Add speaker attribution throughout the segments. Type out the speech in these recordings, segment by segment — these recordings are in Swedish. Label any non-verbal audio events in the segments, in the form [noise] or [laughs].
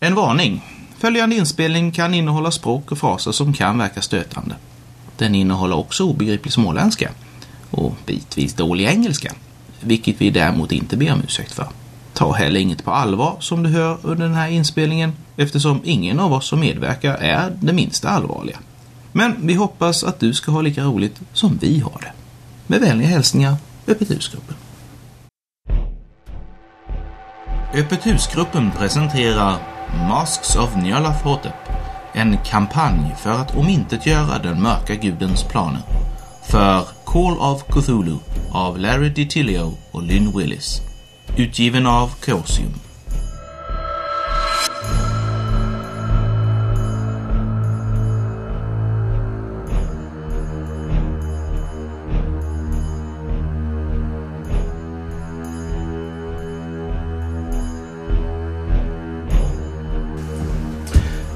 Speaker 1: En varning. Följande inspelning kan innehålla språk och fraser som kan verka stötande. Den innehåller också obegriplig småländska och bitvis dålig engelska, vilket vi däremot inte ber om ursäkt för. Ta heller inget på allvar som du hör under den här inspelningen eftersom ingen av oss som medverkar är det minsta allvarliga. Men vi hoppas att du ska ha lika roligt som vi har det. Med vänliga hälsningar, Öppet husgruppen. Öppet husgruppen presenterar Masks of Nyarlathotep, en kampanj för att omintetgöra den mörka gudens planer. För Call of Cthulhu av Larry DiTilio och Lynn Willis. Utgiven av Chaosium.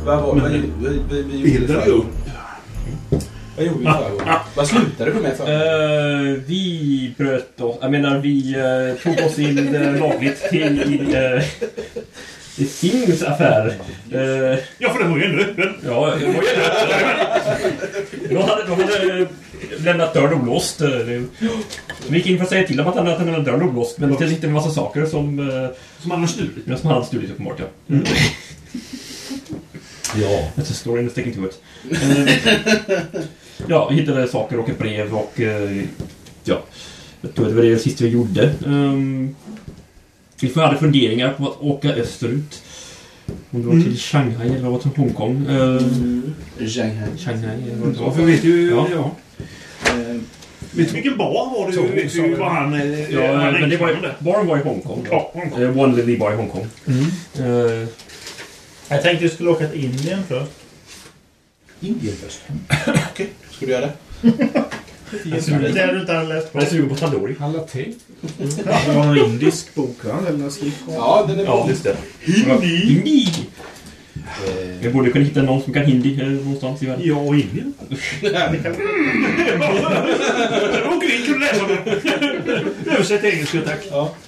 Speaker 2: Vad var vad, vad, vad, vad gjorde vi upp? Vad gjorde vi förra gången? Vad slutade vi med förra
Speaker 3: Eh, vi bröt oss... Jag menar, vi eh, tog oss in eh, lagligt till uh, Sings affär. Eh,
Speaker 4: Ja, för den var ju ändå öppen.
Speaker 3: ja, det var ju det. De hade, de hade eh, lämnat dörren olåst. eh, det- Vi gick in för att säga till dem att han hade lämnat dörren olåst, men det finns inte en massa saker som, eh,
Speaker 4: Som han har stulit.
Speaker 3: men som han hade stulit uppenbart. Ja. [laughs] Mm.
Speaker 4: Ja.
Speaker 3: That's a story in a sticking to it. Eh, [laughs] ja, vi hittade saker och ett brev och... eh, ja, jag tror det var det sista vi gjorde. Ehm, vi hade funderingar på att åka österut. Om det var till Shanghai eller var till Hongkong. Eh,
Speaker 2: Shanghai.
Speaker 3: Shanghai eller vad det
Speaker 5: Ja,
Speaker 3: var.
Speaker 5: för vet du...
Speaker 3: Ja.
Speaker 5: Ja.
Speaker 2: Eh,
Speaker 4: Vet du vilken bar var det?
Speaker 5: Så-
Speaker 4: vet
Speaker 5: så-
Speaker 4: du vad han... eh,
Speaker 3: Ja,
Speaker 4: han
Speaker 3: men det var ju...
Speaker 4: ringde?
Speaker 3: Barn var i Hongkong.
Speaker 4: Ja, Hongkong.
Speaker 3: Eh, One Lily Bar i Hongkong. Eh,
Speaker 6: Jag tänkte vi skulle åka till Indien först.
Speaker 2: Indien först. Okej, ska du göra det?
Speaker 6: Det är du inte hade läst på.
Speaker 3: jag är sugen på tandoori.
Speaker 5: Alla te.
Speaker 6: Det var en indisk bokhandel eller något skrift.
Speaker 2: Ja, den är bra.
Speaker 3: Ja, just det. Hindi! Hindi! Vi borde kunna hitta någon som kan hindi eh, någonstans i världen.
Speaker 6: Ja,
Speaker 4: [laughs]
Speaker 6: och Indien. Mm.
Speaker 4: Jag åker in, kan du läsa det? Översätt till engelska, tack.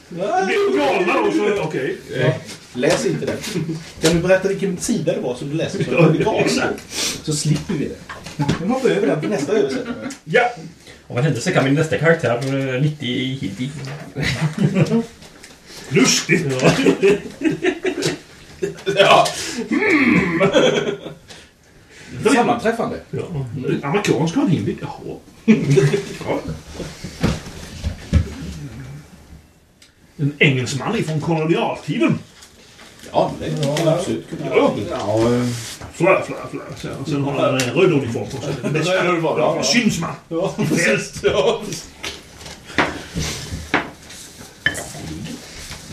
Speaker 4: Blir du galna då så... Okej.
Speaker 2: Läs inte den. Kan du berätta vilken sida det var som du läste? Så, att vi kan? så slipper vi det. Nu hoppar vi över den till nästa översättning.
Speaker 3: Ja! Om en händelse kan min nästa karaktär vara 90 i Hindi.
Speaker 4: Lustigt.
Speaker 2: Sammanträffande.
Speaker 4: Amerikansk har en hindi. Jaha. Ja. En engelsman ifrån kolonialtiden.
Speaker 2: Ja, det kan man absolut kunna
Speaker 4: Ja,
Speaker 2: göra.
Speaker 5: Ja, eh,
Speaker 4: Flä, flä, flä. Sen, sen har han en röd uniform på sig. Den bästa.
Speaker 2: Röd var det, ja.
Speaker 4: Ja, Syns man.
Speaker 2: Ja, precis. Ja.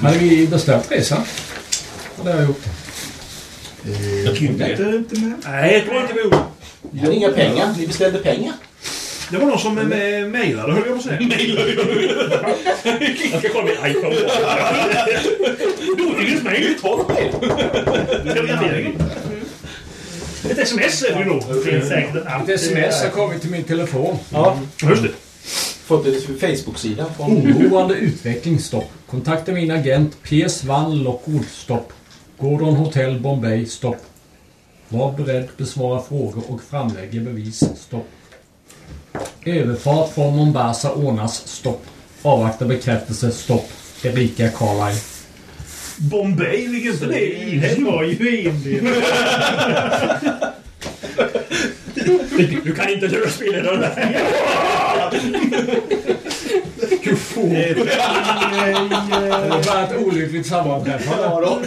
Speaker 5: hade vi beställt resan? Ja, Det har jag gjort.
Speaker 3: Jag tror inte det.
Speaker 4: Nej, det var inte vi.
Speaker 2: Ni hade inga pengar. Ni beställde pengar.
Speaker 4: Det var någon som eh, mejlade, höll jag på att säga.
Speaker 3: Jag ska kolla min iPhone.
Speaker 4: Dåligt mejl.
Speaker 6: Mm.
Speaker 4: Ett sms är det ju nog.
Speaker 6: Det finns säkert en app.
Speaker 5: Ett sms har kommit till min telefon.
Speaker 2: Ja.
Speaker 4: Just det.
Speaker 2: Fått det till Facebook-sidan från...
Speaker 5: Oroande utveckling, stopp. Kontakta min agent P. Svan Lockwood, stopp. Gordon Hotel Bombay, stopp. Var beredd besvara frågor och framlägga bevis, stopp. Överfart från Mombasa ordnas, stopp. Avvakta bekräftelse, stopp. Erika Carline.
Speaker 4: Bombay, ligger inte det i
Speaker 6: Det var ju i Indien.
Speaker 3: Du kan inte lura spelaren där.
Speaker 6: Det är
Speaker 5: Det var bara ett olyckligt sammanträffande.
Speaker 2: Ja, då.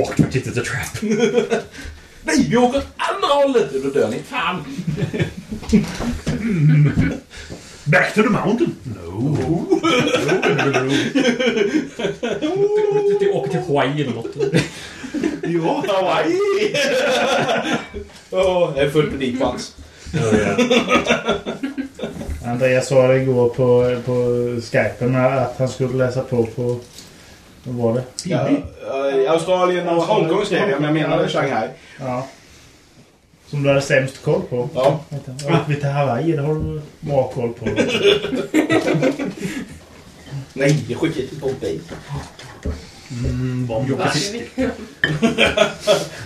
Speaker 3: Walk back into the [laughs] trap.
Speaker 2: Nej, vi åker åt andra hållet! Då dör ni. Fan!
Speaker 4: Back to the mountain. No.
Speaker 3: Du åker till Hawaii eller [laughs] något.
Speaker 4: Ja.
Speaker 2: Hawaii! [laughs] Åh, det är fullt med dickpants.
Speaker 6: Andreas sa igår på, på Skypen att han skulle läsa på på... Vad var det?
Speaker 2: Ja, eh, Australien och Hongkong skrev jag, men jag menade Shanghai.
Speaker 6: Ja. Som du hade sämst koll på.
Speaker 2: Ja.
Speaker 6: Ja. Vi till Hawaii, det har du bra koll på.
Speaker 2: Nej, jag skickade till Bombay.
Speaker 3: Bombastisk.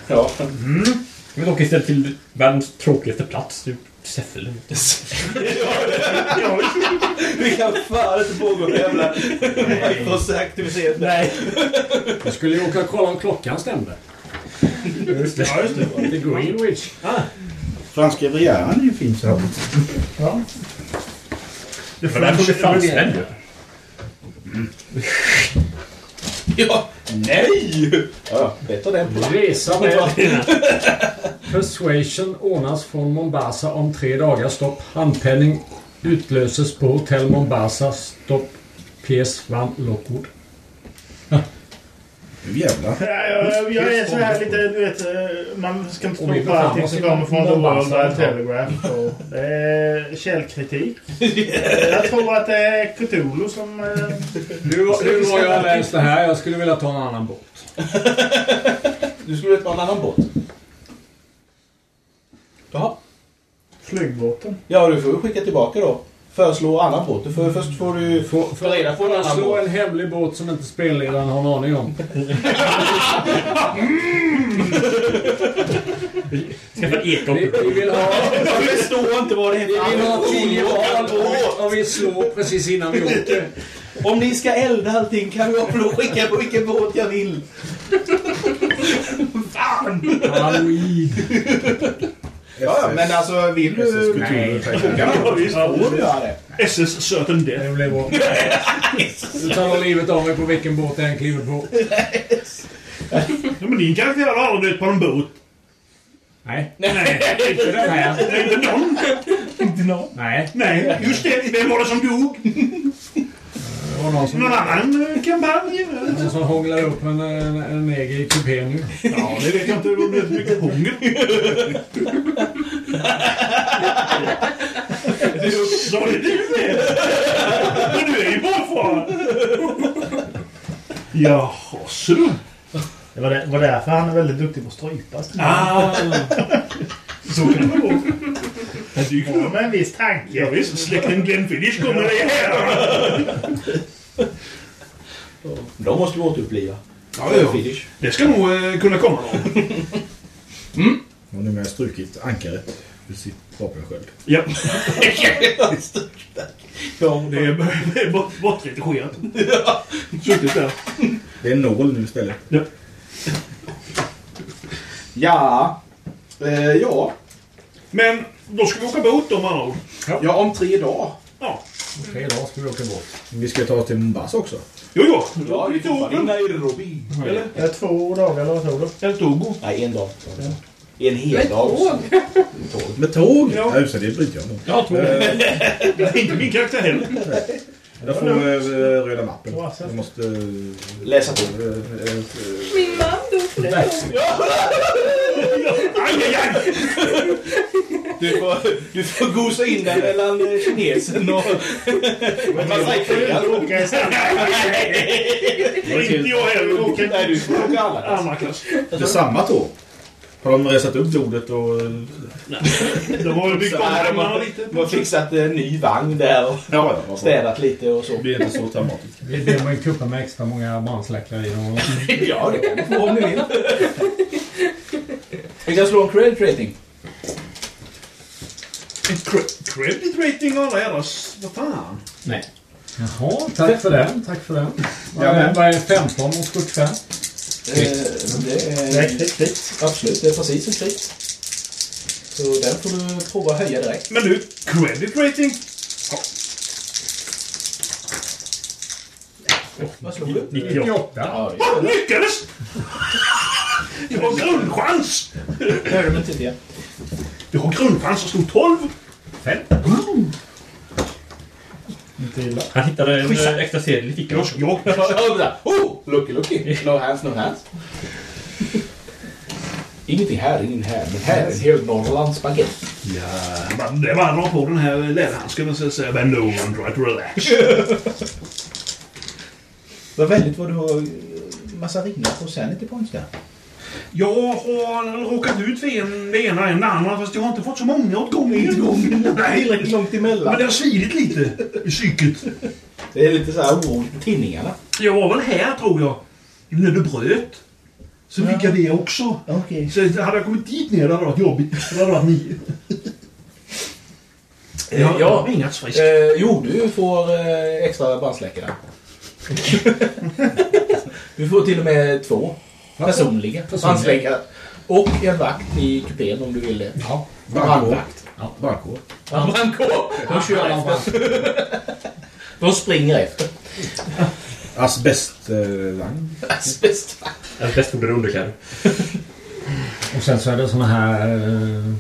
Speaker 3: Jag vill åka istället till världens tråkigaste plats, typ Säffle.
Speaker 2: Vi kan fan inte pågå
Speaker 3: [laughs]
Speaker 2: med jävla microsoft
Speaker 3: Nej.
Speaker 5: Jag skulle ju åka och kolla om klockan stämde.
Speaker 3: Just det. Ja, just det.
Speaker 5: Det går Greenwich.
Speaker 2: Ah.
Speaker 7: Franska Rivieran är ju fin så.
Speaker 3: Det var därför vi fanns den ju.
Speaker 2: Ja, nej! Ja, bättre den på
Speaker 5: Resa med [laughs] Persuasion ordnas från Mombasa om tre dagar. Stopp. Handpenning utlöses på Hotel Mombasa. Stopp. PS Van Lockwood.
Speaker 7: Nu jävlar.
Speaker 6: Nej, Jag, jag är så här lite, du vet, eh, man ska inte
Speaker 5: Och vi
Speaker 6: tro på
Speaker 5: befann
Speaker 6: allting
Speaker 5: oss
Speaker 6: som
Speaker 5: i
Speaker 6: kommer från The
Speaker 5: Mombasa,
Speaker 6: World
Speaker 5: antar
Speaker 6: och
Speaker 5: jag.
Speaker 6: Telegraph. Och, det är källkritik. Jag tror att det är Cthulhu som... eh,
Speaker 5: Nu har jag läst det här. Jag skulle vilja ta en annan båt.
Speaker 2: Du skulle vilja ta en annan båt? Jaha.
Speaker 6: Flygbåten.
Speaker 2: Ja, du får ju skicka tillbaka då. Föreslå annan båt. Du får, först får du...
Speaker 5: Få,
Speaker 2: Få reda på en annan
Speaker 5: slå
Speaker 2: båt.
Speaker 5: en hemlig båt som inte spelledaren har en aning om. [laughs]
Speaker 3: Skaffa en ekon.
Speaker 5: Vi, vi vill ha,
Speaker 2: Jag förstår inte vad det
Speaker 5: vi vill ha tio val
Speaker 2: är.
Speaker 5: och vi- och vi slår precis innan vi åker.
Speaker 2: Om ni ska elda allting kan jag få skicka på vilken båt jag vill.
Speaker 5: Halloween.
Speaker 2: Ja, ja, men alltså vill du...
Speaker 7: Nej.
Speaker 2: Ja, visst får du göra det.
Speaker 4: SS Certain Death.
Speaker 5: Det blir bra. Du tar nog livet av mig på vilken båt jag än kliver på.
Speaker 4: Ja, men din karaktär har aldrig blivit på en båt.
Speaker 5: Nej,
Speaker 4: Nej,
Speaker 5: inte den här.
Speaker 4: inte någon. Inte någon.
Speaker 5: Nej,
Speaker 4: Nej, just det. Vem var det som dog?
Speaker 5: det var någon som,
Speaker 4: Någon annan eh, kampanj? eller?
Speaker 5: någon som hånglade upp en, en, en neger i kupén nu.
Speaker 4: Ja, det vet jag inte. Det var väldigt mycket hunger. Så det är du med. Men du är ju båtfarare. Jaha, så.
Speaker 6: Det var, det var därför han är väldigt duktig på att strypas.
Speaker 4: Ah. Så kan det vara. Det dyker upp.
Speaker 6: Ja, Med en viss tanke.
Speaker 4: Ja, visst, släkten Glenfiddich kommer i här.
Speaker 2: De måste vi återuppliva.
Speaker 4: Ja, ja. Det ska nog eh, kunna komma Mm. någon.
Speaker 7: Hon har med strukit ankaret ur sitt vapensköld.
Speaker 4: Ja,
Speaker 2: Ja,
Speaker 4: det är det är bort- bortretigerat. Suttit där.
Speaker 7: Det är en nål nu istället.
Speaker 2: Ja. Eh, ja.
Speaker 4: Men då ska vi åka båt om andra ord.
Speaker 2: ja, om tre dagar.
Speaker 4: Ja.
Speaker 5: Tre dagar ska vi åka båt.
Speaker 7: Vi ska ta oss till Mombasa också.
Speaker 4: Jo, jo.
Speaker 2: Ja,
Speaker 4: vi tog den.
Speaker 2: Nairobi.
Speaker 4: Eller?
Speaker 6: Det är två dagar eller vad tror du?
Speaker 4: Eller Togo.
Speaker 2: Nej, en dag. En hel dag.
Speaker 7: Med tåg?
Speaker 4: Ja.
Speaker 7: Ja, just det. Det bryr jag mig om.
Speaker 3: Ja, två.
Speaker 7: Eh,
Speaker 4: Inte min karaktär heller.
Speaker 7: Jag får eh, röda lappen.
Speaker 6: Ja, så.
Speaker 7: Jag måste... eh,
Speaker 2: Läsa på.
Speaker 7: eh, eh, eh,
Speaker 8: Min man dog för det.
Speaker 4: Aj, aj, aj.
Speaker 2: Du får, du får gosa in den mellan eh, kinesen och... Men man säger krigar.
Speaker 6: Åka i sand.
Speaker 4: Inte jag heller.
Speaker 2: Nej, du får åka alla.
Speaker 4: Andra klass.
Speaker 7: Till samma tåg? Har de resat upp blodet och... eh,
Speaker 4: De har ju byggt om
Speaker 2: Nej,
Speaker 4: hamnarna
Speaker 2: man,
Speaker 4: lite.
Speaker 2: man har fixat en ny vagn där och
Speaker 7: Ja, ja. vad fan.
Speaker 2: städat lite och
Speaker 7: Det
Speaker 2: så.
Speaker 7: blir inte så traumatiskt.
Speaker 5: Vi ber om en kuppa med extra många brandsläckare i. dem.
Speaker 2: Ja, det kan du få om du vill. Vi kan slå en credit rating.
Speaker 4: En cre- Credit rating och alla jävlas... Vad fan?
Speaker 5: Jaha, tack för den. Tack för den.
Speaker 7: Ja,
Speaker 5: Vad
Speaker 7: men.
Speaker 5: är, vad är 15 mot 75?
Speaker 2: Eh, Det
Speaker 6: Det är
Speaker 2: är...
Speaker 6: kritik.
Speaker 2: Absolut, det är precis en krit. Så den får du prova att höja direkt.
Speaker 4: Men du, credit rating?
Speaker 2: Vad slog du?
Speaker 5: 98.
Speaker 2: Ja, det
Speaker 4: Ah, lyckades! Du har grundchans!
Speaker 2: hörde man tidigare.
Speaker 4: Du har grundchans att slå 12.
Speaker 6: Inte illa.
Speaker 3: Han hittade en eh, extra sedel i fickan.
Speaker 4: Jag
Speaker 2: Oh! Lucky, lucky! No hands, no hands. Ingenting här, ingen här. Men här är en hel Norrlandsbaguette.
Speaker 4: Ja, det är bara att dra på den här läderhandsken och så säga bend over and try to relax.
Speaker 2: Vad väldigt vad du har massa ringar på sen inte på önska.
Speaker 4: Jag har råkat ut för en, det ena än det andra fast jag har inte fått så många åt gången. gången. Nej,
Speaker 2: långt
Speaker 4: men
Speaker 2: emellan.
Speaker 4: det har svidit lite i psyket.
Speaker 2: Det är lite så här oroligt på tinningarna.
Speaker 4: Jag var väl här tror jag. när du bröt så fick jag det också.
Speaker 9: Okej.
Speaker 4: Så hade jag kommit dit ner, det hade varit jobbigt. Det hade varit ni.
Speaker 9: Jag
Speaker 2: Ja.
Speaker 9: har vingats friskt.
Speaker 2: Eh, jo, du får eh, extra [laughs] brandsläckare. du får till och med två personliga brandsläckare. Och en vakt i kupén om du vill det.
Speaker 5: Ja.
Speaker 2: Brandvakt.
Speaker 7: Brandkår.
Speaker 2: Ja, brandkår. De kör efter. De springer efter.
Speaker 7: Asbestvagn.
Speaker 2: Asbest.
Speaker 10: Asbestfodrade underkläder.
Speaker 5: Och sen så är det såna här eh,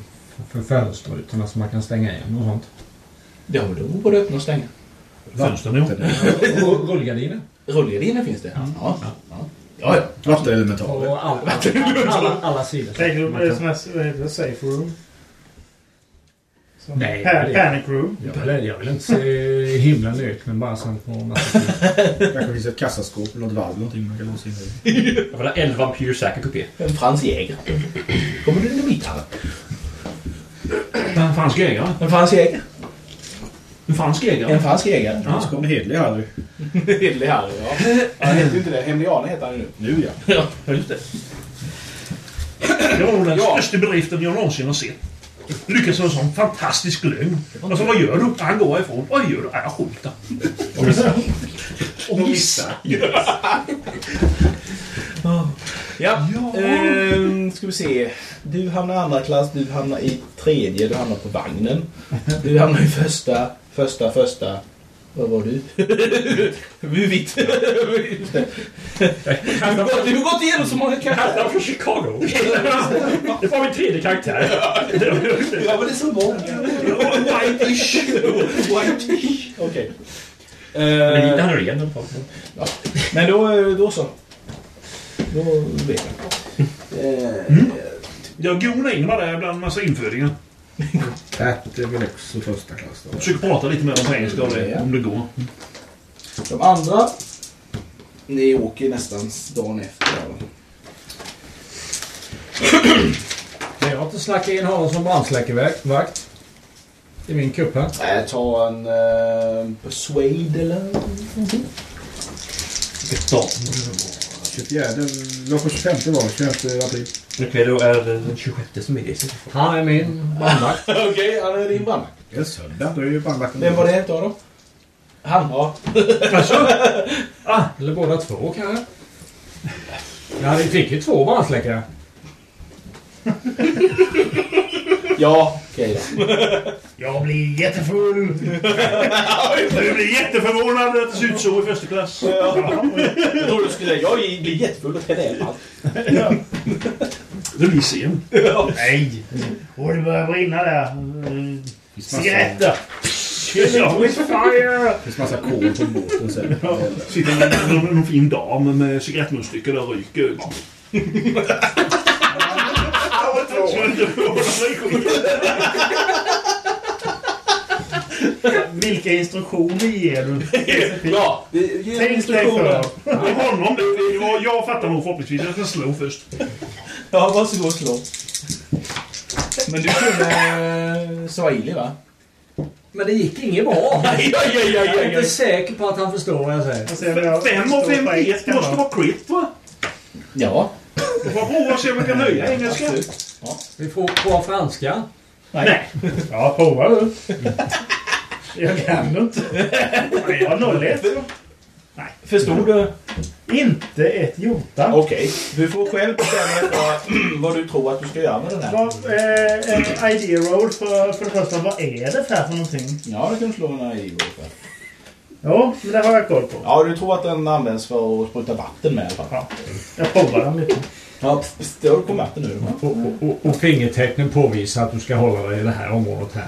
Speaker 5: för fönsterrutorna som man kan stänga igen och sånt.
Speaker 2: Ja, men då går det att öppna och stänga.
Speaker 4: Fönstren är
Speaker 5: Och rullgardiner.
Speaker 2: Rullgardiner finns det. Ja, ja. ja. ja.
Speaker 5: Och
Speaker 7: Vattenelemental.
Speaker 5: alla, alla, alla, alla sidor.
Speaker 6: Tänker du på det
Speaker 5: Man
Speaker 6: som är vad heter det, safe room? Som
Speaker 5: Nej,
Speaker 6: pa-
Speaker 5: det är-
Speaker 6: Panic room.
Speaker 5: kan- Jag vill, jag vill inte se himlen i öknen bara sen på natten.
Speaker 7: Kanske finns ett kassaskåp eller något valv eller någonting man kan låsa in i.
Speaker 10: Jag vill ha en vampyrsäker kupé.
Speaker 2: En Frans Jäger. Kommer du in med gitarr?
Speaker 4: En fransk jägare.
Speaker 2: En Frans Jäger.
Speaker 4: En fransk jägare.
Speaker 2: En fransk jägare.
Speaker 7: Annars kommer Hedlig Harry.
Speaker 2: Hedlig Harry, ja. Han heter ju inte det. Hemlig Arne heter han ju nu.
Speaker 7: Nu ja.
Speaker 4: Ja, just det. Det var nog den
Speaker 2: Ja.
Speaker 4: största bedriften jag någonsin har sett. Lyckas med en sån fantastisk lögn. Alltså vad gör du? Han går ifrån. Vad gör du? Ja, Jag skjuter. Och missar.
Speaker 2: Ja.
Speaker 4: Ja.
Speaker 2: Ehm, ska vi se. Du hamnar i andra klass, du hamnar i tredje, du hamnar på vagnen. Du hamnar i första, första, första. Vad var du? Vitt. du, har gått- du har gått igenom så många karaktärer.
Speaker 10: Alla från Chicago! Det var min tredje karaktär.
Speaker 2: Ja, men det är så många.
Speaker 4: White-ish.
Speaker 2: Okej.
Speaker 4: Eh,
Speaker 10: Men dit
Speaker 2: Ehm,
Speaker 10: hann du igen i alla fall.
Speaker 2: Men då, eh, då så. Då vet jag. Eh,
Speaker 4: Jag gonar in mig där bland massa infödingar.
Speaker 7: Det är väl också första klass då.
Speaker 4: Försöker prata lite med dem på engelska om det- om det går.
Speaker 2: De andra, ni åker nästan dagen efter.
Speaker 5: Men jag har inte snackat in honom som brandsläckervakt. I min kupp här.
Speaker 2: Nej, Äh, ta en eh, persuade eller någonting.
Speaker 10: Vilket datum
Speaker 7: 24, låt oss 25 var 25 april.
Speaker 10: det var. är den 26 som är det.
Speaker 5: Han är min
Speaker 2: [laughs]
Speaker 5: brandvakt.
Speaker 2: Okej, han är din brandman.
Speaker 7: Det är söndag, då är ju bandvakten...
Speaker 2: Vem var det då? då? Han, ja.
Speaker 5: Eller båda två kanske. Ja, vi fick ju två brandsläckare.
Speaker 2: Ja, okej då.
Speaker 4: Jag blir jättefull! [laughs] Du blir jätteförvånad att det ser ut så i första klass.
Speaker 2: Jag trodde du skulle säga jag blir jättefull och tänder allt.
Speaker 4: Det blir sen.
Speaker 6: Nej! Åh, det börjar brinna där. Mm.
Speaker 7: finns massa-
Speaker 6: Cigaretter!
Speaker 4: Ja, visst.
Speaker 7: Det finns massa kol på båten sen.
Speaker 4: Sitter med någon, någon fin dam med cigarettmunstycke där och ryker. Bara. Så inte förvånad mig.
Speaker 6: Vilka instruktioner ger du?
Speaker 2: Ja, det- ge
Speaker 6: Tänk dig
Speaker 2: instruktioner.
Speaker 6: för.
Speaker 4: Det är honom. Jag, jag fattar nog förhoppningsvis. Jag ska slå först.
Speaker 2: Ja, varsågod och slå. Men du kunde eh, swahili va?
Speaker 5: Men det gick inget [laughs] bra.
Speaker 2: Aj, aj, aj, aj,
Speaker 5: Jag är
Speaker 2: aj, aj.
Speaker 5: inte säker på att han förstår vad jag säger.
Speaker 6: Jag ser vad jag
Speaker 4: Fem av
Speaker 6: står
Speaker 4: fem
Speaker 6: på
Speaker 4: vet
Speaker 6: engelska
Speaker 4: måste
Speaker 6: då.
Speaker 4: vara crit va?
Speaker 2: Ja,
Speaker 4: Jag får prova och se om jag kan höja engelska.
Speaker 2: absolut.
Speaker 5: Vi får på franska.
Speaker 4: Nej.
Speaker 6: Ja, prova du. Jag kan det inte. Jag har 01.
Speaker 2: Förstod du?
Speaker 6: Inte ett jota.
Speaker 2: Okej, du får själv bestämma vad- vad du tror att du ska göra med den här.
Speaker 6: Vad, eh, en idea roll för, för det första. Vad är det här för någonting?
Speaker 2: Ja, det kan du slå en AI för.
Speaker 6: Ja, men det har jag koll på.
Speaker 2: Ja, du tror att den används för att spruta vatten med i alla fall.
Speaker 6: Ja, jag provar den lite.
Speaker 2: Ja, då kom vatten nu.
Speaker 5: Och, och, och, och fingertecknen påvisar att du ska hålla dig i det här området här.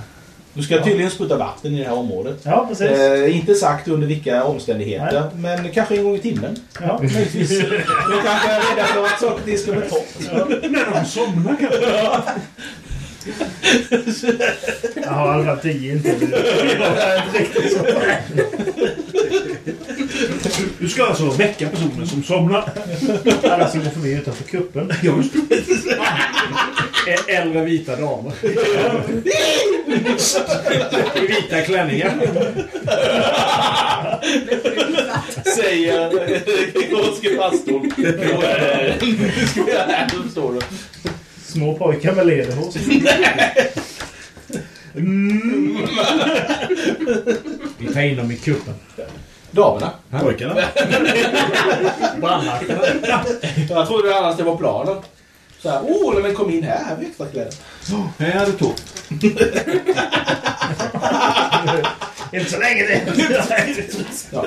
Speaker 2: Du ska tydligen spruta vatten i det här området.
Speaker 6: Ja, precis.
Speaker 2: Eh, inte sagt under vilka omständigheter, men kanske en gång i timmen.
Speaker 6: Ja,
Speaker 2: Möjligtvis. Du kanske är rädd för att saker och ting ska bli torrt.
Speaker 4: När de somnar kanske.
Speaker 6: jag har i alla fall 10 intervjuer.
Speaker 4: Du ska alltså väcka personen som somnar.
Speaker 6: Alla som går förbi utanför kuppen.
Speaker 4: Ja, just
Speaker 5: Ä- Äldre vita damer. I vita klänningar.
Speaker 2: säger skånske pastorn. Och, eh, Nu ska jag här, nu förstår du.
Speaker 6: Små pojkar med lederhås.
Speaker 5: Vi tar in dem i kuppen.
Speaker 2: Damerna.
Speaker 7: Pojkarna?
Speaker 2: Jag trodde annars det var planen. Så här, åh, nej, men kom in här, här har vi extrakläder. Oh, här hade två.
Speaker 6: Inte så länge det.
Speaker 2: Ja.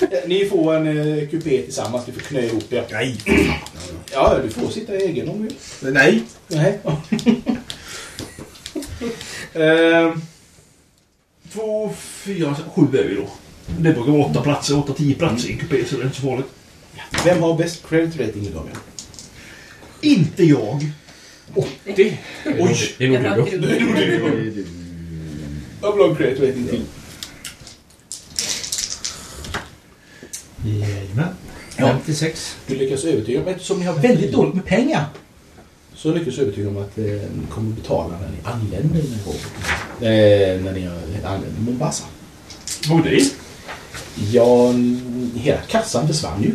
Speaker 2: Eh, Ni får en eh, kupé tillsammans, ni får knö ihop er.
Speaker 7: Nej.
Speaker 2: Ja, du får sitta i egen om du vill.
Speaker 7: Nej.
Speaker 2: Nej. Ehm,
Speaker 4: Eh, Två, fyra, sju är vi då. Det brukar vara åtta platser, åtta, tio platser i en kupé, så det är inte så farligt.
Speaker 2: Vem har bäst credit rating idag? ja?
Speaker 4: Inte jag!
Speaker 3: Det är nog du då.
Speaker 2: Jag vill ha en credit rating till.
Speaker 6: Jajamän.
Speaker 5: 56.
Speaker 2: Du lyckas övertyga mig eftersom ni har väldigt dåligt med pengar. Så lyckas du övertyga om att eh, ni kommer att betala när ni anländer i Mombasa. Eh, när ni anländer i Mombasa.
Speaker 4: Bodde i?
Speaker 2: Ja, n- hela kassan försvann ju.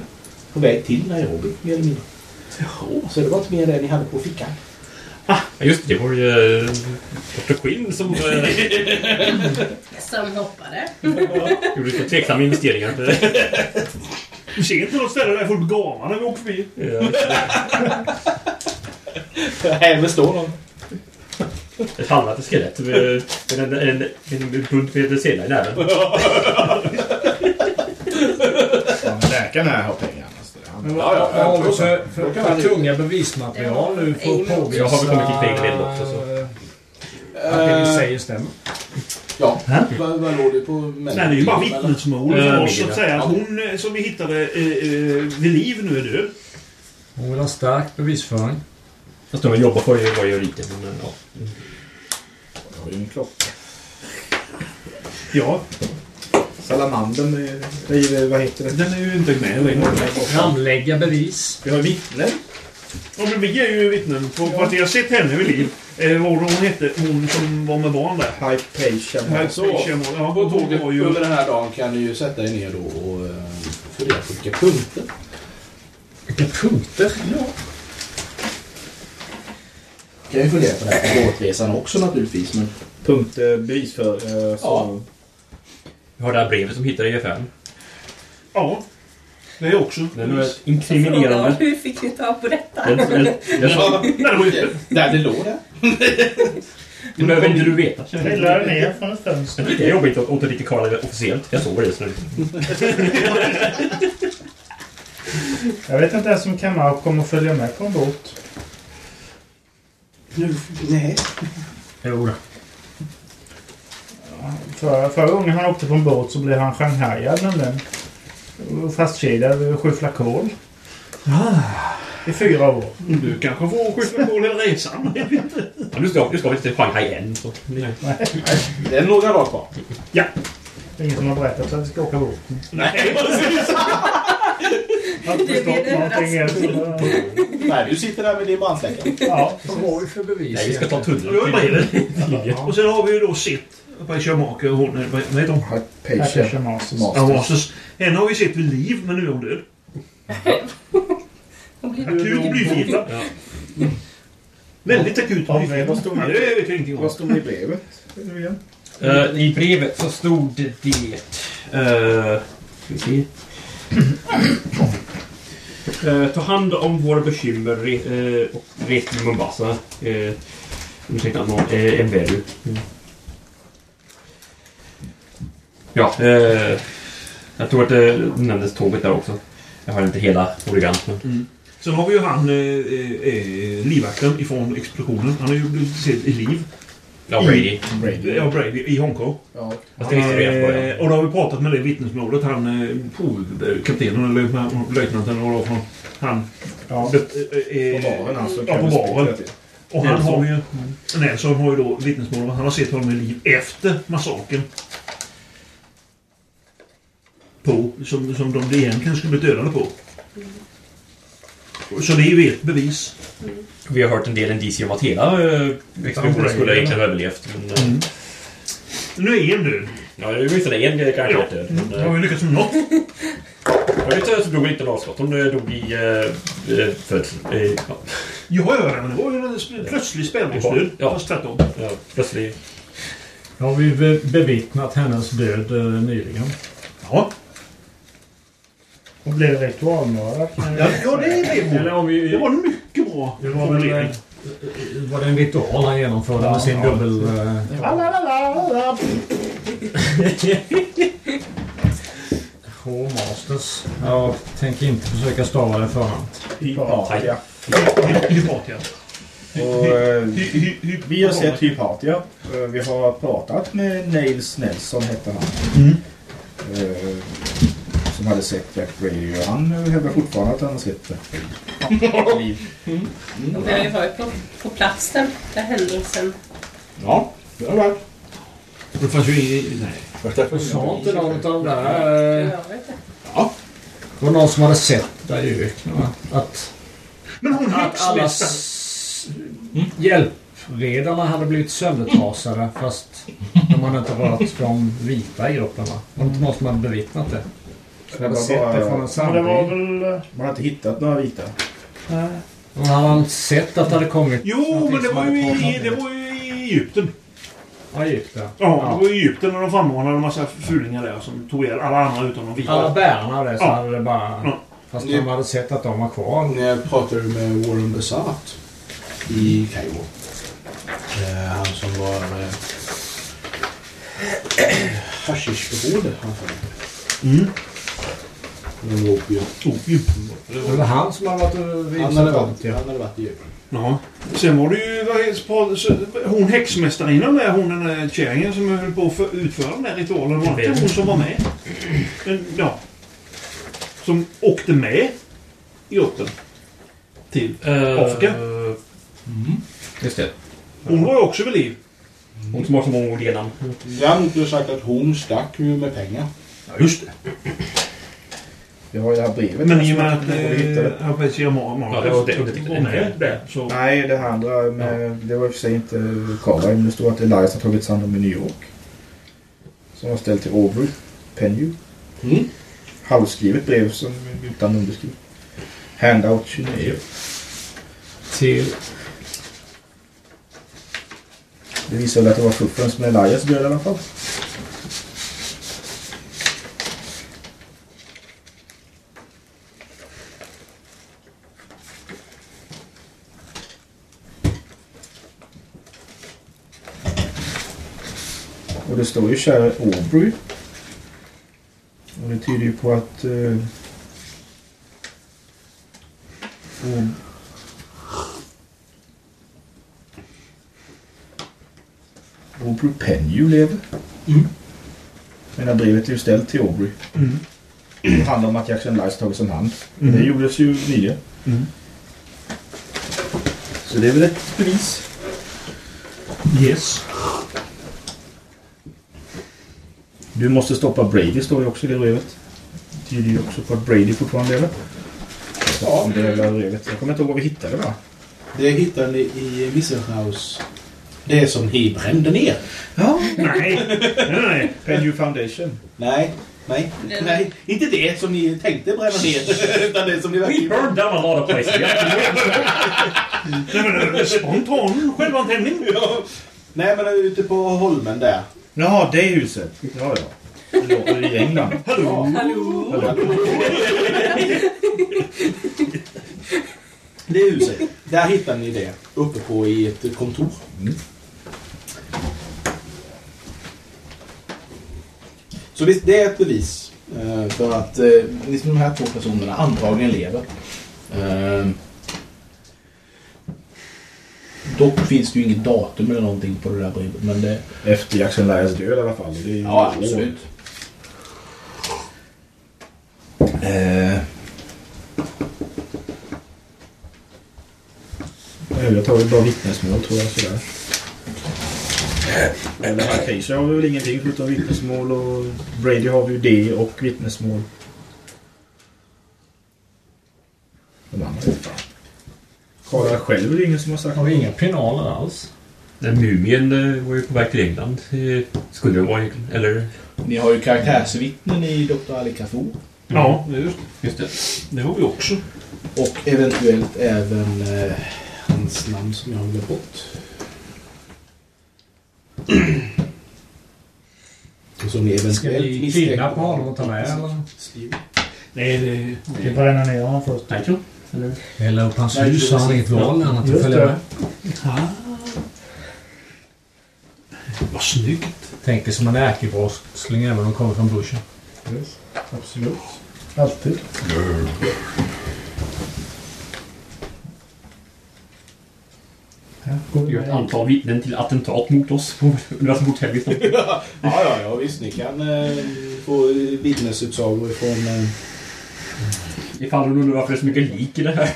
Speaker 2: På väg till Nairobi, mer eller mindre. Så det var inte mer än det ni hade på fickan.
Speaker 3: Ja, just det, det var ju eh, Dr. Quinn som eh, [laughs]
Speaker 8: Som hoppade.
Speaker 3: gjorde lite tveksamma investeringar. [laughs] Eh,
Speaker 4: Du ser inte något ställe där folk gamar när vi åker förbi.
Speaker 2: Här består de.
Speaker 3: Ett halvnatt skelett med med en, en, en bunt med sena i näven.
Speaker 7: Ja, men Läkaren här har pengar. alltså. Han-
Speaker 5: Men vad,
Speaker 2: ja,
Speaker 5: vad har
Speaker 2: jag
Speaker 5: vi
Speaker 2: tror
Speaker 5: för,
Speaker 2: Då
Speaker 5: för,
Speaker 2: kan man-
Speaker 5: för tunga bevismaterial nu för Eh, att
Speaker 8: Jag har
Speaker 5: påvisa...
Speaker 3: väl kommit till fel del också, så.
Speaker 5: Att det vi säger stämmer.
Speaker 2: Ja, Eh, vad vad låg det på män?
Speaker 4: Nej, det är ju bara vittnesmål
Speaker 3: Eh,
Speaker 4: för oss
Speaker 3: Miguel,
Speaker 4: så att säga. Att hon eh, som vi hittade eh, eh, vid liv nu är död.
Speaker 5: Hon vill ha stark bevisföring.
Speaker 3: Fast de jobbar för ju vad jag lite. Men, eh, ja.
Speaker 7: Jag har ju en klocka.
Speaker 4: Ja,
Speaker 7: Salamandern är... eh, nej, Vad heter det?
Speaker 4: den är ju inte med längre.
Speaker 5: Framlägga bevis.
Speaker 7: Vi har vittnen.
Speaker 4: Ja, men vi är ju vittnen på, på att jag har sett henne vid liv. Eh, vad hon hette, hon som var med barn där.
Speaker 7: Hypatia.
Speaker 2: Så.
Speaker 4: Ja,
Speaker 2: På
Speaker 4: hon
Speaker 2: tåget
Speaker 4: var ju...
Speaker 2: under den här dagen kan ni ju sätta er ner då och eh, fundera på vilka punkter.
Speaker 5: Vilka punkter.
Speaker 2: Kan ju fundera på den här båtresan också naturligtvis. Men...
Speaker 7: Punkt eh, bevis för... eh, så-
Speaker 3: Vi har det här brevet som hittade i E FN.
Speaker 4: Ja. Det är också.
Speaker 3: Den är
Speaker 8: Fråga om
Speaker 3: inkriminerande.
Speaker 8: Hur fick ni tag på detta?
Speaker 3: Den, den, den, den,
Speaker 4: Nej, det var ju...
Speaker 2: Där det låg där.
Speaker 3: det behöver inte du veta.
Speaker 6: Trillade ner från ett fönster.
Speaker 3: Jag tycker det är jobbigt att återrikta Karl officiellt. Jag såg det så nu.
Speaker 6: Jag vet inte ens om Kamau kommer följa med på en båt.
Speaker 2: Nu, nej.
Speaker 5: Jodå.
Speaker 6: För, förra gången han åkte på en båt så blev han shanghajad nämligen. Och Fastkedjad vid sju flakol.
Speaker 2: Ah.
Speaker 6: I fyra år.
Speaker 4: Du kanske får skjuta på hela resan.
Speaker 3: Ja, nu ska, nu ska vi till Shanghai än. Så. Nej.
Speaker 2: Det är några dagar kvar.
Speaker 6: Det är ingen som har berättat att vi ska åka båt.
Speaker 4: Nej,
Speaker 6: Jag har inte
Speaker 8: Det blir
Speaker 6: förstått
Speaker 8: en
Speaker 6: någonting än.
Speaker 2: Nej, du sitter där med din brandsläckare.
Speaker 6: Ja,
Speaker 5: Vad har vi för bevis?
Speaker 3: Nej, vi ska ta
Speaker 4: vi har ju
Speaker 3: tunneln.
Speaker 4: brevet. Och sen har vi ju då sett på Schumacher, hon... Vad vad heter hon?
Speaker 7: Hypatia.
Speaker 6: Patricia Masters.
Speaker 7: Mas.
Speaker 4: Amasis. Henne har vi sett vid liv, men nu är hon död.
Speaker 8: Hon blev
Speaker 4: Akut blyförgiftad.
Speaker 3: Ja.
Speaker 4: Väldigt akut
Speaker 6: Ja, men vad
Speaker 4: blyförgiftad.
Speaker 6: stod
Speaker 4: Nej, Det vet jag ingenting om.
Speaker 7: Vad står det i brevet? Nu igen.
Speaker 3: Eh, I brevet så stod det... eh, ska vi se. Eh, ta hand om våra bekymmer re, eh, och res till Mombasa. Uh, ursäkta, någon, uh, en value. Mm. Ja, eh, jag tror att det nämndes tåget där också. Jag har inte hela origant. Men...
Speaker 4: Sen har vi ju han, eh, eh, livvakten ifrån explosionen. Han har ju blivit sedd i liv.
Speaker 3: Ja, Brady.
Speaker 4: Ja, Brady i Hongkong.
Speaker 7: Ja.
Speaker 3: Fast det visste vi redan på, ja.
Speaker 4: Eh, och då har vi pratat med det vittnesmålet. Han, eh, po- eh, kaptenen eller löjtnanten, löjtnanten eller vad det var för någon. Han.
Speaker 6: Ja.
Speaker 4: eh,
Speaker 7: På
Speaker 4: eh,
Speaker 7: baren alltså.
Speaker 4: Ja, på baren. Och han
Speaker 3: Nelson. Mm.
Speaker 4: har ju... Nelson har ju då vittnesmål om att han har sett honom i liv efter massakern. På, som, som de egentligen skulle bli dödade på. Så det är ju ett bevis.
Speaker 3: Vi har hört en del indicier om att hela eh, expeditionen skulle egentligen ha överlevt. Men, eh,
Speaker 4: Nu är en död.
Speaker 3: Ja, det är ju inte en grej kanske
Speaker 4: Ja.
Speaker 3: inte. Men,
Speaker 4: Jag har
Speaker 3: eh,
Speaker 4: ju lyckats med något.
Speaker 3: Jag vet inte, så dog inte Lancelot. Hon eh, dog i eh, eh, födseln. Eh, ja.
Speaker 4: Ja, ja, men det var ju en sp- plötslig spädbarnsdöd.
Speaker 3: Ja.
Speaker 4: Fast tvärtom.
Speaker 3: ja, plötsligt.
Speaker 5: Nu har vi be- bevittnat hennes död eh, nyligen.
Speaker 4: Ja,
Speaker 6: Hon blev ritualmördad. kan jag-
Speaker 4: ja, ja det blev
Speaker 5: Eller
Speaker 4: hon.
Speaker 5: om vi...
Speaker 4: Det var en mycket bra
Speaker 5: det var väl...
Speaker 4: formulering.
Speaker 5: eh, Var det en ritual han genomförde med sin dubbel... eh,
Speaker 6: La, la, la, la, la.
Speaker 5: H Masters. Jag tänker inte försöka stava det i förhand.
Speaker 7: Hypatia.
Speaker 4: Hypatia.
Speaker 7: Och, eh,
Speaker 4: Hy- hy- hy-
Speaker 7: vi har sett Hypatia. Eh, Vi har pratat med Nails Nelson, hette han.
Speaker 4: Mm.
Speaker 7: Eh, Som hade sett Jack Radio. Han eh, hävdar fortfarande att han har sett Jack
Speaker 4: [laughs]
Speaker 7: Radio.
Speaker 8: Och vi har ju varit på, på platsen där händelsen...
Speaker 7: Ja, det har varit.
Speaker 4: Det fanns ju ingen... Nej.
Speaker 5: Sa inte någon av de där... eh,
Speaker 8: Jag vet inte.
Speaker 5: Det var någon som hade sett där i öknen va? Att
Speaker 4: Men hon
Speaker 5: alla
Speaker 4: häxläste.
Speaker 5: s- hjälpredarna hade blivit söndertrasade fast de hade inte varit de vita i gruppen va? Var det inte någon som hade bevittnat det?
Speaker 7: Det
Speaker 5: Hade sett det från en
Speaker 7: var
Speaker 6: Men det
Speaker 5: sandbil?
Speaker 6: var väl... eh,
Speaker 7: Man har inte hittat några vita.
Speaker 6: nej.
Speaker 5: Men Hade han sett att det hade kommit
Speaker 4: Jo, men det var ju i,
Speaker 5: i...
Speaker 4: det var ju i Egypten.
Speaker 5: Ja, gick det.
Speaker 4: Ja, det var i Egypten när de frammanade en massa fulingar där som tog ihjäl alla andra utom de vita.
Speaker 5: Alla bärarna av det så
Speaker 4: Ja.
Speaker 5: hade det bara...
Speaker 4: Ja.
Speaker 5: Fast de hade sett att de var kvar.
Speaker 2: När jag pratade med Warren Besart i Kairo. Eh, han som var eh, haschischberoende. Han mm. låg på Egypten.
Speaker 4: Opium.
Speaker 5: Det var han som hade varit och
Speaker 2: Han hade
Speaker 5: visat dem
Speaker 2: varit,
Speaker 5: till.
Speaker 2: han hade varit i Egypten.
Speaker 4: Ja. Sen var det ju vad heter- på- så- hon häxmästarinnan där, hon den där kärringen som höll på att för- utföra den där ritualen. Var det inte hon som var med? Men, ja. Som åkte med i gruppen. Till. Afrika?
Speaker 3: Eh, Just det.
Speaker 4: Hon var ju också vid liv.
Speaker 3: Hon som har så många ord innan.
Speaker 2: Däremot har jag sagt att hon stack ju med pengar.
Speaker 4: Ja, just det.
Speaker 7: Vi har ju det här brevet.
Speaker 4: Men i och med
Speaker 7: som vi hittade.
Speaker 4: att Apesia Mara
Speaker 3: Ja, det var det- det- det-
Speaker 4: var med där så...
Speaker 7: Nej, det här andra med, det var i och för sig inte Karin, men det stod att Elias har tagit hand om i New York. Som var ställt till Aubrey Penhew.
Speaker 2: Mm.
Speaker 7: Halvskrivet brev som utan underskrift. Handout 29.
Speaker 5: Till...
Speaker 7: Det visade väl att det var fuffens med Elias död i alla fall. Och det står ju kära Aubrey. Och det tyder ju på att... Eh, Au- Aubrey Penhew lever. Mm. Men det här brevet är ju ställt till Aubrey. Det handlar om att Jackson Lice tagits om hand. Det gjordes ju nyligen. Så det är väl ett bevis.
Speaker 4: Yes.
Speaker 7: Du måste stoppa Brady, står det också i det brevet. Det tyder ju också på att Brady fortfarande lever. Ja. Det är väl brevet. Jag kommer inte ihåg var vi hittade det va?
Speaker 2: Det hittade ni i Missenhaus. Det som ni brände ner.
Speaker 4: Nej. Nej, nej.
Speaker 7: Penhew Foundation.
Speaker 2: Nej, nej,
Speaker 8: Det-
Speaker 2: nej. Inte det som ni tänkte bränna ner. [laughs] Utan det som ni verkligen...
Speaker 3: Burned down a lot of places. [laughs]
Speaker 4: Nej, men eh, spontan självantändning.
Speaker 2: Ja. Nej, men ute på holmen där.
Speaker 7: Jaha, det huset. Ja, ja. Det låter i England.
Speaker 8: Hallå?
Speaker 2: Det huset. Där hittar ni det. Uppe på i ett kontor. Så visst, det är ett bevis eh, för att eh, liksom de här två personerna antagligen lever. Eh, Dock finns det ju inget datum eller någonting på det där brevet. Men det,
Speaker 7: Efter Jackson Lias död i alla fall. Det är ju-
Speaker 2: Ja, absolut. Eh,
Speaker 7: Nej, Eh, Jag tar väl bara vittnesmål tror jag sådär. Eller Eh, här Kaiser har vi väl ingenting förutom vittnesmål och Brady har vi ju det och vittnesmål. De andra vet fan. Karla själv är det ingen som har sagt
Speaker 5: Har vi inga penaler alls?
Speaker 3: Den mumien eh, var ju på väg till England. eh, Skulle den vara egentligen, eller?
Speaker 2: Ni har ju karaktärsvittnen i Dr. Ali Kafur.
Speaker 4: Ja, just
Speaker 3: Just det.
Speaker 4: det. har vi också.
Speaker 2: Och eventuellt även eh, hans namn som jag har glömt bort. Och som ni
Speaker 5: Ska
Speaker 2: eventuellt
Speaker 5: vi
Speaker 2: misstänker-
Speaker 5: kidnappa honom och ta med eller?
Speaker 4: Nej, det...
Speaker 6: Vi bränner ner honom först.
Speaker 3: Nigel? Eller?
Speaker 5: Hälla upp hans hus så han har inget val annat att
Speaker 6: Just
Speaker 5: följa med.
Speaker 6: det.
Speaker 4: Vad snyggt.
Speaker 5: Tänk dig som en ärkebrottsling även om de kommer från bushen.
Speaker 6: Yes, absolut. Alltid. Ja, går
Speaker 3: Vi
Speaker 6: vi
Speaker 3: har ett
Speaker 6: med.
Speaker 3: antal vittnen till attentat mot oss på Universum Hotell. just nu.
Speaker 2: Ja, ja, ja, visst. Ni kan eh, få vittnesutsagor från... Eh, [laughs]
Speaker 3: Ifall du undrar varför det är så mycket lik i det här.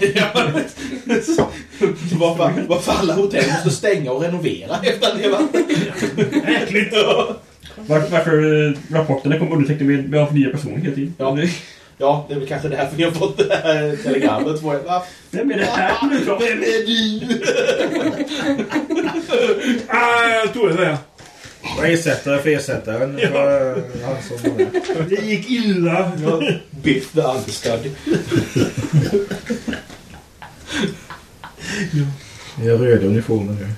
Speaker 3: [laughs]
Speaker 2: varför, varför alla hotell måste stänga och renovera efter att ni har varit
Speaker 3: Äckligt! Varför, varför eh, rapporterna kommer undertecknade med, med nya personer hela tiden.
Speaker 2: Ja. Ja, det är väl kanske därför ni har fått det här telegrammet. från er. Va?
Speaker 3: Vem är det här nu då?
Speaker 2: Vem är du?
Speaker 4: Ah, jag tror det där.
Speaker 7: Jag ersätter för ersättaren. Det var, eh, han som var det.
Speaker 4: Det gick illa.
Speaker 2: Jag Biff the understudy.
Speaker 7: Vi har röda uniformer nu.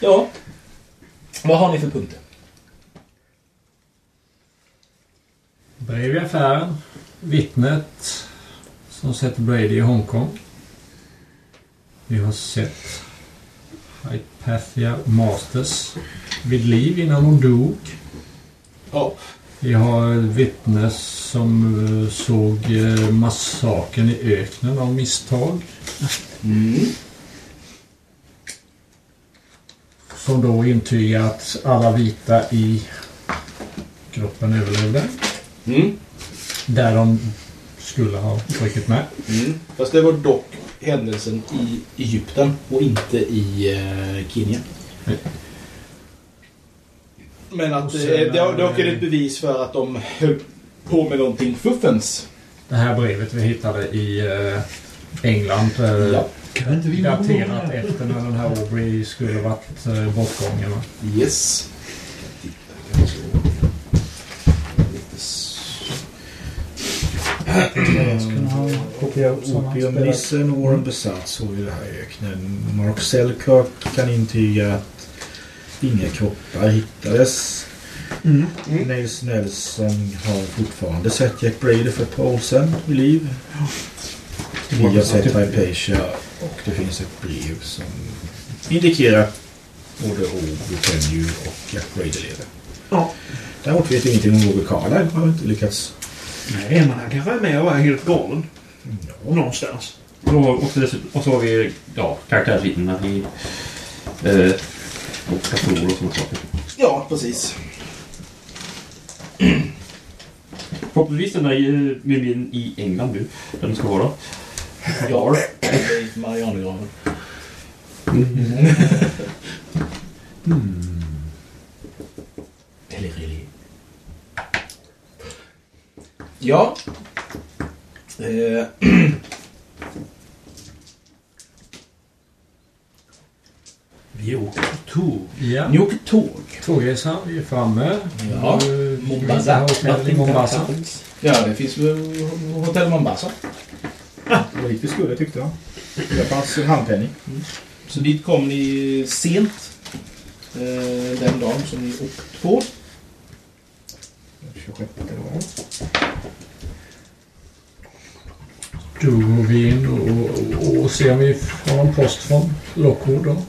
Speaker 2: Ja. Vad har ni för punkter?
Speaker 5: Brev i affären. Vittnet som sett Brady i Hongkong. Vi har sett Hypatia Masters vid liv innan hon dog.
Speaker 2: Ja.
Speaker 5: Vi har ett vittne som eh, såg eh, massakern i öknen av misstag. Som då intygar att alla vita i gruppen överlevde.
Speaker 2: Mm.
Speaker 5: Där de skulle ha ryckt med.
Speaker 2: Mm. Fast det var dock händelsen i Egypten och inte i eh, Kenya.
Speaker 5: Nej.
Speaker 2: Men
Speaker 5: Och
Speaker 2: att eh,
Speaker 5: sen
Speaker 2: det,
Speaker 5: är-
Speaker 2: dock är det ett bevis för att de höll på med någonting fuffens.
Speaker 5: Det här brevet vi hittade i eh, England. eh,
Speaker 2: Ja.
Speaker 4: Kan inte
Speaker 5: Daterat efter när den här Aubrey skulle varit eh, bortgången. va?
Speaker 2: Yes.
Speaker 5: Mm.
Speaker 6: Skulle han kopiera upp sådana spelare?
Speaker 7: Opiumnissen och Warren Besatt såg ju det här i öknen. Mark Selkirk kan intyga att inga kroppar hittades.
Speaker 4: Mm.
Speaker 7: Nils Nelson har fortfarande sett Jack Brady för ett par år sedan i liv. Vi har sett Hypatia och det finns ett brev som indikerar att både Obi Tenju och Jack Brady lever.
Speaker 4: Ja.
Speaker 7: Däremot vet vi ingenting om Obi Carlyle. Han har inte lyckats.
Speaker 4: Nej, men han kanske är med och är helt galen. Någonstans.
Speaker 3: Och, och, dessutom- och så har vi ja, karaktärsvittnena i... Eh, och datorer och sådana saker.
Speaker 2: Ja, precis.
Speaker 3: Förhoppningsvis den där eh, mumien i England nu, där den ska vara. Ja.
Speaker 2: I Marianergraven.
Speaker 11: Mm.
Speaker 2: Eller really. Ja. Eh.
Speaker 4: Vi åker på tåg.
Speaker 5: Ja.
Speaker 2: Ni åker tåg.
Speaker 5: Tågresan, vi är framme.
Speaker 2: Ja.
Speaker 5: Nu-
Speaker 2: Mombasa.
Speaker 5: Hotell i Mombasa.
Speaker 2: Ja, det finns väl Hotell Mombasa.
Speaker 7: Det var dit vi skulle tyckte jag. Det fanns en handpenning.
Speaker 2: Så dit kom ni sent eh, den dagen som ni åkte på.
Speaker 7: 26 eller vad det var.
Speaker 5: Då går vi in och, och, och ser om vi har någon post från Lockwood. Då.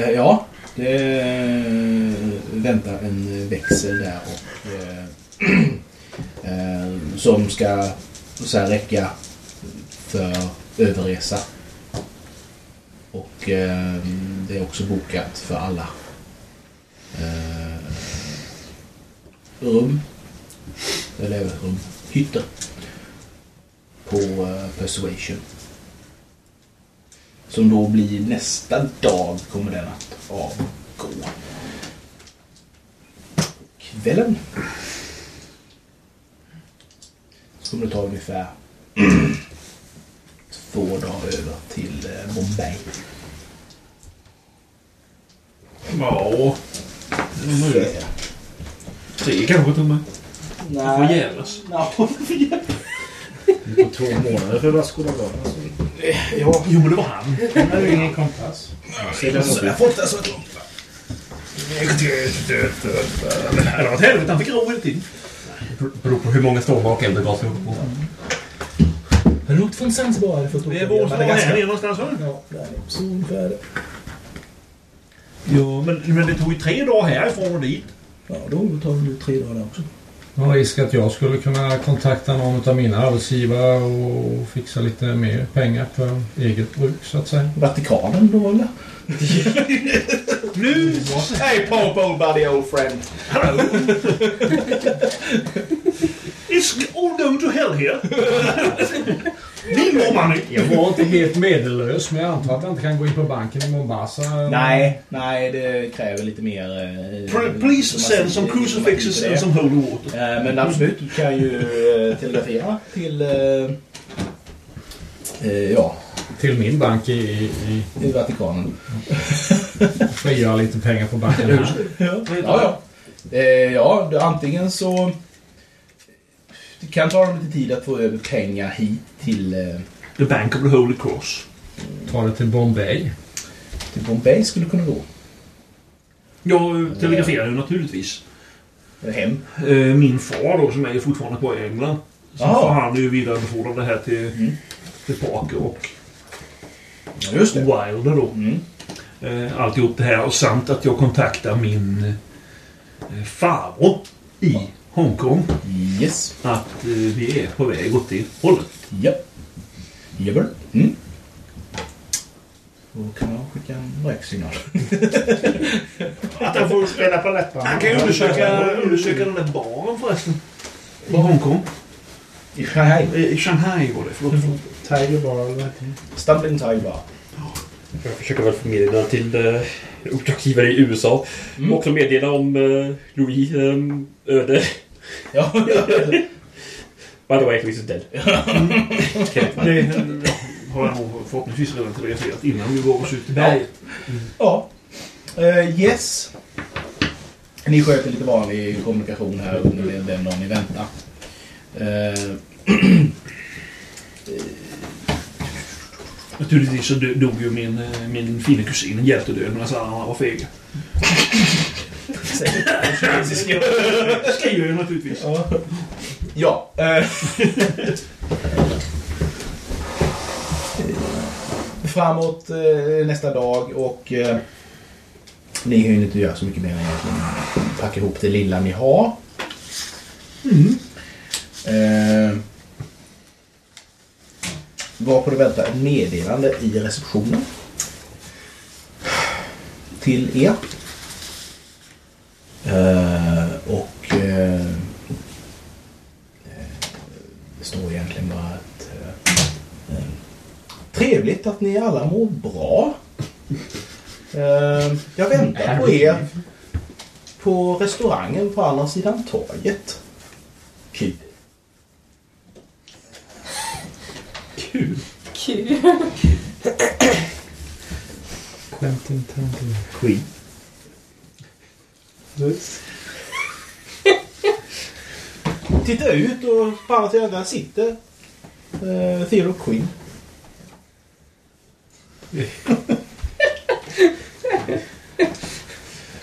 Speaker 2: Eh, ja, det eh, väntar en växel där och [clears throat] eh, eh, som ska så här, räcka för överresa. Och eh, det är också bokat för alla eh, rum, eller eh, rum, hytter på eh, Persuasion. Som då blir nästa dag kommer den att avgå. Kvällen. Så kommer det ta ungefär två dagar över till eh, Bombay.
Speaker 4: Ja. Tre kanske till och med. Får jävlas.
Speaker 7: Det tog två månader för Vasco da Gama. så-
Speaker 4: Ja. Jo, men det var han.
Speaker 6: Han har ju ingen kompass.
Speaker 7: Så är det nog-
Speaker 4: Jag får inte så långt. Det var ett helvete. Han fick ro hela tiden.
Speaker 12: Det beror på hur många stormar och eldgas vi har på.
Speaker 11: Har du åkt från Zanzibar? Det
Speaker 4: Det är vår som var här nere någonstans. va?
Speaker 11: Ja, där är det. Så ungefär det.
Speaker 4: Ja, men, men det tog ju tre dagar härifrån och dit.
Speaker 11: Ja, då tar det ju tre dagar där också.
Speaker 5: Någon risk att jag skulle kunna kontakta någon av mina arbetsgivare och fixa lite mer pengar för eget bruk så att säga.
Speaker 11: Vatikanen då eller?
Speaker 4: Nu!
Speaker 2: Hey Pope, old buddy, old friend.
Speaker 4: It's all going to hell here. Need more money.
Speaker 5: Jag var inte helt medellös men jag antar att jag inte kan gå in på banken i Mombasa. eh,
Speaker 2: Nej, nej, det kräver lite mer... eh,
Speaker 4: Pre- Please
Speaker 2: som
Speaker 4: send
Speaker 2: att-
Speaker 4: some
Speaker 2: som att-
Speaker 4: crucifixes
Speaker 2: det.
Speaker 4: and some holy water.
Speaker 2: Eh, Men absolut, du kan ju eh, telegrafera till... eh, eh, Ja,
Speaker 5: Till min bank i, i, i
Speaker 2: till Vatikanen.
Speaker 5: frigöra lite pengar på banken här.
Speaker 2: Ja, ja. Eh, Ja, du, antingen så... Det kan ta dem lite tid att få över pengar hit till, eh,
Speaker 4: The Bank of the Holy Cross.
Speaker 5: Ta det till Bombay.
Speaker 2: till Bombay skulle kunna gå.
Speaker 4: Jag telegraferade ju naturligtvis.
Speaker 2: Eller Hem.
Speaker 4: Eh, Min far då, som är fortfarande kvar i England. Så
Speaker 2: Jaha.
Speaker 4: får han ju vidarebefordra det här till,
Speaker 2: Mm.
Speaker 4: till Parker och
Speaker 2: Ja, just det.
Speaker 4: Wilder då.
Speaker 2: Mm.
Speaker 4: Eh, Alltihop det här. Och samt att jag kontaktar min eh, farbror i Hongkong.
Speaker 2: Yes.
Speaker 4: Att eh, vi är på väg åt det hållet.
Speaker 2: Japp. Javäl. Mm. Då kan jag skicka en röksignal.
Speaker 6: Att han får spela på läpparna.
Speaker 4: Han kan ju undersöka, undersöka den där baren förresten. I Hongkong.
Speaker 2: Mm. I Shanghai. Mm.
Speaker 4: Eh, I Shanghai var det. Förlåt. förlåt.
Speaker 6: Tiger Bar eller vad heter det?
Speaker 2: Stumbling Thai Bar.
Speaker 3: Jag försöker väl förmedla till eh, uppdragsgivare i USA. Och också meddela om eh, Louis eh, öde.
Speaker 2: Ja,
Speaker 3: [laughs] By the way, Louis is dead.
Speaker 4: Det eh, har jag nog förhoppningsvis redan telegraferat innan vi går oss ut till berget.
Speaker 2: Ja. Eh, yes. Ni sköter lite vanlig kommunikation här under den- den dagen ni väntar. Eh,
Speaker 4: Naturligtvis så dö- dog ju min, eh, min fina kusin en hjältedöd medan alla andra var fega. Skriver jag naturligtvis.
Speaker 2: ja. Eh, [laughs] framåt eh, nästa dag och eh, ni hinner inte göra så mycket mer än att packa ihop det lilla ni har. Eh, var på det vänta ett meddelande i receptionen. Till er. Eh, och eh, eh, det står egentligen bara att eh, eh, trevligt att ni alla mår bra. Eh, jag väntar på er på restaurangen på andra sidan torget. Kul.
Speaker 8: Kul.
Speaker 6: Quentin Tarantino.
Speaker 2: Queen. Titta ut och på andra sidan där sitter eh, Theodore Queen.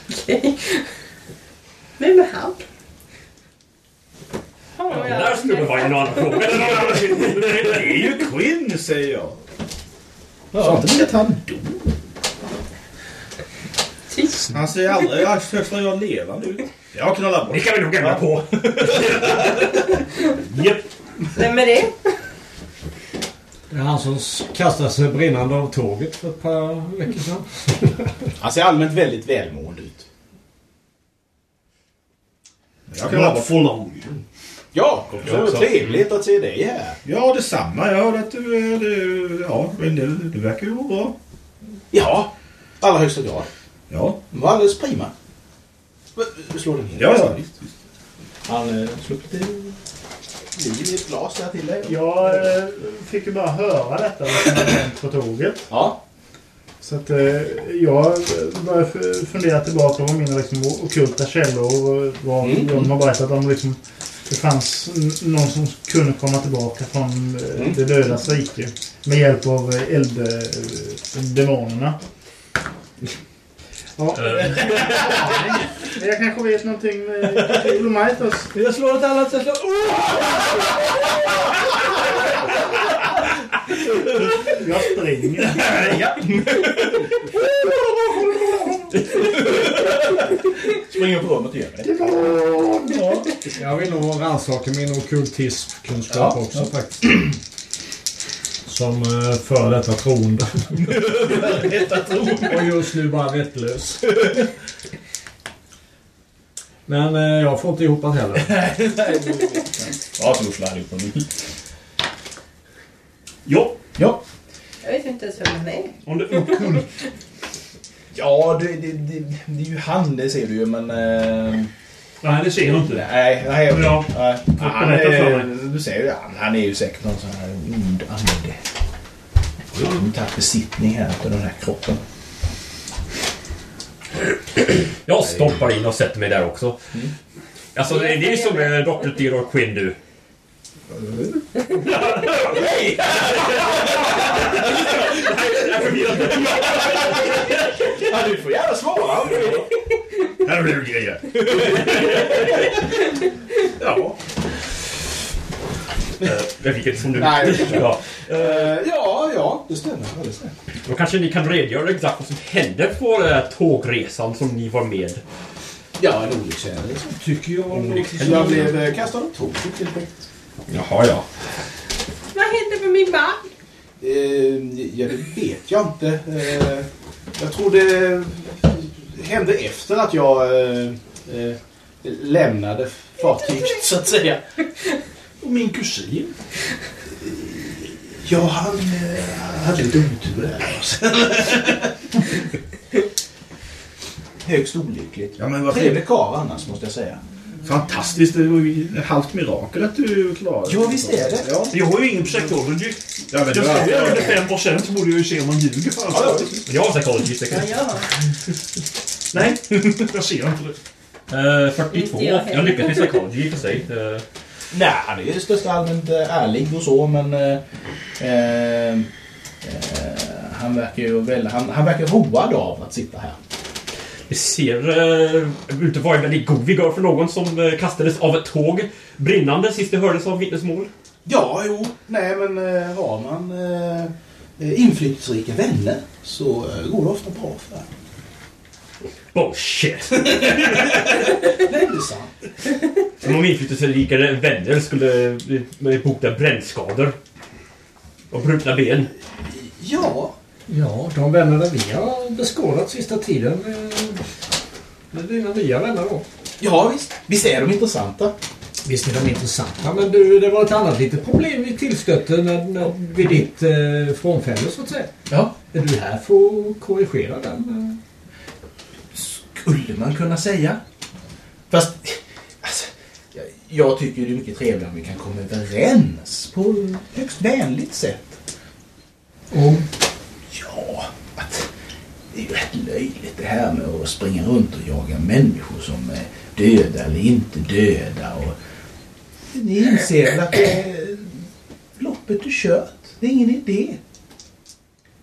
Speaker 8: Okej. Vem är han? Han var ju-
Speaker 3: Där skulle det vara en annan fråga.
Speaker 7: Det är ju Quinn, säger jag.
Speaker 2: Ja, det vet han.
Speaker 8: Tyst.
Speaker 7: Han ser aldrig han försöker göra levande ut. Jag knallar
Speaker 3: Det
Speaker 7: bort.
Speaker 3: kan vi nog ändra på. Japp.
Speaker 8: Vem är det?
Speaker 5: Det är han som s- kastade sig brinnande av tåget för ett par veckor sedan.
Speaker 2: Han ser allmänt väldigt välmående ut.
Speaker 7: Jag knallar
Speaker 4: Not
Speaker 7: bort.
Speaker 4: for long.
Speaker 2: Ja, så trevligt att se dig här.
Speaker 7: Ja, detsamma. Jag hörde att du... eh, du ja, men du, du verkar ju må bra.
Speaker 2: Ja, allra högsta grad.
Speaker 7: Ja,
Speaker 2: Det var alldeles prima. Slå den ner.
Speaker 7: ja, ja.
Speaker 2: Han eh, slog lite liv i ett glas där till dig.
Speaker 6: Jag eh, fick ju bara höra detta, vad som hade hänt på tåget.
Speaker 2: Ja.
Speaker 6: Så att eh, jag började f- fundera tillbaka på mina liksom, ockulta källor och vad
Speaker 2: Mm.
Speaker 6: de har berättat om. Liksom, det fanns n- någon som kunde komma tillbaka från eh,
Speaker 2: Mm.
Speaker 6: det dödas rike med hjälp av eh, eld, eh, demonerna.
Speaker 2: [laughs]
Speaker 6: Ja.
Speaker 2: Eh.
Speaker 6: [laughs] jag kanske vet någonting eh, med Euromaitos.
Speaker 13: Jag slår åt alla så jag slår... Oh!
Speaker 6: Jag springer.
Speaker 2: Springer på rummet och gömmer dig.
Speaker 5: Jag vill nog rannsaka min ockultismkunskap också faktiskt. Som eh, före detta troende. Och just nu bara vettlös. Men eh, jag får inte ihop det heller.
Speaker 2: Ja, buffla allihopa.
Speaker 7: Ja,
Speaker 8: Jag vet inte ens vem han är.
Speaker 7: om det okult.
Speaker 2: Ja, det, det, det, det är ju han, det ser du ju, men... Eh,
Speaker 7: Nej, det ser jag inte.
Speaker 2: nej, nej. okej.
Speaker 7: Ja.
Speaker 2: nej. Han,
Speaker 7: berätta för
Speaker 2: är, du ser ju det, han, han är ju säkert någon sån här ond ande. Han har tagit besittning här på den här kroppen.
Speaker 4: Jag stoppar in och sätter mig där också. Alltså det det är som med Dr. Theodore Quinn du.
Speaker 2: Ja, du får gärna svara om du vill.
Speaker 4: Ja. Eh, Jag fick inte som du.
Speaker 2: Nej, det förstår jag.
Speaker 4: ja.
Speaker 2: Eh, Ja, ja, det stämmer. Ja, det stämmer.
Speaker 4: Då kanske ni kan redogöra exakt vad som hände på den
Speaker 3: eh,
Speaker 4: här tågresan som ni var med.
Speaker 2: Ja, en olyckshändelse.
Speaker 14: Tycker jag.
Speaker 2: Så jag blev eh, kastad av tåget helt enkelt.
Speaker 4: Jaha, ja.
Speaker 8: Vad hände med min man?
Speaker 2: Eh, Ja, det vet jag inte. Eh, Jag tror det hände efter att jag eh, eh, lämnade fartyget, så att säga. Och min kusin. Eh, Ja, han eh, hade lite otur där. Högst olyckligt.
Speaker 14: Ja, men vad
Speaker 2: Trevlig karl annars, måste jag säga.
Speaker 14: Fantastiskt. Det var ju ett halvt mirakel att du klarade
Speaker 2: Ja, visst är det.
Speaker 14: Ja,
Speaker 7: Jag har ju ingen psychology.
Speaker 14: ja men det
Speaker 7: Jag
Speaker 14: var...
Speaker 7: står ju under 5 procent så borde jag ju se om man ljuger för
Speaker 2: Ja, ja.
Speaker 4: Jag har psychologist. jag kan-
Speaker 8: Ja,
Speaker 7: Nej, jag ser inte det.
Speaker 4: Eh, 42.
Speaker 8: Inte jag heller.
Speaker 4: Jag lyckades med psychology i och för sig. Eh,
Speaker 2: Nej, han är i största allmänt eh, ärlig och så, men... Eh, eh, eh, han verkar ju väl, han, han verkar road av att sitta här.
Speaker 4: Det ser eh, ut att vara en väldigt god vigör för någon som eh, kastades av ett tåg brinnande sist det hördes av vittnesmål.
Speaker 2: Ja, jo. Nej, men eh, har man eh, eh, inflytelserika vänner så eh, går det ofta bra för en.
Speaker 4: Bullshit!
Speaker 2: Nej, det är sant.
Speaker 4: Som om inflytelserikare vänner skulle eh, bota brännskador. Och brutna ben.
Speaker 2: Ja.
Speaker 5: Ja, de vännerna vi har beskådat sista tiden. eh, Med dina nya vänner då.
Speaker 2: Ja, visst. Visst är de intressanta?
Speaker 5: Visst är de intressanta, men du, det var ett annat litet problem vi tillstötte när, när, vid ditt eh, frånfälle så att säga.
Speaker 2: Ja.
Speaker 5: Är du här för att korrigera den? eh,
Speaker 2: Skulle man kunna säga. Fast, alltså, jag, jag tycker ju det är mycket trevligare om vi kan komma överens på högst vänligt sätt.
Speaker 5: Om?
Speaker 2: Ja, att det är ju rätt löjligt det här med att springa runt och jaga människor som är döda eller inte döda. Och... Ni inser väl att det är... loppet är kört. Det är ingen idé.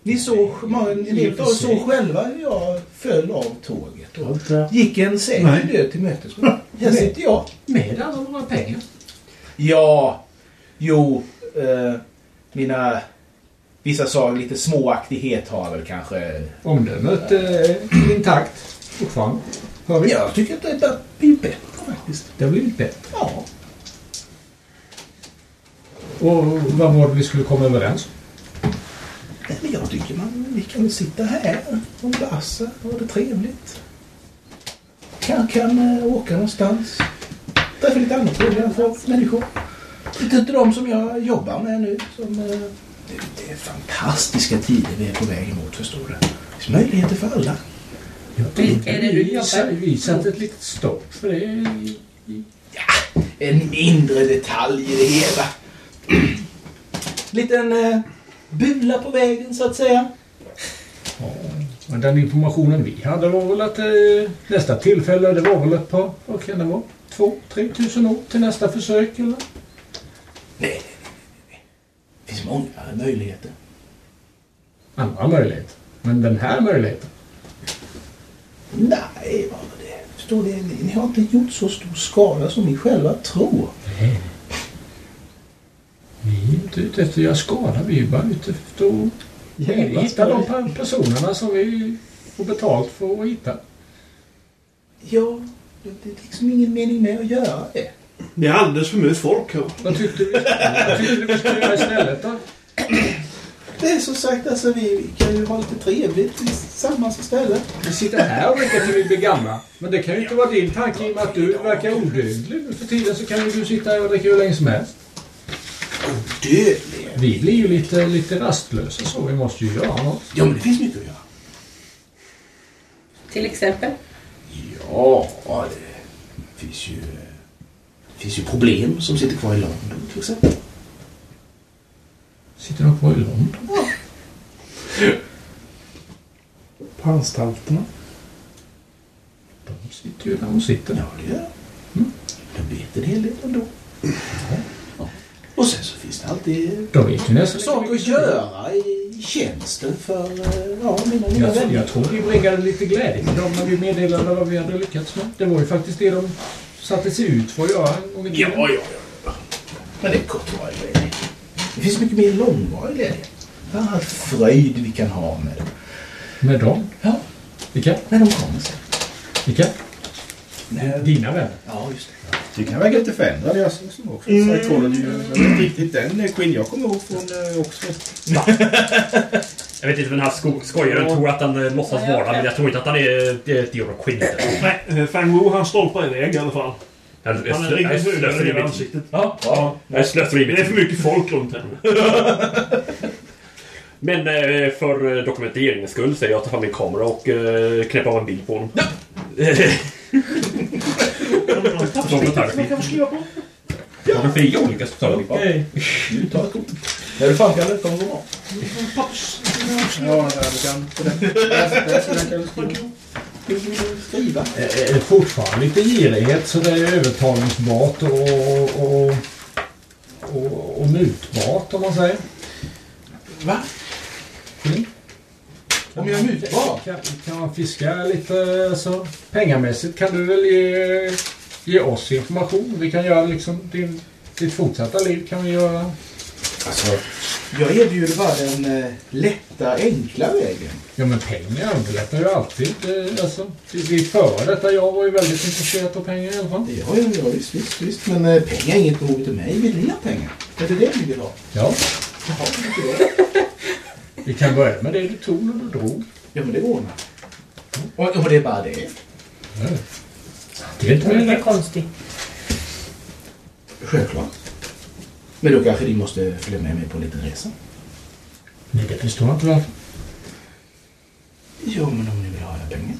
Speaker 2: Ni såg, många- en del av er såg själva hur jag föll av tåget och gick en säker död till mötes.
Speaker 5: [laughs]
Speaker 2: Här sitter jag.
Speaker 5: Med alla våra pengar.
Speaker 2: Ja, jo, eh, mina... Vissa sa lite småaktighet har väl kanske
Speaker 5: Omdömet eh, intakt fortfarande. Hör vi?
Speaker 2: Jag tycker att det bör bli bättre faktiskt.
Speaker 5: Det har blivit bättre.
Speaker 2: Ja.
Speaker 5: Och vad var det vi skulle komma överens om?
Speaker 2: Nej, men jag tycker man, vi kan väl sitta här och glassa och ha det trevligt. Kan, kan eh, åka någonstans. Träffa lite andra trevliga folk, människor. Lite inte de som jag jobbar med nu. Som, eh, det, det är fantastiska tider vi är på väg emot, förstår du. Det finns möjligheter för alla.
Speaker 5: Jag
Speaker 8: Vilka är det du
Speaker 5: vi,
Speaker 8: jobbar?
Speaker 5: vi satte ett litet stopp för det. i- i-
Speaker 2: en mindre detalj i det hela. [clears throat] Liten eh, bula på vägen så att säga.
Speaker 5: Och den informationen vi hade var väl att eh, nästa tillfälle, det var väl ett par, vad kan det vara? Två, tre tusen år till nästa försök eller?
Speaker 2: Nej, nej, nej, nej. Det finns många möjligheter.
Speaker 5: Andra möjligheter. Men den här möjligheten.
Speaker 2: Nej, vad var det? Förstår ni, ni- ni har inte gjort så stor skada som ni själva tror.
Speaker 5: Vi är inte ute efter att göra skada. Vi är bara ute efter att hitta de per- personerna som vi får betalt för att hitta.
Speaker 2: Ja, det det är liksom ingen mening med att göra det.
Speaker 4: Det är alldeles för mycket folk här.
Speaker 5: Vad tyckte du, vad tyckte du vi skulle göra istället då?
Speaker 2: Det är som sagt, alltså, vi vi kan ju ha lite trevligt tillsammans istället.
Speaker 5: Vi sitter här och väntar till vi blir gamla. Men det kan ju inte vara din tanke i och med att du verkar odödlig nu för tiden så kan ju du sitta här och dricka hur länge som helst.
Speaker 2: Dödlig.
Speaker 5: Vi blir ju lite, lite rastlösa så. Vi måste ju göra något.
Speaker 2: Ja, men det finns mycket att göra.
Speaker 8: Till exempel.
Speaker 2: Ja, det finns ju, det finns ju problem som sitter kvar i London till exempel.
Speaker 5: Sitter de kvar i London?
Speaker 6: På anstalterna.
Speaker 5: De sitter ju där de sitter.
Speaker 2: Ja, det gör de. De vet en hel del ändå. Ja. Och sen så finns det alltid
Speaker 5: De vet ju nästan
Speaker 2: saker att göra i tjänsten för eh, ja, mina nya
Speaker 5: Jag,
Speaker 2: vänner.
Speaker 5: jag tror vi bringade lite glädje till dem när vi meddelade vad vi hade lyckats med. Det var ju faktiskt det de satte sig ut för att göra. en gång i tiden.
Speaker 2: Men det är kortvarig glädje. Det finns mycket mer långvarig glädje. Bland annat fröjd vi kan ha med dem.
Speaker 5: Med dem?
Speaker 2: Ja.
Speaker 5: Vilka?
Speaker 2: När de kommer sen.
Speaker 5: Vilka?
Speaker 2: När-
Speaker 5: Dina vänner?
Speaker 2: Ja, just det.
Speaker 7: Det kan verka lite förändrad. Jag som som också mm. Scientology. Jag vet inte riktigt den eh, Quinn jag kommer ihåg från eh, Oxford.
Speaker 3: Jag vet inte vem den här sko- skojaren tror att han eh, låtsas vara, men jag tror inte att han är eh, Theodore Quinn.
Speaker 4: Nej, eh, Fang Wu han stolpar iväg i alla fall.
Speaker 3: Han
Speaker 4: Han är riktigt huvudet i hela
Speaker 3: är
Speaker 4: ansiktet.
Speaker 3: slöseri
Speaker 4: Det är
Speaker 3: med
Speaker 4: för mycket folk runt henne.
Speaker 3: Men eh, för eh, dokumenteringens skull säger jag ta fram min kamera och eh, knäppa av en bild på honom. [laughs]
Speaker 4: Man kan få skriva på.
Speaker 3: Fotografi och olika sociala medier.
Speaker 2: Du tar ett kort. När du funkar det kommer det bra.
Speaker 7: Ja, du kan på den. Där- där sidan kan du skriva.
Speaker 2: Skriva.
Speaker 5: Eh, eh, fortfarande lite girighet så det är övertalningsbart och, och, och, och, och mutbart om man säger.
Speaker 2: Va?
Speaker 5: Mm.
Speaker 2: Om jag är mutbar?
Speaker 5: Kan, kan man fiska lite så? Pengamässigt kan du väl ge, ge oss information? Vi kan göra liksom din, ditt fortsatta liv kan vi göra.
Speaker 2: Alltså, jag erbjuder bara den eh, lätta, enkla vägen.
Speaker 5: Ja men pengar underlättar ju alltid. Eh, Alltså, vi- vi före detta jag var ju väldigt intresserad av pengar i alla fall.
Speaker 2: Ja, ja, ja visst, visst, visst. Men eh, pengar är inget behov till mig. Vill ni ha pengar? Är det det ni vill ha?
Speaker 5: Ja,
Speaker 2: Jaha, det är-
Speaker 5: vi kan börja med det du tog när du drog.
Speaker 2: Ja, men det ordnar och, och det är bara det.
Speaker 5: Det är inte mer än det.
Speaker 8: konstigt.
Speaker 2: Självklart. Men då kanske ni måste följa med mig på en liten resa?
Speaker 5: Nej, det förstår jag inte varför.
Speaker 2: Ja, men om ni vill ha era pengar.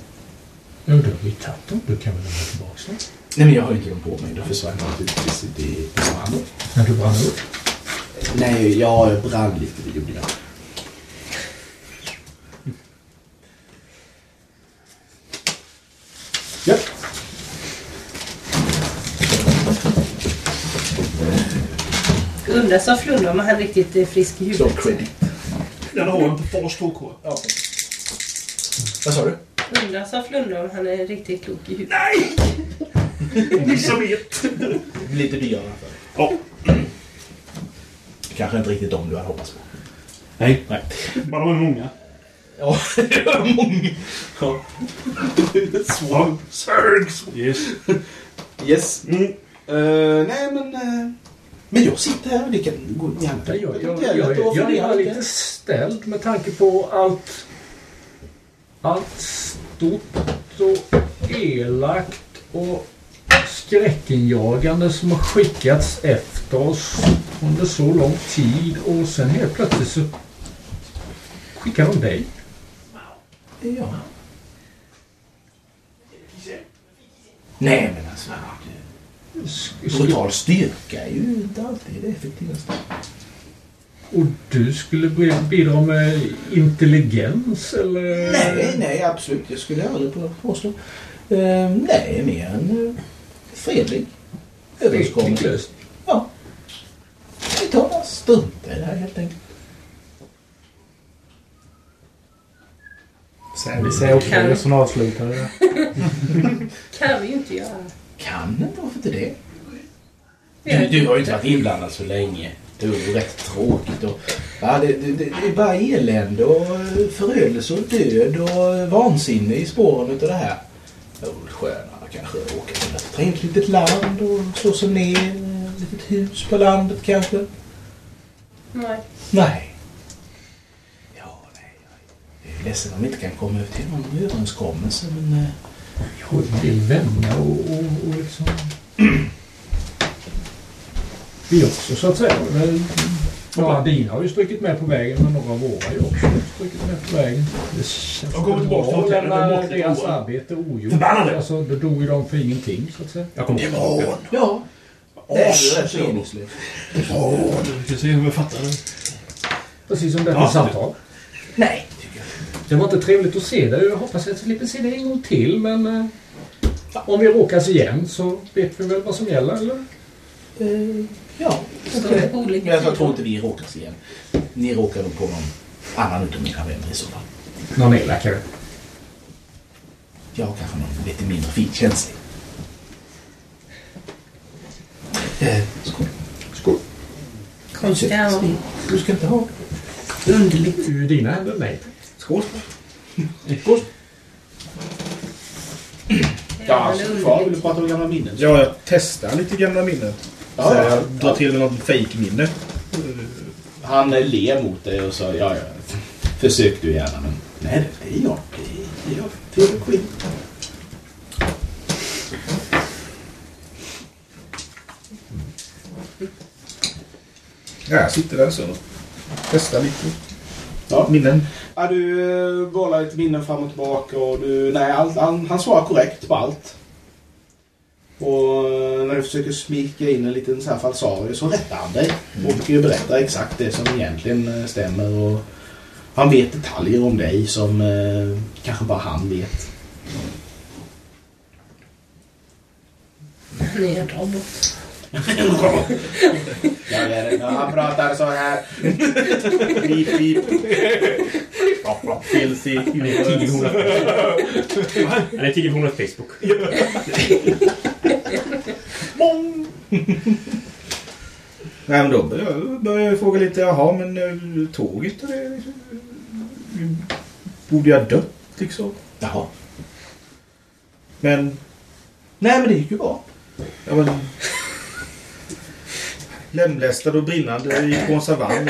Speaker 5: Jo, då har vi tagit dem. Du kan väl lämna tillbaka dem?
Speaker 2: Nej, men jag har ju inte dem på mig. Då försvann de naturligtvis inte i
Speaker 7: eh,
Speaker 2: branden.
Speaker 5: När du brann upp?
Speaker 2: Nej, ja, jag brann lite. Det gjorde jag. Ja.
Speaker 8: Undrar sa Flunne om han riktigt är frisk i
Speaker 2: Slå
Speaker 8: huvudet.
Speaker 2: credit.
Speaker 4: Den har han på fas 2 kvar.
Speaker 2: Ja. Vad sa du?
Speaker 8: Undrar sa Flunne om han är riktigt klok i huvudet.
Speaker 4: Vissa vet.
Speaker 2: Lite dyrare. antar jag.
Speaker 4: Ja.
Speaker 2: Kanske inte riktigt de du hade hoppats på.
Speaker 4: Nej.
Speaker 2: Nej.
Speaker 4: Bara de är många.
Speaker 2: Ja, [laughs] det var många. Ja.
Speaker 4: Ja. Sörgs. Yes.
Speaker 2: Yes.
Speaker 4: Mm.
Speaker 2: Eh, nej, men... eh, men jag sitter här och det kan gå gärna.
Speaker 5: Jag, jag, jag,
Speaker 2: Det gäller att
Speaker 5: jag, jag
Speaker 2: fundera
Speaker 5: är lite ställd med tanke på allt... Allt stort och elakt och skräckinjagande som har skickats efter oss under så lång tid och sen helt plötsligt så skickar de dig.
Speaker 2: Ja. Nej, men alltså... sk- brutal styrka är ju inte alltid det effektivaste.
Speaker 5: Och du skulle bli- bidra med intelligens eller?
Speaker 2: Nej, nej, absolut. Det skulle jag aldrig påstå. Eh, nej, mer än eh, fredlig överenskommelse.
Speaker 5: Tekniklöst.
Speaker 2: Ja. Vi tar bara struntar i det här helt enkelt.
Speaker 6: Sen vi säger okej och sen avslutar vi det.
Speaker 8: kan vi ju inte göra.
Speaker 2: Kan inte, varför inte det?
Speaker 8: Vi har
Speaker 2: Du,
Speaker 8: ju-
Speaker 2: du har ju inte varit inblandad så länge. Det är ju rätt tråkigt. Och, ja, det, det, det är bara elände och eh, förödelse och död och eh, vansinne i spåren utav det här. Det vore skönare kanske att åka till ett trevligt litet land och slå sig ner i ett litet hus på landet kanske.
Speaker 8: Nej.
Speaker 2: Nej. Ja, nej. Jag är ledsen om vi inte kan komma ut till någon överenskommelse men... eh,
Speaker 5: Jo, till vänner och, och, och liksom... Vi också så att säga. Men, ja, dina har ju strukit med på vägen men några av våra har ju också strukit med på vägen. Det känns
Speaker 4: Jag kommer
Speaker 5: inte
Speaker 4: tillbaka till
Speaker 5: bra att
Speaker 4: hotellet,
Speaker 5: lämna
Speaker 4: de åkte till
Speaker 5: deras
Speaker 4: Åre.
Speaker 5: arbete ogjort.
Speaker 4: Förbannade!
Speaker 5: Alltså, då dog ju de för ingenting så att säga.
Speaker 4: Jag kommer ihåg.
Speaker 2: Ja. Det är ju rätt meningslöst.
Speaker 15: Vi ska se om jag fattar det.
Speaker 5: Precis som detta samtal.
Speaker 2: Nej.
Speaker 5: Det var inte trevligt att se dig. Jag hoppas att jag slipper se dig en gång till men... Eh, om vi råkas igen så vet vi väl vad som gäller eller?
Speaker 2: Eh, ja.
Speaker 8: Står det på
Speaker 2: Men
Speaker 8: olika
Speaker 2: jag
Speaker 8: sidor?
Speaker 2: tror inte vi råkas igen. Ni råkar nog på någon annan utav mina vänner i så fall.
Speaker 5: Någon elakare.
Speaker 2: Jag har kanske någon lite mindre finkänslig. Eh, skål. Skål.
Speaker 8: Konstiga och
Speaker 2: Du ska inte ha.
Speaker 8: underligt.
Speaker 5: Ur dina händer? Nej.
Speaker 2: Skål.
Speaker 7: Ja, alltså, kvar vill du prata om gamla minnen? Ja, jag testar lite gamla minnen. Ja, så jag drar till med något fake-minne.
Speaker 16: Han ler mot dig och så, ja, ja. Försök du gärna, men nej, det är jag. Det är jag. Det är jag skit.
Speaker 7: Ja, jag sitter där så. Testar lite. Minnen.
Speaker 16: Ja, du eh, bollar lite minnen fram och tillbaka och du... Nej, allt, han, han svarar korrekt på allt. Och eh, när du försöker smika in en liten så här falsario så rättar han dig. Och eh, berättar exakt det som egentligen eh, stämmer. Och han vet detaljer om dig som eh, kanske bara han [laughs] vet.
Speaker 8: Han är en robot.
Speaker 16: Jag vet inte, han pratar så här. Pip, pip.
Speaker 7: Filthy universe.
Speaker 4: Nej, tigger på hon Facebook.
Speaker 7: Nej, men då börjar jag- börjar jag fråga lite. Jaha, men eh, tåget och det... liksom, eh, Borde jag dött liksom?
Speaker 2: Jaha.
Speaker 7: Men...
Speaker 2: Nej, men det gick ju bra.
Speaker 7: Ja, men... Lemlästad och brinnande i konservand.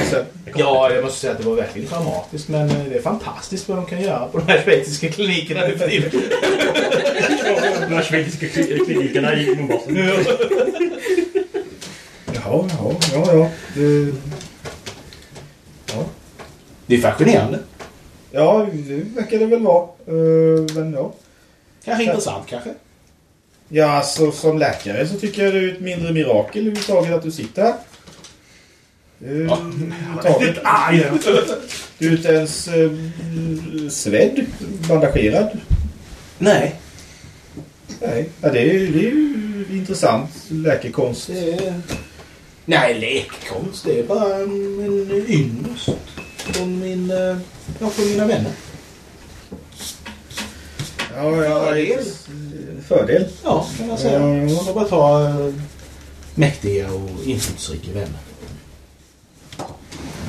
Speaker 2: Ja, jag måste säga att det var verkligen dramatiskt. Men eh, det är fantastiskt vad de kan göra på de här schweiziska klinikerna nu för tiden.
Speaker 4: De här schweiziska kli- klinikerna i Mombasa.
Speaker 7: Jaha, jaha, ja, Eh, ja. Det,
Speaker 16: Det är fascinerande.
Speaker 7: ja, det verkar det väl vara. Eh, Men ja.
Speaker 16: Kanske intressant kanske.
Speaker 7: Ja, alltså som läkare så tycker jag det är ett mindre mirakel överhuvudtaget att du sitter här. Eh, Taget.
Speaker 4: Ah,
Speaker 7: Du är inte ens eh, svedd, bandagerad.
Speaker 2: Nej.
Speaker 7: Nej, ja, det, är, det är ju intressant läkekonst.
Speaker 2: Det är... Nej, lekkonst. Det är bara en, en ynnest från, min, eh, ja, från mina vänner.
Speaker 7: Ja, ja, det är en fördel.
Speaker 2: Ja, kan man säga.
Speaker 7: Ja, ja.
Speaker 2: Man ska bara ta eh, mäktiga och inflytelserika vänner.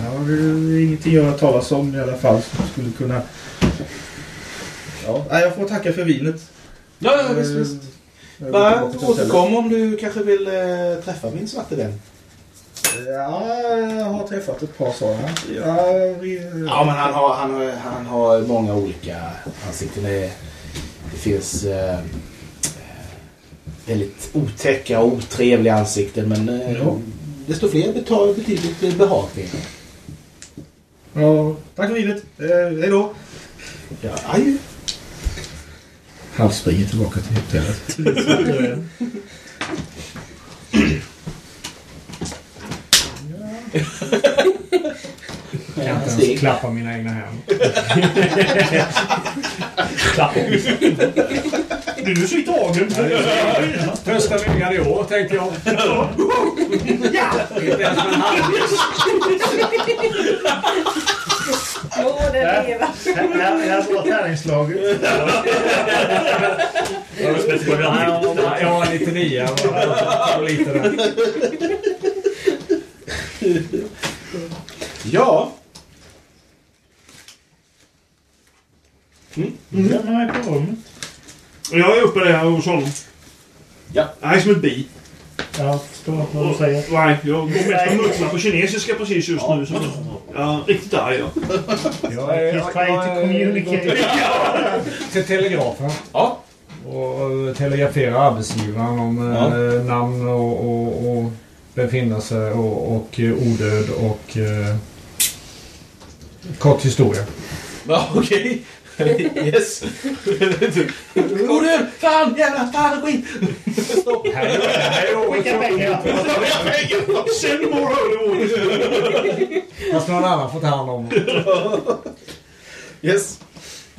Speaker 7: Ja, det är ingenting jag har hört talas om i alla fall som skulle kunna... Ja, nej, jag får tacka för vinet.
Speaker 2: Ja,
Speaker 7: Eh, jag går
Speaker 2: Bara
Speaker 7: tillbaka till hotellet.
Speaker 2: återkom om du kanske vill eh, träffa min svarte vän.
Speaker 7: Ja, jag har träffat ett par sådana. Ja, vi...
Speaker 2: Ja, men han har, han, har- han har många olika ansikten. Det, det finns eh, eh, väldigt otäcka och otrevliga ansikten, men eh,
Speaker 7: Ja.
Speaker 2: desto fler betar betydligt eh, behagliga.
Speaker 7: ja. Tack för vinet. Eh, hej då.
Speaker 2: Ja, aj. [laughs]
Speaker 7: Han springer tillbaka till hotellet.
Speaker 6: Jag kan inte ens klappa mina egna händer.
Speaker 17: Klapp.
Speaker 4: Du är så i tagen.
Speaker 5: Första middagen i år tänkte jag. Inte ens med en halvvis.
Speaker 18: Jo, den lever.
Speaker 6: Här går tärningslaget.
Speaker 5: Jag var 99 bara. Jag var lite där.
Speaker 2: Ja.
Speaker 6: Den är på rummet.
Speaker 4: Jag är uppe där hos honom.
Speaker 2: Ja.
Speaker 4: Jag är som ett bi.
Speaker 6: Jag förstår inte vad du säger.
Speaker 4: Nej, jag går mest och muttrar på kinesiska precis just nu. Så. Ja, riktigt arg ja.
Speaker 5: Jag är-
Speaker 6: He's trying to communicate.
Speaker 5: till telegrafen.
Speaker 2: Ja.
Speaker 5: Och eh, telegrafera arbetsgivaren om eh, namn och, och, och befinnelse och, och eh, odöd och eh, kort historia.
Speaker 2: Ja, okej. [laughs] Yes. Går du? Fan, jävlar, fan, skit.
Speaker 6: Skicka pengar.
Speaker 4: Send more holy water.
Speaker 5: Fast någon annan får ta hand om
Speaker 2: Yes.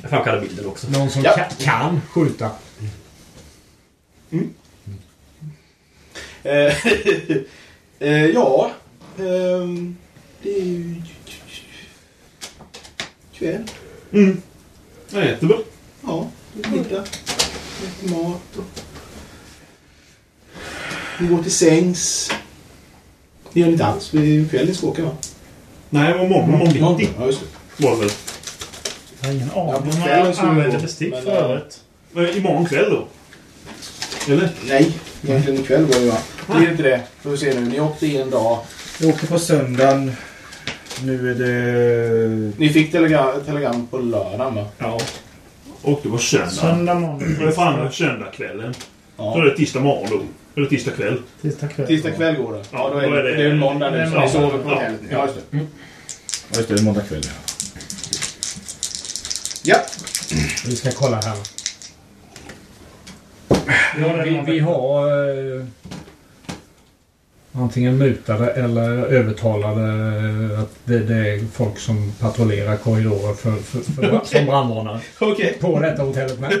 Speaker 3: Jag framkallar bilden också.
Speaker 5: Någon som
Speaker 2: Ja.
Speaker 5: ka- kan skjuta.
Speaker 2: Eh, eh, ja. ehm, det är ju... Kväll.
Speaker 4: Mm. Jag äter väl.
Speaker 2: Ja, lite middag. Lite mat och... Vi går till sängs. Det gör ni inte alls. Det är ju kväll ni ska åka, va?
Speaker 4: Nej, det var morgon.
Speaker 2: Mm.
Speaker 4: Morgon bitti
Speaker 2: Ja, just det.
Speaker 4: var det väl.
Speaker 6: Jag har ingen
Speaker 2: Ja,
Speaker 6: aning
Speaker 2: på
Speaker 6: om vad
Speaker 2: kvällen
Speaker 6: jag
Speaker 2: skulle det
Speaker 6: använde
Speaker 2: gå,
Speaker 6: bestick
Speaker 2: men,
Speaker 6: förut.
Speaker 4: Men Imorgon kväll då? Eller?
Speaker 2: Nej, egentligen ikväll var det, va? Det är inte det. Får vi se nu. Ni åkte i en dag.
Speaker 7: Vi åkte på söndagen. Nu är det...
Speaker 2: Ni fick telegram, telegram på lördagen, va?
Speaker 4: Ja. Och det var söndag.
Speaker 6: Söndag,
Speaker 4: Det var
Speaker 6: måndag,
Speaker 4: fan söndagskvällen. Så
Speaker 2: Ja.
Speaker 4: det är tisdag morgon då. Eller tisdag kväll.
Speaker 6: tisdag kväll.
Speaker 2: Tisdag kväll går det.
Speaker 4: Ja,
Speaker 2: Ja, då är det. Det är ju måndag nu, så
Speaker 4: Ja,
Speaker 2: ni sover på
Speaker 4: ja,
Speaker 2: hotellet. nu. Ja, just det.
Speaker 7: Ja, just det. Det är måndag kväll. ja.
Speaker 2: Ja.
Speaker 5: Vi ska kolla här.
Speaker 6: Ja,
Speaker 5: Vi, vi har eh, antingen mutade eller övertalade eh, att det, det är folk som patrullerar korridorer för, för, för, [laughs] som brandvarnare.
Speaker 2: [laughs] Okej.
Speaker 5: På detta hotellet med.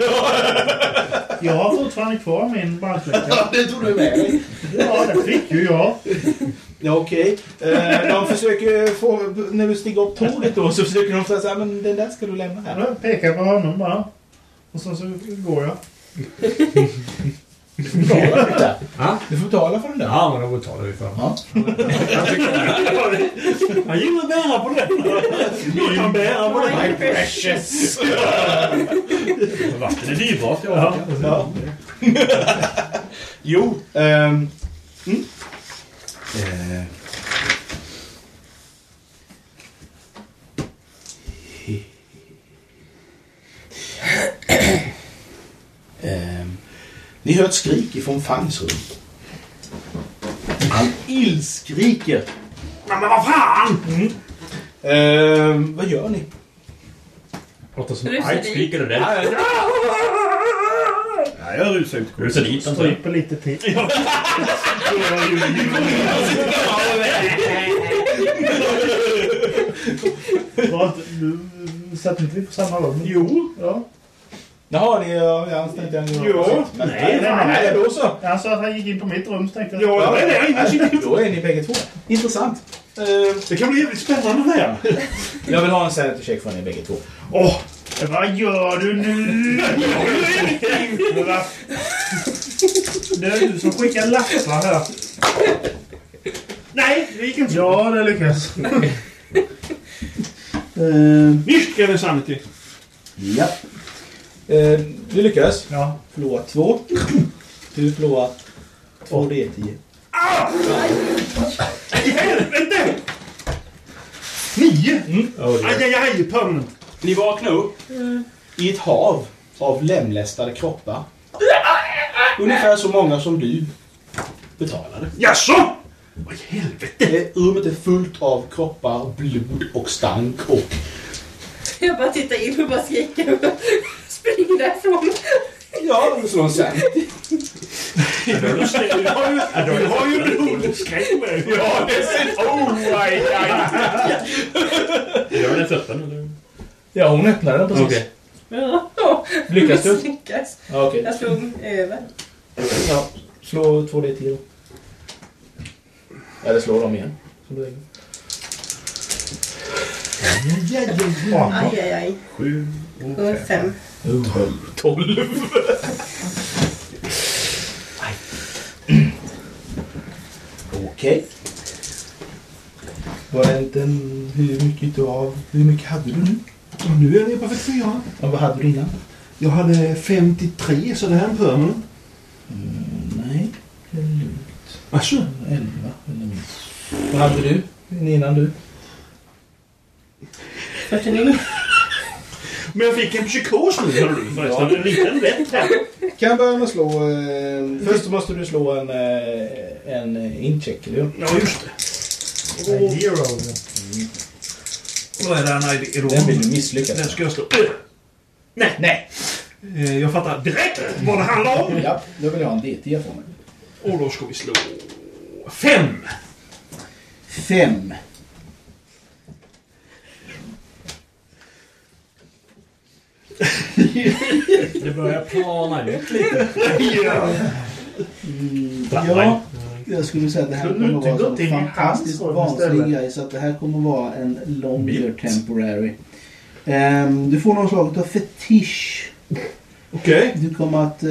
Speaker 6: Jag har fortfarande kvar min brandsläckare.
Speaker 2: Ja, det tog du med dig.
Speaker 6: Ja, det fick ju jag.
Speaker 2: Ja, okej. Eh, de försöker få... När du stiger upp tåget då så försöker de säga så här, men den där ska du lämna här.
Speaker 6: Jag pekar på honom bara. Och sen så går jag.
Speaker 2: Du får betala för det.
Speaker 5: Ja.
Speaker 2: Du får betala för den där.
Speaker 5: Ja, men då betalar vi för dem.
Speaker 4: Han gillar att bära på det. Jag kan bära på det.
Speaker 2: My precious!
Speaker 3: Vatten är dyrbart. Ja.
Speaker 2: Ja. jo. ehm, mm. Eh. Ehm, Ni hör ett skrik ifrån Fangs rum. Han ilskriker.
Speaker 4: Nej, men vad fan!
Speaker 2: Mm. Ehm, vad gör ni?
Speaker 3: Låter som
Speaker 18: Rusar
Speaker 3: Ike
Speaker 18: dit.
Speaker 3: skriker och det.
Speaker 7: Nej, jag rusar ut.
Speaker 3: Rusar dit. antar jag.
Speaker 6: Stryper lite till. Var inte- du- Satt inte vi på samma rum?
Speaker 4: Jo.
Speaker 6: Ja.
Speaker 2: Jaha, ni har anställt en
Speaker 4: Ja.
Speaker 2: Nej, nej, nej, då så.
Speaker 6: Han sa att han gick in på mitt rum så tänkte jag...
Speaker 4: Ja, det är det. Ingen sitter-
Speaker 2: Då är ni bägge två. Intressant. Ehm,
Speaker 4: Eh, Det kan bli jävligt spännande det här.
Speaker 2: Jag vill ha en sanity check från er bägge två.
Speaker 4: Åh!
Speaker 6: Vad gör du nu? Det är du som skickar lappar här.
Speaker 4: Nej, det gick inte.
Speaker 6: Ja, det lyckas.
Speaker 4: Eh, Nyckeln är sanity.
Speaker 2: Ja. Eh, du lyckades.
Speaker 6: Ja.
Speaker 2: Förlora två. Du förlorar två D10.
Speaker 4: I helvete! Nio! Aj, aj, aj! Pönnen.
Speaker 2: Ni vaknar upp i ett hav av lemlästade kroppar. Ungefär så många som du betalade.
Speaker 4: Jaså? Vad i helvete?
Speaker 2: Eh, Rummet är fullt av kroppar, blod och stank och...
Speaker 18: Jag bara tittar in och bara skriker och springer därifrån.
Speaker 2: Ja, slå en sanity.
Speaker 4: Du har ju, du har ju blodskräck med Ja, det ser... Oh, aj, aj.
Speaker 3: Dörren är öppen, eller?
Speaker 2: Ja, hon öppnade den precis.
Speaker 3: Okej.
Speaker 8: Ja. Lyckas du? Lyckas.
Speaker 2: Ja, okej.
Speaker 8: Jag slog över.
Speaker 2: Ja, slå 2D10 då. Eller slå dem igen. Som du
Speaker 8: Aj, aj, aj.
Speaker 7: Sju
Speaker 8: Gånger fem.
Speaker 7: Tolv.
Speaker 2: Tolv. Okej. Var det inte en, hur mycket du av... Hur mycket hade du nu?
Speaker 4: Och nu är det på 44.
Speaker 2: Ja, vad hade du innan?
Speaker 4: Jag hade 53, så det här är en permanent.
Speaker 2: Mm, nej. Det är lugnt.
Speaker 4: Asså? 11
Speaker 2: eller mer. Vad hade du innan du?
Speaker 8: 49.
Speaker 4: Men jag fick en psykos nu, hörde du förresten. En liten lätt här.
Speaker 2: Kan jag börja med att slå... Eh, först måste du slå en, eh, en eh, incheck, eller hur?
Speaker 4: Ja, just det.
Speaker 6: Idea roll.
Speaker 4: Vad är det här idé roll?
Speaker 2: Den vill du misslyckas
Speaker 4: Den ska jag slå. Ö! Nej, nej. Eh, Jag fattar direkt vad det handlar om.
Speaker 2: Ja, då vill jag ha en DT från mig.
Speaker 4: Och då ska vi slå... Fem!
Speaker 2: Fem.
Speaker 5: Det börjar plana ut lite.
Speaker 2: Ja, jag skulle säga att det här
Speaker 6: Mm. Skulle du
Speaker 2: kommer
Speaker 6: inte
Speaker 2: att vara
Speaker 6: gått
Speaker 2: så
Speaker 6: in i
Speaker 2: fantastiskt
Speaker 6: hans form istället?
Speaker 2: vansinnig grej så att det här kommer att vara en longer temporary. Ehm, du får någon slag av fetisch.
Speaker 4: Okej.
Speaker 2: Du kommer att eh,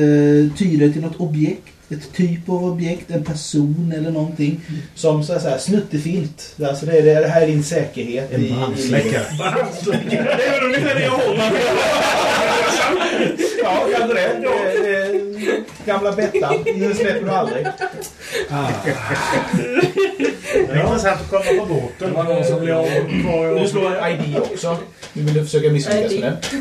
Speaker 2: tyda till något objekt. Ett typ av objekt, en person eller någonting. Som så här, så här snuttefilt. Alltså det, är, det här är din säkerhet. i- i livet.
Speaker 4: Det är väl ungefär det jag håller.
Speaker 2: Ja, kanske det. det. är Gamla [laughs] Bettan. Den släpper du aldrig.
Speaker 6: Det är intressant att kolla på båten.
Speaker 5: Det var någon som blev av.
Speaker 2: Nu slår jag ID också. Nu vill du försöka misslyckas med det.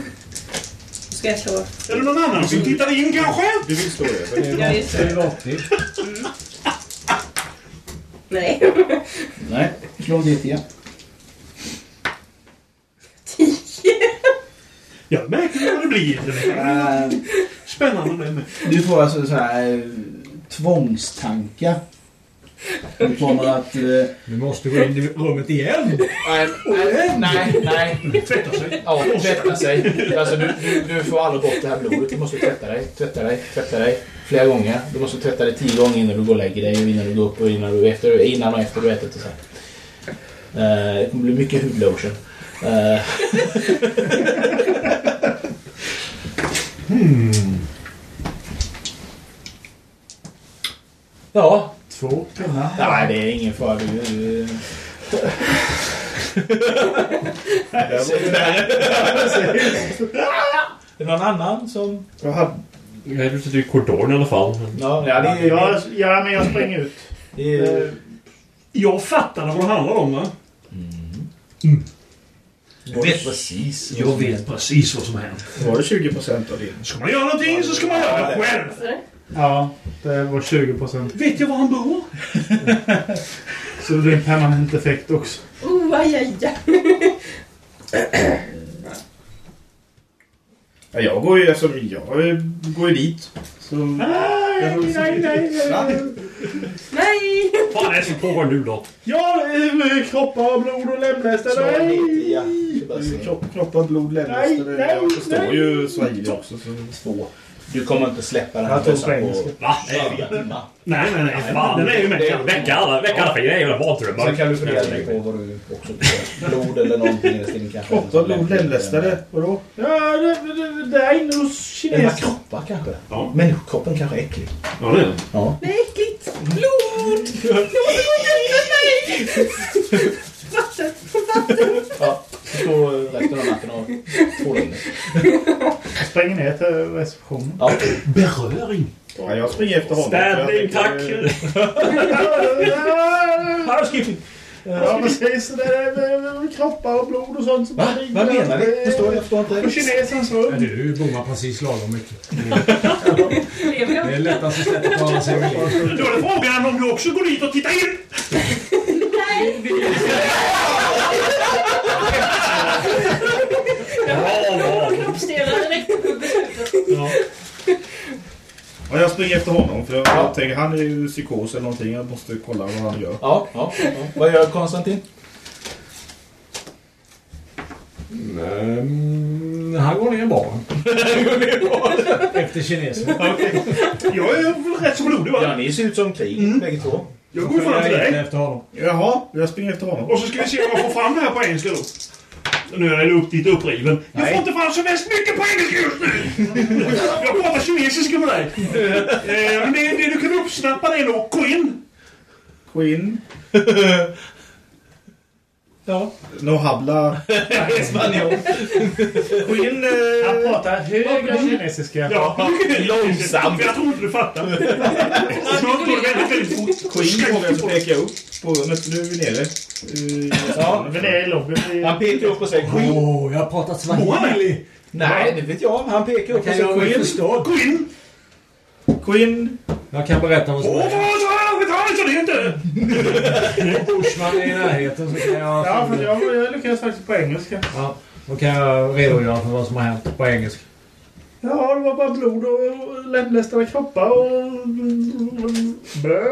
Speaker 8: Ska jag slå?
Speaker 4: Är det någon annan som tittar in kanske?
Speaker 7: Du vill slå över.
Speaker 8: Ja, just det. Nej.
Speaker 2: Nej. Slå dit igen.
Speaker 4: Jag märker vad det blir. Det är
Speaker 2: Ehm,
Speaker 4: Spännande det med.
Speaker 2: Du får alltså så här eh, tvångstankar. Du kommer att... eh,
Speaker 5: Du måste gå in i rummet igen.
Speaker 19: Nej, nej, nej, nej.
Speaker 4: Tvätta sig.
Speaker 19: Ja, tvätta sig. Alltså, du, du, du får aldrig bort det här blodet. Du måste tvätta dig, tvätta dig, tvätta dig. Flera gånger. Du måste tvätta dig tio gånger innan du går och lägger dig, och innan du går upp och innan, du, efter, innan och efter du ätit. Och så här. Eh, det kommer bli mycket hudlotion. Eh, Ja.
Speaker 6: Två pinnar.
Speaker 19: Nej, det är ingen fara. Du, du,
Speaker 2: Är det någon annan som...
Speaker 3: Jag är ute i korridoren i alla fall.
Speaker 2: Ja, ja, det är,
Speaker 6: Ja, ja, men jag springer ut.
Speaker 2: det är,
Speaker 4: Jag fattar vad det handlar om va?
Speaker 5: Mm.
Speaker 4: Mm.
Speaker 19: du vet precis.
Speaker 4: Jag vet precis vad som har hänt.
Speaker 7: Var det 20 procent av din?
Speaker 4: Ska man göra någonting så ska man göra det själv.
Speaker 6: Ja, det var 20 procent.
Speaker 4: Vet jag var han bor?
Speaker 6: Så det blir en permanent effekt också.
Speaker 8: Oh, aj, aj, aj.
Speaker 7: Ja, jag går ju, alltså, jag eh, går ju dit. Så...
Speaker 6: Nej, nej, nej.
Speaker 8: Nej!
Speaker 3: Vad är det som pågår nu då?
Speaker 6: Ja, eh, kroppar, blod och lemlästa.
Speaker 2: Slå
Speaker 6: Nej!
Speaker 2: lite, ja. Det är bara så.
Speaker 7: Kropp, kroppar, blod,
Speaker 6: Nej,
Speaker 7: lemläster.
Speaker 6: nej,
Speaker 7: Jag förstår
Speaker 6: nej.
Speaker 7: ju swahili också. Så...
Speaker 19: Två. Du kommer inte släppa den
Speaker 6: Jag
Speaker 19: här
Speaker 6: tog på
Speaker 19: bössan
Speaker 6: engelska.
Speaker 19: på
Speaker 3: Va?
Speaker 19: fyra timmar.
Speaker 4: Nej, nej, nej. Fan, den är ju med.
Speaker 3: Väcka alla, väcka alla för grejer. Jävla badrömmar.
Speaker 19: Sen kan du fundera lite på vad du också behöver. Blod eller någonting i den stilen kanske.
Speaker 7: Kroppar, blod, lemlästare. Vadå?
Speaker 6: Ja, det, det, det, det är inne hos
Speaker 19: Eller bara
Speaker 6: kineser.
Speaker 19: kroppar kanske.
Speaker 4: Ja.
Speaker 19: Människokroppen kanske är äcklig.
Speaker 4: Ja, det är det.
Speaker 8: Nej, äckligt! Blod! Jag måste gå och hjälpa mig! Vatten!
Speaker 19: Ja. Du står resten av natten och tvålar in dig.
Speaker 6: Jag springer ner till receptionen.
Speaker 19: Ja.
Speaker 4: Beröring.
Speaker 7: Ja, jag springer efter honom.
Speaker 3: Standing,
Speaker 7: Jag [laughs]
Speaker 3: tack!
Speaker 7: tänker,
Speaker 3: Här ska vi-
Speaker 6: Ja, precis. Det är det är kroppar och blod och sånt som
Speaker 19: Va? Vad menar du? Jag förstår, jag förstår
Speaker 6: På
Speaker 19: inte.
Speaker 6: kinesens rum.
Speaker 5: Du bommar precis lagom mycket.
Speaker 8: Lever
Speaker 5: Det
Speaker 8: jag?
Speaker 5: är lättast att släppa talas i
Speaker 4: Då är det frågan om du också går dit och tittar in.
Speaker 8: Nej!
Speaker 3: Bra, bra.
Speaker 8: Kroppsdelar direkt på beslutet.
Speaker 7: eh, Ja, jag springer efter honom. För jag, jag tänker, han är ju psykos eller någonting. Jag måste kolla vad han gör.
Speaker 2: Ja, ja, ja. Vad gör Konstantin?
Speaker 5: Mm, han går ner i [laughs] baren. Efter kinesen.
Speaker 4: Jag är rätt så blodig va?
Speaker 2: Ja, ni ser ut som krig bägge två.
Speaker 4: Jag går ju fram till
Speaker 5: Jag gick
Speaker 4: dig.
Speaker 5: efter honom.
Speaker 7: Jaha, jag springer efter honom.
Speaker 4: Och så ska vi se om jag får fram det här på engelska då. Nu är jag upp dit uppriven. Jag
Speaker 7: Nej.
Speaker 4: får inte fram så värst mycket på engelska just nu! Jag pratar kinesiska med dig. Eh, men det, det du kan uppsnappa det är nog Quinn.
Speaker 7: Queen.
Speaker 2: Ja.
Speaker 7: No habla.
Speaker 2: Spanjor.
Speaker 7: Queen.
Speaker 6: Han
Speaker 7: Eh,
Speaker 6: pratar högre kinesiska.
Speaker 4: Ja,
Speaker 2: Långsamt.
Speaker 4: för jag tror inte du fattar. Snart går det väldigt, väldigt fort.
Speaker 7: Queen vågar inte peka upp på rummet. Nu är vi nere. Eh,
Speaker 2: Ja.
Speaker 6: Men det är lobbyn.
Speaker 2: Han pekar upp och säger Queen.
Speaker 5: Åh, jag har pratat swahili.
Speaker 2: Nej, det vet jag. Han pekar upp och
Speaker 5: Kan
Speaker 2: säger
Speaker 5: jag
Speaker 2: Queen.
Speaker 5: förstå?
Speaker 4: Quinn!
Speaker 7: Queen.
Speaker 5: Jag kan berätta vad som
Speaker 4: Åh, vad
Speaker 5: händer.
Speaker 4: har jag betalat för det inte?
Speaker 5: Om Bushman är i närheten så kan jag...
Speaker 6: Ja, för jag, jag lyckades faktiskt på engelska.
Speaker 5: Ja, då kan jag redogöra för vad som har hänt på engelska.
Speaker 6: Ja, det var bara blod och lemlästade kroppar och... Bö!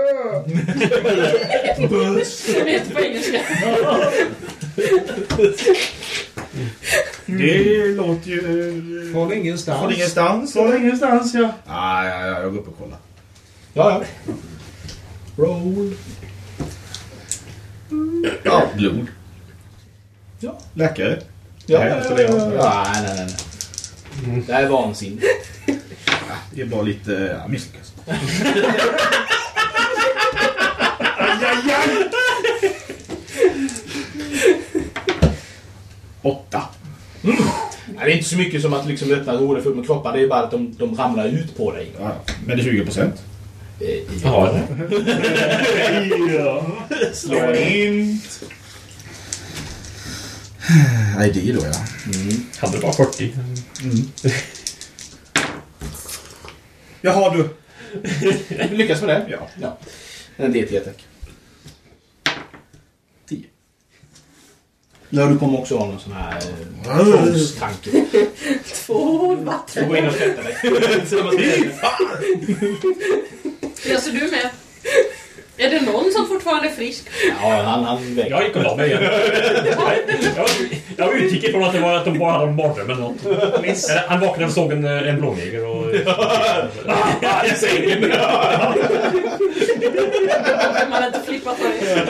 Speaker 8: Jag vet på engelska.
Speaker 7: Det
Speaker 20: Mm.
Speaker 7: låter ju...
Speaker 5: Från
Speaker 7: eh, Från
Speaker 5: ingenstans.
Speaker 7: ingenstans.
Speaker 6: Från ingenstans, ja.
Speaker 7: Ah, ja, ja, jag går upp och kollar.
Speaker 2: Ja, ja. Roll.
Speaker 7: Ja, blod.
Speaker 2: Ja.
Speaker 7: Läkare.
Speaker 2: Ja,
Speaker 7: Nej,
Speaker 2: ja,
Speaker 7: inte
Speaker 2: ja,
Speaker 7: det.
Speaker 2: ja, ja. Nej, nej, nej, nej. Det här är vansinnigt.
Speaker 7: Det är bara lite ja, alltså. misslyckas.
Speaker 4: Ajajaj!
Speaker 7: Åtta.
Speaker 2: Nej, Det är inte så mycket som att liksom öppna rodet fullt med kroppar. Det är bara att de, de ramlar ut på dig.
Speaker 7: Ja, ja. men det är 20 procent.
Speaker 2: Eh,
Speaker 3: Ja,
Speaker 4: Ja.
Speaker 2: Slår in.
Speaker 7: Nej, det då ja.
Speaker 3: hade det bara 40.
Speaker 7: Jaha du.
Speaker 2: Du lyckas med det?
Speaker 7: Ja.
Speaker 2: ja. En D10 tack. 10. Ja, du kommer också ha någon sån här eh, tvångstanke.
Speaker 8: Två hål vatten.
Speaker 2: Du går in och tvättar dig. Så man ser-
Speaker 8: Ja, så du med? Är det någon som fortfarande är frisk?
Speaker 2: Ja, han, han väger.
Speaker 3: Jag gick och la mig
Speaker 2: [laughs]
Speaker 3: igen. Jag, jag utgick ifrån att, det var, att de bara hade en mardröm eller något. Eller, han vaknade och såg en, eh, en blåneger och... [laughs]
Speaker 2: Ja, i sängen.
Speaker 8: Man har inte flippat på det.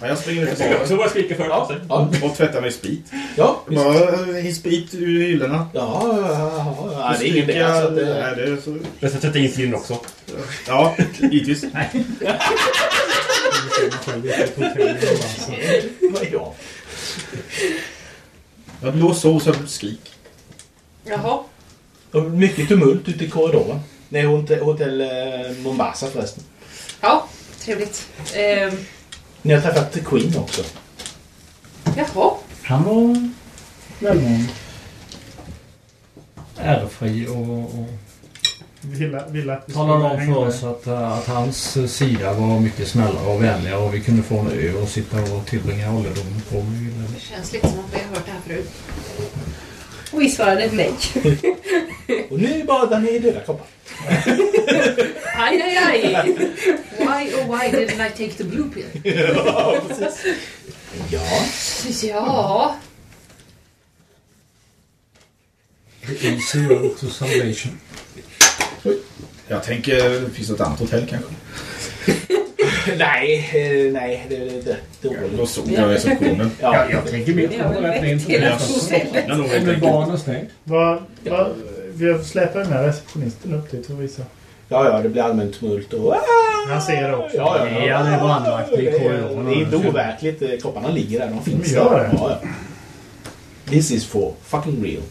Speaker 7: ja jag springer ut
Speaker 3: Så-
Speaker 7: bara
Speaker 3: Så var jag skrika för
Speaker 2: Ja,
Speaker 3: sig.
Speaker 2: ja,
Speaker 7: och tvättar mig i sprit.
Speaker 2: ja.
Speaker 7: Jag Bara eh, i sprit ur hyllorna.
Speaker 2: Ja, ja, ja, ja, det är inget
Speaker 7: Stryka-
Speaker 2: det. Alltså, att det
Speaker 7: Nej, det är så...
Speaker 3: Jag ska sätta in stilen också.
Speaker 7: Ja, givetvis.
Speaker 2: vad är jag?
Speaker 7: Jag blåser så så jag skrik.
Speaker 8: Jaha.
Speaker 2: Det var Mycket tumult ute i korridoren. Nej, hotell, hotell eh, Mombasa förresten.
Speaker 8: Ja, trevligt. Ehm,
Speaker 2: Ni har träffat Queen också.
Speaker 8: jaha.
Speaker 6: Han var välmående.
Speaker 5: Ärofri och... och...
Speaker 6: Ville, ville att vi
Speaker 5: talade om
Speaker 6: hänga
Speaker 5: för
Speaker 6: med.
Speaker 5: oss att, eh, att hans eh, sida var mycket snällare och vänligare och vi kunde få en ö och sitta och tillbringa ålderdomen på. om vi ville.
Speaker 8: Det känns lite som att vi har hört det här förut. Och vi svarade nej.
Speaker 2: Och nu badar ni i döda kroppar.
Speaker 8: Aj, aj, [laughs] aj. Why oh why didn't I take the blue pill?
Speaker 2: Ja.
Speaker 8: Ja.
Speaker 5: Easy road to salvation.
Speaker 7: Jag tänker, finns det ett annat hotell kanske?
Speaker 2: Nej, eh, nej, det är det. det är
Speaker 7: Då
Speaker 2: dåligt.
Speaker 7: såg jag receptionen.
Speaker 2: Ja, ja.
Speaker 5: Tänker mer
Speaker 8: Jag vill väck hela hotellet.
Speaker 7: Ja, nog helt
Speaker 5: Eller
Speaker 7: enkelt.
Speaker 5: barnen stängd.
Speaker 6: Vad- vad- Vi släpper den här receptionisten upp dit för att visa.
Speaker 2: ja, ja, det blir allmänt tumult och... Ah!
Speaker 6: Han ser det också.
Speaker 2: Ja, ja, ja.
Speaker 5: Ja, det är brandvakt i
Speaker 2: Det är-
Speaker 5: korridoren.
Speaker 2: Det är inte overkligt. eh, Kropparna ligger där, de finns
Speaker 6: De gör
Speaker 2: där.
Speaker 6: det.
Speaker 2: Ja, ja. This is for fucking real.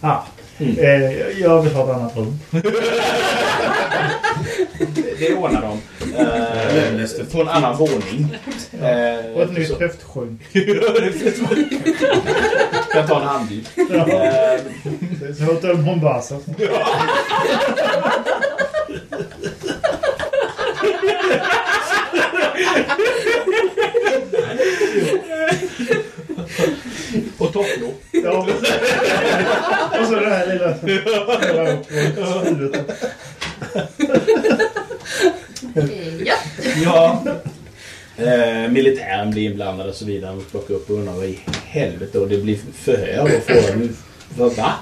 Speaker 6: Ah.
Speaker 2: Mm.
Speaker 6: Eh, jag vill ha ett annat rum.
Speaker 2: Det- Det ordnar de. Eh, på en annan våning. Eh,
Speaker 6: Och ett nytt
Speaker 2: så-
Speaker 6: höftskynk.
Speaker 2: Kan ta en handduk.
Speaker 6: Ja.
Speaker 2: Eh,
Speaker 6: Så Hotell Mombasa.
Speaker 2: och topplock.
Speaker 6: Ja. Och så det här lilla... lilla- lilla-
Speaker 21: Ann Eh, blir inblandad och så vidare. Och plockar upp och undrar vad i helvete och det blir förhör och frågan vad va?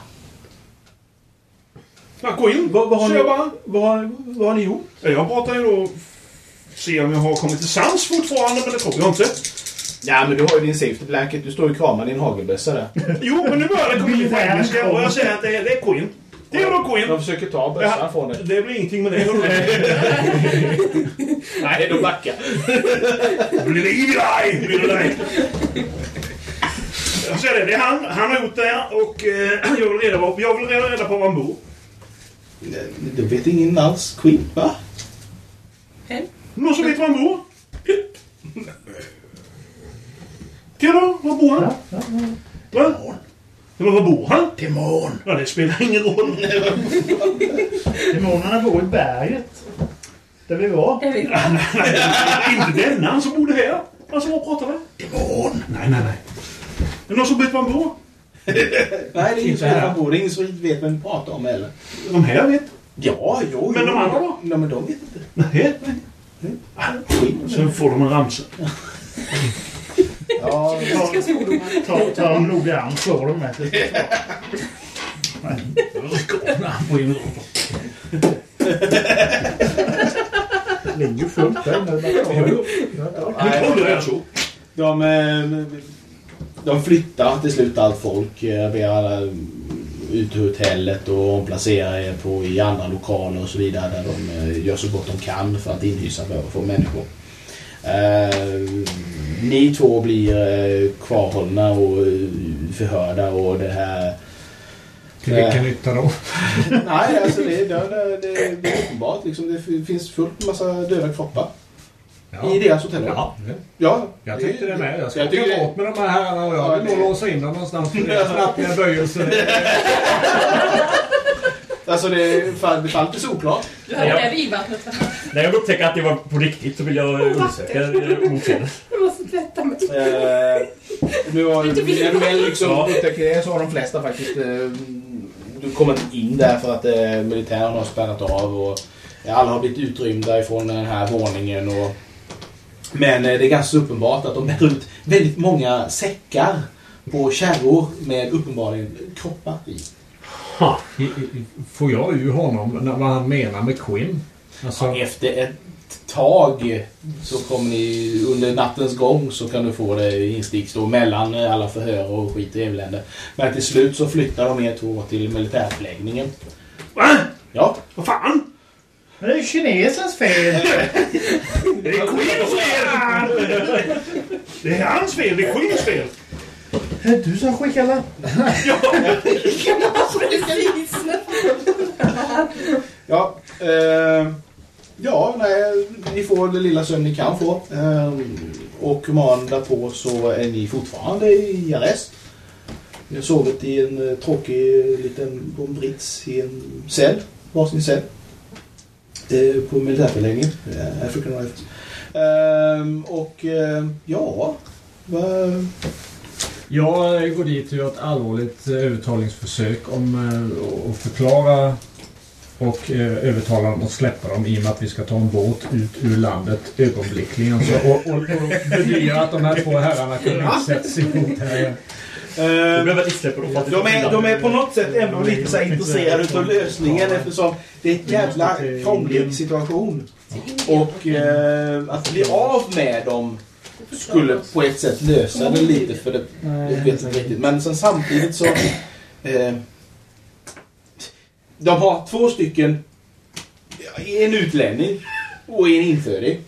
Speaker 4: Ja, gå in!
Speaker 20: Vad, vad, har
Speaker 4: Så
Speaker 20: ni,
Speaker 4: jag bara-
Speaker 20: vad, har- vad har ni gjort?
Speaker 4: Ja, Jag pratar ju då... Se om jag har kommit till sans fortfarande, men det tror jag inte.
Speaker 21: Ja, men du har ju din safety blanket. Du står ju och kramar din hagelbössa där.
Speaker 4: Jo, men nu börjar det komma in på engelska och jag säger att det är, det är Queen. Det är då Queen.
Speaker 21: De försöker ta bössan från dig.
Speaker 4: Det blir ingenting med det. [laughs]
Speaker 21: Nej, de backar.
Speaker 4: Blir i dig! Blir i dig! Jag säger det, det är han. Han har gjort det här och eh, [clears throat] jag vill reda på, jag vill reda reda på var han bor.
Speaker 2: Det Eh, vet ingen alls. Queen, va?
Speaker 4: Någon som vet var han bor? Ja då, var bor han? Va? Ja, men var bor han?
Speaker 6: Demon.
Speaker 4: Ja, det spelar ingen roll.
Speaker 6: Demonerna bor i berget. Där vi var.
Speaker 18: Där vi
Speaker 4: var. Inte denna han som bodde här. Alltså, Han som var och pratade. Demon! Nej, nej, nej. Är det någon som vet var han bor?
Speaker 2: Nej, det är inte
Speaker 4: Inte
Speaker 2: så här
Speaker 4: här.
Speaker 2: han bor. Det är ingen som riktigt vet vem vi pratar om heller.
Speaker 4: De här vet.
Speaker 2: Ja, jo.
Speaker 4: Men
Speaker 2: jo.
Speaker 4: de andra då?
Speaker 2: Nej, men de vet inte.
Speaker 4: Nej. Sen får de en ramsa.
Speaker 2: Ja,
Speaker 6: Ta, ta dem nog i arm, slå dem med.
Speaker 2: ligger ju fullt där.
Speaker 4: Nu kollar jag så.
Speaker 2: De, eh, de flyttar till slut allt folk. eh, Vi alla ut ur hotellet och omplacerar er på, i andra lokaler och så vidare. Där de eh, gör så gott de kan för att inhysa för att få människor. Eh, ni två blir eh, kvarhållna och eh, förhörda och det här...
Speaker 5: Till vilken nytta då?
Speaker 2: Nej, alltså det, är- det, det, det är uppenbart. Liksom, det finns fullt massa döda kroppar. I deras hotell.
Speaker 5: Ja.
Speaker 2: Ja,
Speaker 5: Jag tänkte det med. Jag ska
Speaker 2: Jag tycker
Speaker 5: åka
Speaker 2: det-
Speaker 5: bort med de här herrarna och
Speaker 2: Ja,
Speaker 5: jag vill
Speaker 2: det-
Speaker 5: nog låsa in dem någonstans för deras knappiga böjelser.
Speaker 2: [laughs] Alltså det är fan, det är fan lite såklart.
Speaker 18: Du hörde det vivvattnet va?
Speaker 3: När jag upptäcker att det var på riktigt så vill jag eh, undersöka eh,
Speaker 5: [laughs]
Speaker 3: oseendet.
Speaker 18: Jag måste tvätta mig.
Speaker 2: Eh, nu har
Speaker 18: Inte vi.
Speaker 2: när du väl liksom
Speaker 3: Ja.
Speaker 2: upptäcker det så har de flesta faktiskt eh, du kommit in där för att eh, militären har spärrat av och eh, alla har blivit utrymda ifrån den här våningen. Och, men eh, det är ganska uppenbart att de bär ut väldigt många säckar på kärror med uppenbarligen kroppar i.
Speaker 5: Ha. I- i- i- Får jag ur honom när- vad han menar med Quinn? Alltså,
Speaker 2: Efter ett tag så kommer ni under nattens gång så kan du få det instick då mellan alla förhör och skit och elände. Men till slut så flyttar de er två till militärförläggningen.
Speaker 4: Va?
Speaker 2: Ja.
Speaker 4: Vad fan?
Speaker 6: Men det är kinesens fel.
Speaker 4: Det är Queens fel! Det är hans fel. Det är Queens fel.
Speaker 6: Det är du som skickar lapp.
Speaker 18: Precis.
Speaker 2: Ja, eh, ja nej, ni får det lilla sömn ni kan få. Eh, och morgonen därpå så är ni fortfarande i arrest. Ni har sovit i en eh, tråkig eh, liten bombrits i en cell, varsin cell. Eh, på militärförläggningen, eh, African Rifles. Eh, och eh, ja, vad-
Speaker 5: jag eh, går dit och gör ett allvarligt eh, övertalningsförsök om eh, och- och förklara och eh, övertala dem att släppa dem i och med att vi ska ta en båt ut ur landet ögonblickligen. Så, och och, och bedyra att de här två herrarna kommer sätts ihop här igen.
Speaker 2: Eh,
Speaker 3: behöver ett isläpp och
Speaker 2: De är, de är på något sätt ändå lite så här intresserade utav lösningen eftersom det är en jävla krånglig situation. Och eh, att bli av med dem skulle på ett sätt lösa det lite för det, jag vet inte riktigt. Men sen samtidigt så eh, de har två stycken en utlänning och en inföding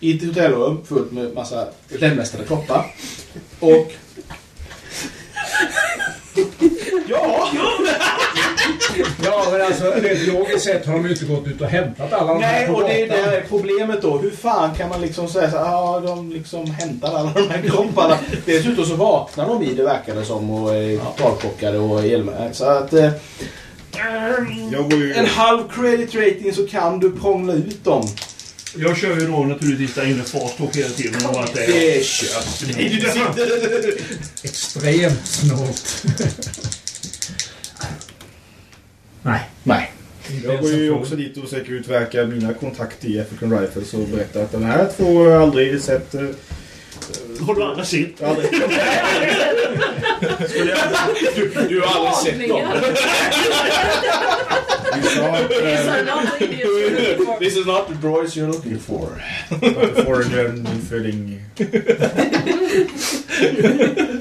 Speaker 2: i ett hotellrum fullt med massa lemlästade kroppar. Och Ja!
Speaker 5: Ja, men alltså rent logiskt sett har de ju inte gått ut och hämtat alla de här
Speaker 2: Nej,
Speaker 5: på
Speaker 2: och det är det
Speaker 5: gatan.
Speaker 2: här problemet då. Hur fan kan man liksom säga så här, ja de liksom hämtar alla de här kropparna. Dessutom så vaknar de i det verkar det som och är totalchockade och elmärkta. Så att... Eh,
Speaker 7: Jag går ju...
Speaker 2: en halv credit rating så kan du prångla ut dem.
Speaker 4: Jag kör ju då naturligtvis där inne fast och hela tiden. Och allt det.
Speaker 2: Det är kört. Det är ju det.
Speaker 5: Extremt snålt. Nej.
Speaker 2: Nej.
Speaker 7: Jag går ju också dit och försöker utverka mina kontakter i African Rifles och berätta att de här två har jag aldrig sett eh,
Speaker 4: Har du aldrig sett?
Speaker 18: Du, du har aldrig sett dem.
Speaker 4: eh,
Speaker 2: This is not the droids you're looking for.
Speaker 7: Not the foreign filling.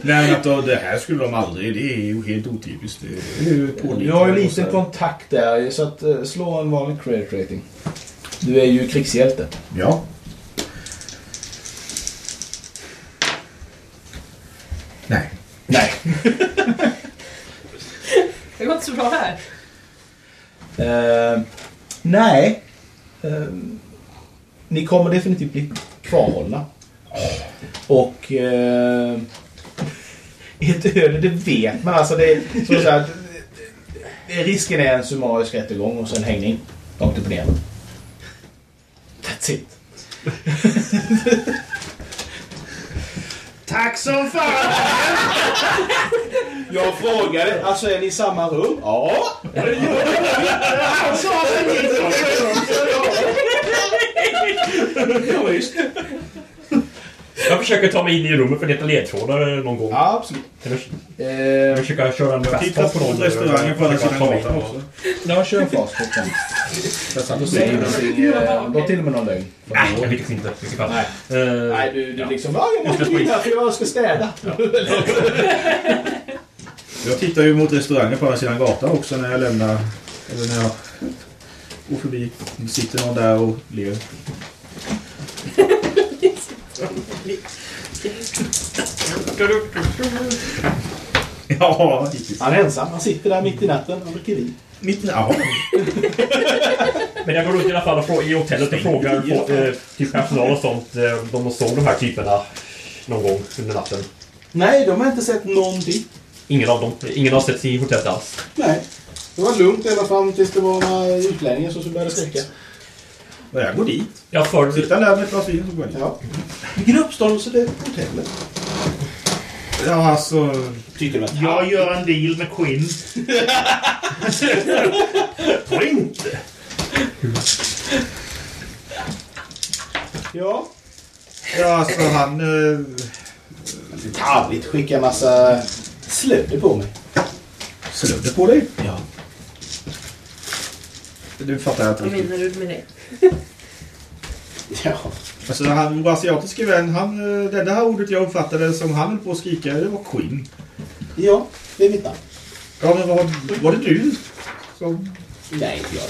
Speaker 7: Nej, men att det här skulle de aldrig. Det är ju helt otypiskt. Det är ju
Speaker 2: Du
Speaker 7: pålitligt.
Speaker 2: har ju lite kontakt där, så att eh, slå en vanlig credit rating. Du är ju krigshjälte.
Speaker 7: Ja. Nej.
Speaker 2: Nej.
Speaker 18: Det går inte så bra här.
Speaker 2: Eh, nej. Eh, ni kommer definitivt bli kvarhållna. Och eh, ett öde, det vet man. Alltså det, är som så här, det, det, risken är en summarisk rättegång och sen hängning. Rakt upp och ner. That's it.
Speaker 4: Tack som fan!
Speaker 2: Jag frågade, alltså är ni i samma rum? Ja.
Speaker 4: Han sa att det inte var
Speaker 3: Ja, just Jag försöker ta mig in i rummet för leta ledtrådar någon gång.
Speaker 2: Ja, absolut.
Speaker 3: Jag försöker köra en
Speaker 7: Titta på
Speaker 4: eh,
Speaker 7: restaurangen på andra sidan gatan också.
Speaker 4: Nou,
Speaker 2: Ja, kör en fast på den. Då säger du eh, då till och med någon lögn.
Speaker 4: Ah,
Speaker 3: Nej, jag lyckas inte. i vilket fall.
Speaker 2: Nej.
Speaker 3: Eh,
Speaker 2: Nej, du, du liksom, ja, jag måste in här för jag ska städa.
Speaker 7: Jag tittar ju mot restaurangen på andra sidan gatan också när jag lämnar. Eller när jag går förbi. Det sitter någon där och ler. Ja, hittills.
Speaker 2: Han är ensam, han sitter där mitt i natten och dricker vin.
Speaker 7: Mitt ja.
Speaker 3: Men jag går runt i alla fall och frå- i hotellet och frågar på, eh, till personal och sånt eh, om de såg de här typerna någon gång under natten.
Speaker 2: Nej, de har inte sett någonting.
Speaker 3: Ingen av dem. Ingen har sett i hotellet alls.
Speaker 2: Nej. Det var lugnt ända fram tills det var några utlänningar som började skrika.
Speaker 7: Men jag går dit.
Speaker 3: Jag för...
Speaker 7: Sitter där med ett glas vin så går jag dit.
Speaker 2: Ja. Vilken uppståndelse det är på hotellet.
Speaker 7: Ja, alltså.
Speaker 2: Tycker du att
Speaker 4: Jag gör en deal med Quinn. Tror inte.
Speaker 2: Ja.
Speaker 7: Ja, alltså han... Eh,
Speaker 2: Tarvligt skicka massa slöder på mig.
Speaker 7: slödde på dig.
Speaker 2: Ja.
Speaker 7: Du fattar jag inte
Speaker 18: Vad
Speaker 7: riktigt.
Speaker 18: menar du med det?
Speaker 2: Ja.
Speaker 7: Alltså han, vår asiatiske vän, han, eh, det enda här ordet jag uppfattade som han höll på att skrika, det var Queen.
Speaker 2: Ja, det är mitt namn.
Speaker 7: Ja men var, var det du som...
Speaker 2: Nej, inte jag.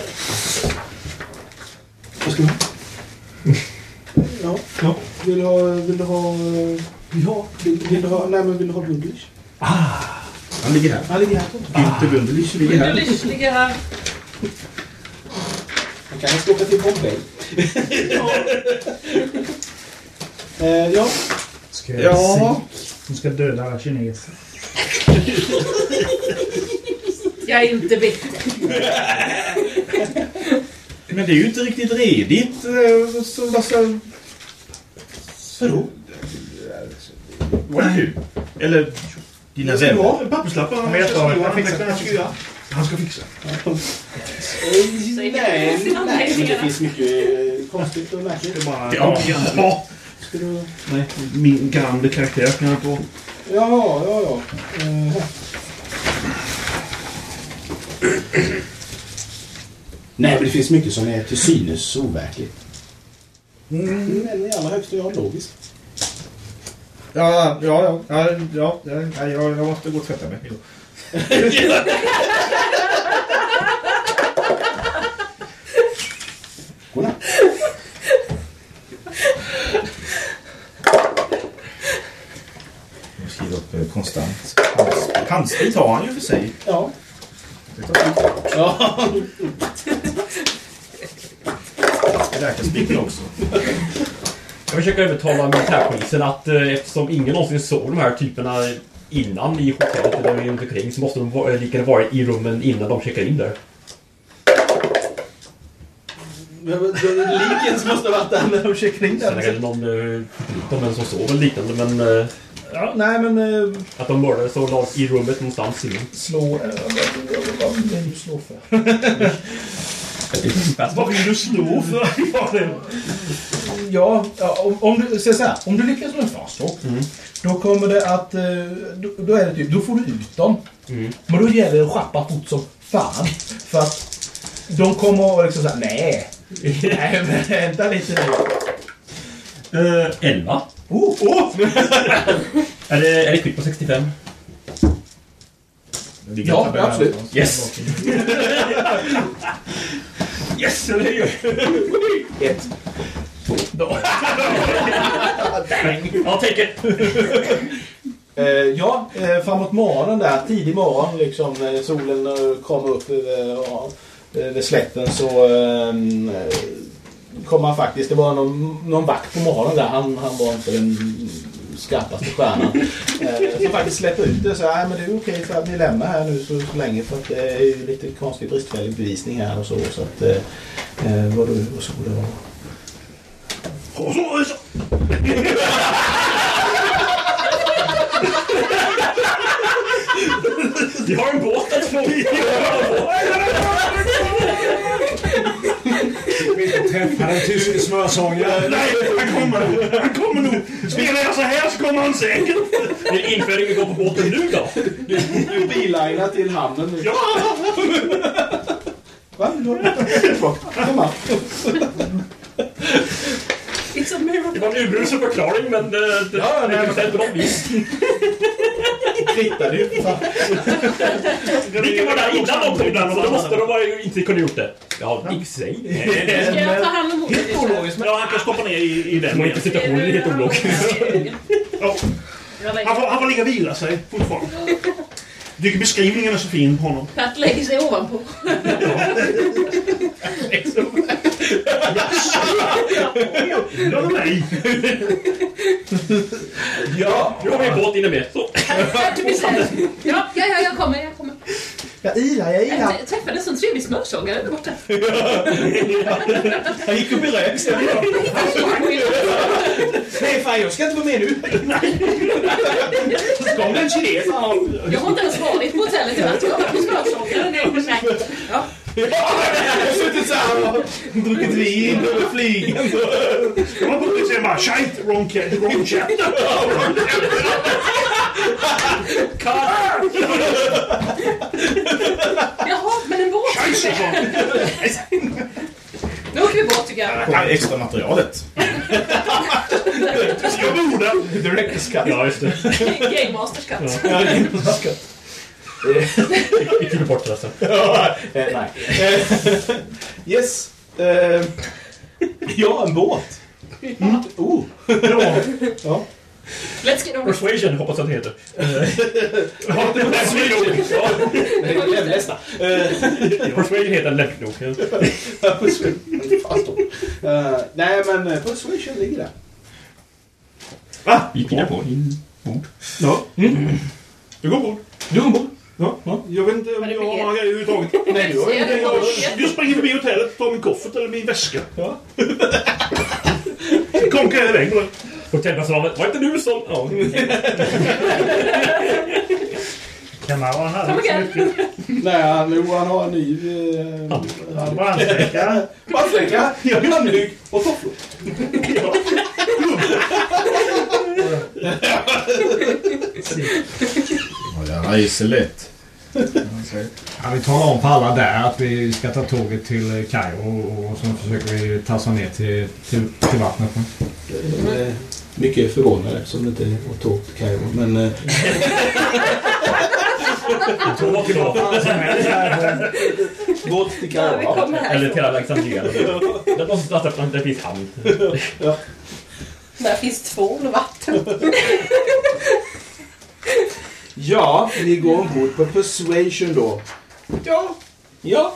Speaker 2: Vad ska du ha? Ja.
Speaker 4: Ja.
Speaker 2: Vill du ha... Vill du ha... Ja. Vill, vill du ha... Nej, men vill du ha Dunglish?
Speaker 7: Han ligger här.
Speaker 2: Han ligger här.
Speaker 7: Günther Wunderlich ligger
Speaker 18: Du
Speaker 7: här.
Speaker 18: lyssnar här.
Speaker 2: Han kan ju åka till Bombay. ja. eh, ja.
Speaker 6: Ska jag
Speaker 7: Ja,
Speaker 6: De ska döda alla kineser.
Speaker 18: Jag är inte bitter.
Speaker 7: men det är ju inte riktigt redigt. eh, Så, alltså,
Speaker 2: Vadå?
Speaker 7: var det du? Eller dina
Speaker 4: Ska du
Speaker 7: vänner?
Speaker 4: ha papperslappar? Han
Speaker 6: jag tar det.
Speaker 4: Han fixar. Han ska göra. Han ska fixa.
Speaker 2: Nej, nej, nej. Men det finns mycket eh, konstigt och
Speaker 4: Det
Speaker 2: märkligt.
Speaker 4: är bara...
Speaker 7: Ja. ja.
Speaker 2: Ska du...
Speaker 4: Nej, min gamla karaktär kan jag på.
Speaker 2: Ja, ja, ja. Eh, här. Nej, men det finns mycket som är till synes overkligt. Men i allra högsta grad logiskt.
Speaker 7: Ja, ja, ja, ja, ja, ja, ja, jag måste gå och tvätta mig. Hejdå.
Speaker 2: Godnatt.
Speaker 7: Jag skriver upp eh, konstant. Hands- Handsprit har han ju för sig.
Speaker 2: Ja.
Speaker 7: Det tar tid.
Speaker 2: ja.
Speaker 7: Läkarspiken också.
Speaker 3: Jag försöker övertala militärpolisen att eh, eftersom ingen någonsin såg de här typerna innan i hotellet eller runt omkring så måste de va- eh, lika gärna vara i rummen innan de checkar in där.
Speaker 2: Liken måste ha varit där när de checkade in
Speaker 3: Sen är det någon eh, förutom en som sov eller liknande men eh,
Speaker 2: Ja, nej, men eh,
Speaker 3: att de mördades och lades i rummet någonstans innan.
Speaker 2: slå... eh, Vad vad- vad är det du slår för?
Speaker 4: Vad vill du stå för?
Speaker 2: Ja, ja, om, om du säger så här, om du lyckas med en farstopp, då kommer det att... eh, Då, då, är det typ, då får du ut dem. Men då gäller det att schappa fort som fan. För att de kommer och liksom såhär, nej. Nej, men vänta lite
Speaker 3: nu. Uh, 11.
Speaker 2: Oh, oh.
Speaker 3: [laughs] är, det, är det kvitt på 65?
Speaker 2: Ja, absolut.
Speaker 3: Yes! [laughs] yes, eller hur?
Speaker 2: Ett.
Speaker 3: Två. [laughs] I'll take it!
Speaker 2: Eh, ja, eh, framåt morgonen där, tidig morgon, liksom, när solen eh, kommer upp över ja, över slätten så eh, kom han faktiskt, det var någon, någon vakt på morgonen där, han, han var inte den skarpaste stjärnan. Eh, som faktiskt släppte ut det så här, men det är okej för att ni lämnar här nu så, så länge för att det är ju lite konstig bristfällig bevisning här och så. så att, eh, eh, vad du och så det var.
Speaker 4: Och så, och så.
Speaker 3: Vi har en båt att slå i!
Speaker 4: Vi träffar den tyske smörsångaren. Nej, han kommer! Han kommer nog! Spelar jag så här så kommer han säkert!
Speaker 3: Det är införing vi går på båten nu då!
Speaker 22: Du bilinar till hamnen nu.
Speaker 4: Ja!
Speaker 22: Va? Nu har du- Kom här.
Speaker 8: It's a miracle.
Speaker 3: Det var en urusel förklaring men eh, det, det, ja, det kunde inte något vis.
Speaker 2: Riktade ju.
Speaker 3: Vilken var där innan de tog den? Och Då måste de vara ju inte kunna gjort det. Ja, i sig.
Speaker 8: Ska jag ta hand om hodet?
Speaker 4: Ja, han kan stoppa ner i, i den.
Speaker 3: Det var inte situationen är helt ologisk.
Speaker 4: Ja. Han får, han får ligga och vila sig fortfarande. Tycker beskrivningen är så fin på honom.
Speaker 8: Pat lägger sig ovanpå.
Speaker 4: Gör det mig!
Speaker 2: Ja!
Speaker 3: Nu har vi en båt inne med. Så.
Speaker 8: Pat är precis- Ja, ja, ja, jag kommer, jag kommer.
Speaker 2: Jag ilar, jag ilar.
Speaker 8: Jag träffade en sån trevlig smörsångare där borta.
Speaker 2: Jag gick upp i rök sen. Nej fan, jag ska inte vara med nu. Så kom det en kines. han-
Speaker 8: Jag har inte ens varit på hotellet i natt. Jag har varit smörsångare. Nej, men nej. Ja.
Speaker 2: Jag har suttit så här och druckit vin över flygen.
Speaker 4: Jag var på att säga bara shite, wrong, ca- wrong chapter.
Speaker 8: Jaha, men en båt.
Speaker 4: Scheisse, sa han.
Speaker 8: Nu åker vi båt tycker jag.
Speaker 7: Kommer extra materialet.
Speaker 4: Jag bor där.
Speaker 2: Director's cut.
Speaker 3: Ja, just det.
Speaker 8: Game Masters cut.
Speaker 2: Director's cut.
Speaker 3: Vi klipper bort det sen.
Speaker 2: Ja, eh,
Speaker 22: [laughs]
Speaker 2: Nej. Eh, Yes. Eh, Ja, en båt. Mm. Oh. Ja.
Speaker 8: Let's get on.
Speaker 3: Persuasion hoppas jag att det heter.
Speaker 4: Ja, det var så roligt.
Speaker 2: Det var ju nästa. Eh,
Speaker 3: Persuasion heter lämpligt nog.
Speaker 22: Eh, Nej, men eh, på Swish ligger där.
Speaker 3: Vi pillar på din bord.
Speaker 4: Ja. Mm. Du går ombord.
Speaker 2: Mm. Du ombord.
Speaker 4: Ja. Jag vet inte om jag har några grejer överhuvudtaget.
Speaker 2: Nej, du har ju-
Speaker 4: Jag, jag springer förbi hotellet, tar min koffert eller min väska.
Speaker 2: Ja.
Speaker 4: [laughs] Så konkar jag iväg med den.
Speaker 3: Hotellpersonalen, var inte du som...
Speaker 4: [laughs]
Speaker 3: Ja.
Speaker 6: Kan man vara
Speaker 8: Kom
Speaker 6: här?
Speaker 8: igen.
Speaker 22: Nej, han, jo, han har en ny... eh,
Speaker 6: Brandsläckare?
Speaker 22: Brandsläckare, handduk och tofflor.
Speaker 7: Ja, det här är ju så lätt.
Speaker 5: Ja, vi talar om för alla där att vi ska ta tåget till eh, Kairo och, och så försöker vi tassa ner till, till, till vattnet.
Speaker 22: De
Speaker 4: Eh,
Speaker 22: är mycket förvånade eftersom det inte var tåg till Kairo. Men eh, båt till
Speaker 8: Ja, vi
Speaker 22: Kairo.
Speaker 8: kommer
Speaker 3: Eller
Speaker 8: här.
Speaker 3: till Alexandria. Det måste starta från det finns hamn.
Speaker 8: Där finns tvål och vatten.
Speaker 22: Ja, ni går ombord på Persuasion då.
Speaker 8: Ja,
Speaker 22: Ja.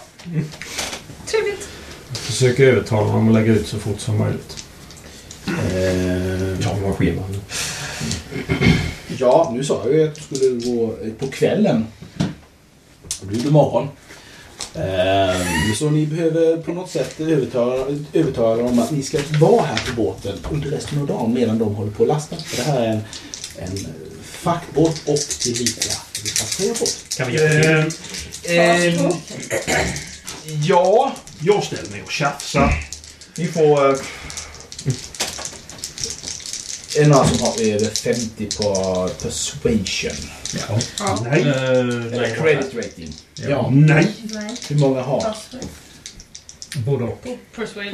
Speaker 8: trevligt.
Speaker 5: Försöker övertala dem att lägga ut så fort som möjligt.
Speaker 22: Eh,
Speaker 3: Ja, det var scheman.
Speaker 22: ja, nu sa jag ju att du skulle gå eh, på kvällen. Då blir det morgon. Eh, så ni behöver på något sätt övertala, övertala dem att ni ska vara här på båten under resten av dagen medan de håller på att lasta. För det här är en, en eh, fackbåt och tillika en
Speaker 4: Eh,
Speaker 22: passagerarbåt.
Speaker 8: Ehm,
Speaker 2: Ehm.
Speaker 3: Kan vi hjälpa till?
Speaker 2: Ja,
Speaker 4: Jag ställer mig och tjafsar.
Speaker 2: Ni får... eh, Är det några som har över 50 på persuasion? Ja.
Speaker 4: Nej.
Speaker 3: Eh,
Speaker 2: Eller credit rating?
Speaker 4: Ja. Nej.
Speaker 2: Hur många har?
Speaker 8: Persuade.
Speaker 2: Både och.
Speaker 8: Persuade.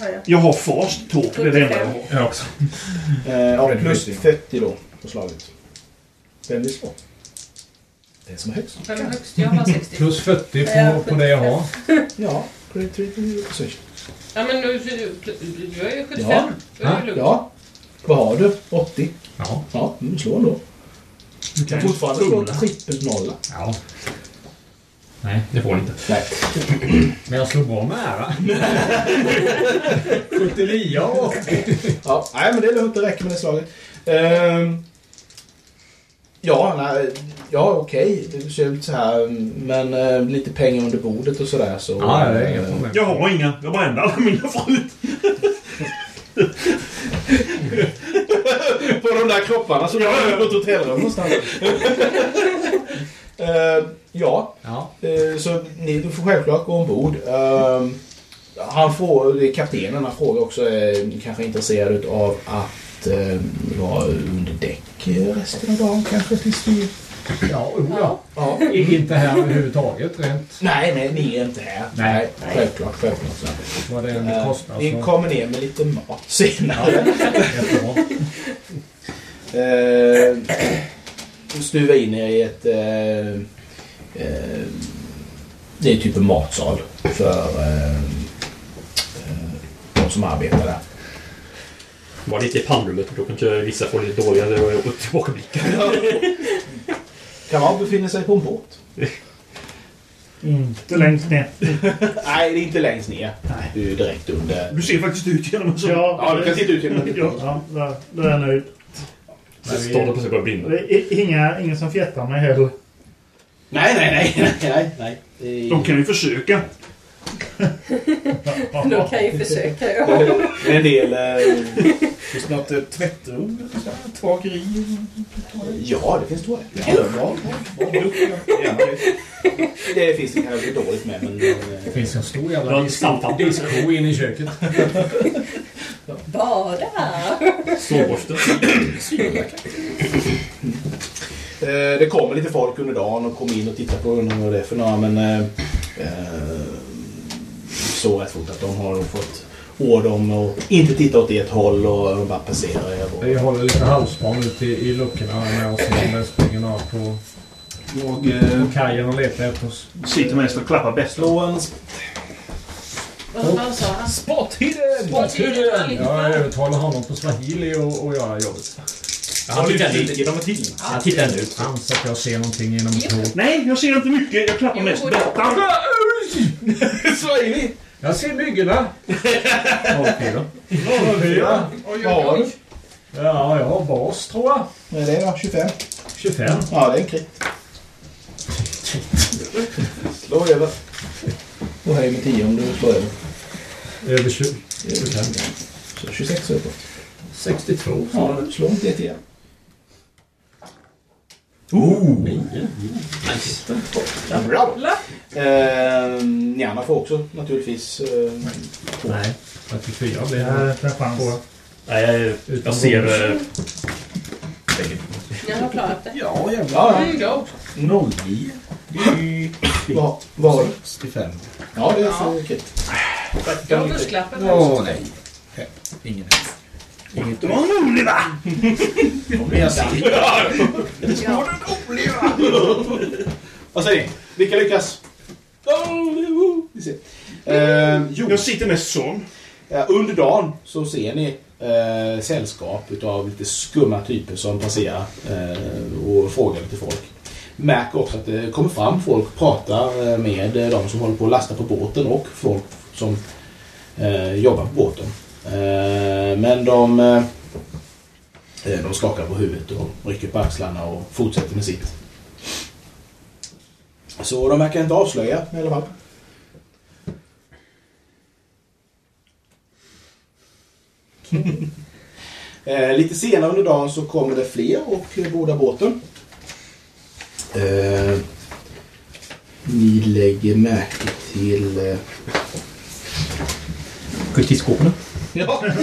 Speaker 8: har jag.
Speaker 4: Jag har fast talk, det är det enda jag har.
Speaker 2: Jag också. Eh, Ja, plus 40 då på slaget. Vem vill slå? Den som är högst.
Speaker 8: Vem är högst? Jag har 60.
Speaker 5: Plus 40 på, på det jag har.
Speaker 2: Ja, credit rating och persuasion.
Speaker 8: Ja, men nu, du, du, du är ju 75.
Speaker 2: Ja.
Speaker 8: Då är det lugnt.
Speaker 2: ja. Vad har du? 80? Ja. Ja, mm, slå då.
Speaker 5: Du
Speaker 2: kan fortfarande slå trippel nolla.
Speaker 5: Ja.
Speaker 23: Nej, det får ni inte.
Speaker 2: Nej.
Speaker 5: [clears throat] Men jag slog bra med ära. [laughs]
Speaker 2: 79 och 80. Ja, nej men det är lugnt. Det räcker med det slaget. Ehm, ja, nej, ja okej. Det ser ut så här. Men eh, lite pengar under bordet och sådär så... eh,
Speaker 5: Ja, det är inga problem.
Speaker 4: Jag har inga. Jag brände alla mina förut.
Speaker 2: på de där kropparna som jag har på ett hotellrum [laughs] någonstans. Eh, ja, Eh, så ni du får självklart gå ombord. Uh, han får, det är kaptenen han frågar också, är kanske intresserad av att eh, vara under däck eh, resten av dagen kanske tills vi...
Speaker 5: Ja, jo då.
Speaker 2: Ja.
Speaker 5: Är inte här överhuvudtaget rent.
Speaker 2: Nej, nej, ni är inte här.
Speaker 5: Nej.
Speaker 2: Självklart, självklart. Så.
Speaker 5: Vad det än
Speaker 2: Eh,
Speaker 5: kostar.
Speaker 2: Ni
Speaker 5: så-
Speaker 2: kommer ner med lite mat senare.
Speaker 5: jättebra.
Speaker 2: Eh, stuva in er i ett... Eh, eh, det är typ en matsal för eh, eh, de som arbetar där.
Speaker 3: Var lite i pannrummet för då kanske vissa får lite dåliga och tillbakablickar.
Speaker 2: Kan man befinna sig på en båt?
Speaker 6: Inte längst ner.
Speaker 2: Nej, det är inte längst ner. Du är direkt under.
Speaker 4: Du ser faktiskt ut genom en sån.
Speaker 6: Ja,
Speaker 2: Ja, du kan titta ut genom en
Speaker 6: ja, ja, där, där är jag nöjd.
Speaker 3: Så stålet på sig börjar brinna.
Speaker 6: Det är inga, ingen som fjättar mig heller.
Speaker 24: Nej, nej, nej, nej, nej, nej. Det
Speaker 4: De
Speaker 24: är-
Speaker 4: kan ju försöka.
Speaker 8: De kan ju försöka. Ja.
Speaker 2: En del... Eh,
Speaker 25: Finns det något eh, tvättrum? eller så här? Tvageri?
Speaker 2: ja, det finns toalett. Ja, bra, bra, bra. Ja, det- det finns det kanske dåligt med, men... eh,
Speaker 5: Det finns en stor
Speaker 3: Det var
Speaker 5: jävla
Speaker 3: en
Speaker 5: disk-
Speaker 3: samtal.
Speaker 5: diskho in i köket.
Speaker 8: Bada!
Speaker 3: Sovborste.
Speaker 2: Eh, det kommer lite folk under dagen och kommer in och tittar på undrar vad det är för några men eh, eh, så rätt fort att de har fått order om att inte titta åt ert håll och de bara passerar er.
Speaker 5: Vi håller lite halsband ute i, i luckorna med oss innan vi springer av på,
Speaker 25: Jag eh,
Speaker 5: på kajen och letar efter oss.
Speaker 4: Sitter mest och klappar bäst.
Speaker 2: Slå en
Speaker 8: Vad vad sa han?
Speaker 2: spothidden!
Speaker 8: Sporthydden!
Speaker 5: Jag övertalar honom på swahili och, och göra jobbet.
Speaker 3: Han tittar nu.
Speaker 2: genom ett hinder.
Speaker 3: Han tittar nu.
Speaker 5: Chans att jag ser någonting genom ett hål.
Speaker 4: Nej, jag ser inte mycket. Jag klappar mest Bettan.
Speaker 2: Swahili!
Speaker 5: Jag
Speaker 2: [laughs]
Speaker 5: ser myggorna! Okej då.
Speaker 2: Fyra. Vad har du?
Speaker 5: Ja, jag har bas tror jag.
Speaker 2: Vad är det då? 25?
Speaker 5: 25.
Speaker 2: Ja, det är en krit. Slå över. Och höj med 10 om du slår över.
Speaker 5: Över 20.
Speaker 2: Så 26 uppåt.
Speaker 5: 62.
Speaker 2: Ja, slå inte ett igen. Oh! Nio. Nice. Bra! Eh, ni andra får också naturligtvis. Eh,
Speaker 5: Nej. 34 blir det.
Speaker 6: Där får jag chans.
Speaker 3: Nej, jag- jag ser... eh,
Speaker 8: Jag har klarat det.
Speaker 25: Ja, jävlar.
Speaker 2: Ja,
Speaker 8: There you go.
Speaker 25: 09.
Speaker 2: vad vad har du?
Speaker 25: 65.
Speaker 2: Ja, det är så kul.
Speaker 8: Jag har bursklappen här.
Speaker 25: Åh, nej. Ingen
Speaker 4: Det var en rolig va?
Speaker 2: alltså-
Speaker 8: Ja.
Speaker 2: Vad säger ni? Vilka lyckas? Oh, det är- oh, vi ser. Eh, jo,
Speaker 4: Jag sitter mest sån.
Speaker 2: eh, under dagen så ser ni eh, sällskap utav lite skumma typer som passerar eh, och frågar lite folk. Märker också att det kommer fram folk, pratar eh, med eh, de som håller på att lasta på båten och folk som eh, jobbar på båten. Eh, men de, eh, de skakar på huvudet och rycker på axlarna och fortsätter med sitt. Så de verkar inte avslöja i alla fall. Eh, lite senare under dagen så kommer det fler och eh, båda båten. Eh, ni lägger märke till eh,
Speaker 26: Kultistskåpen.
Speaker 27: Ja.
Speaker 4: En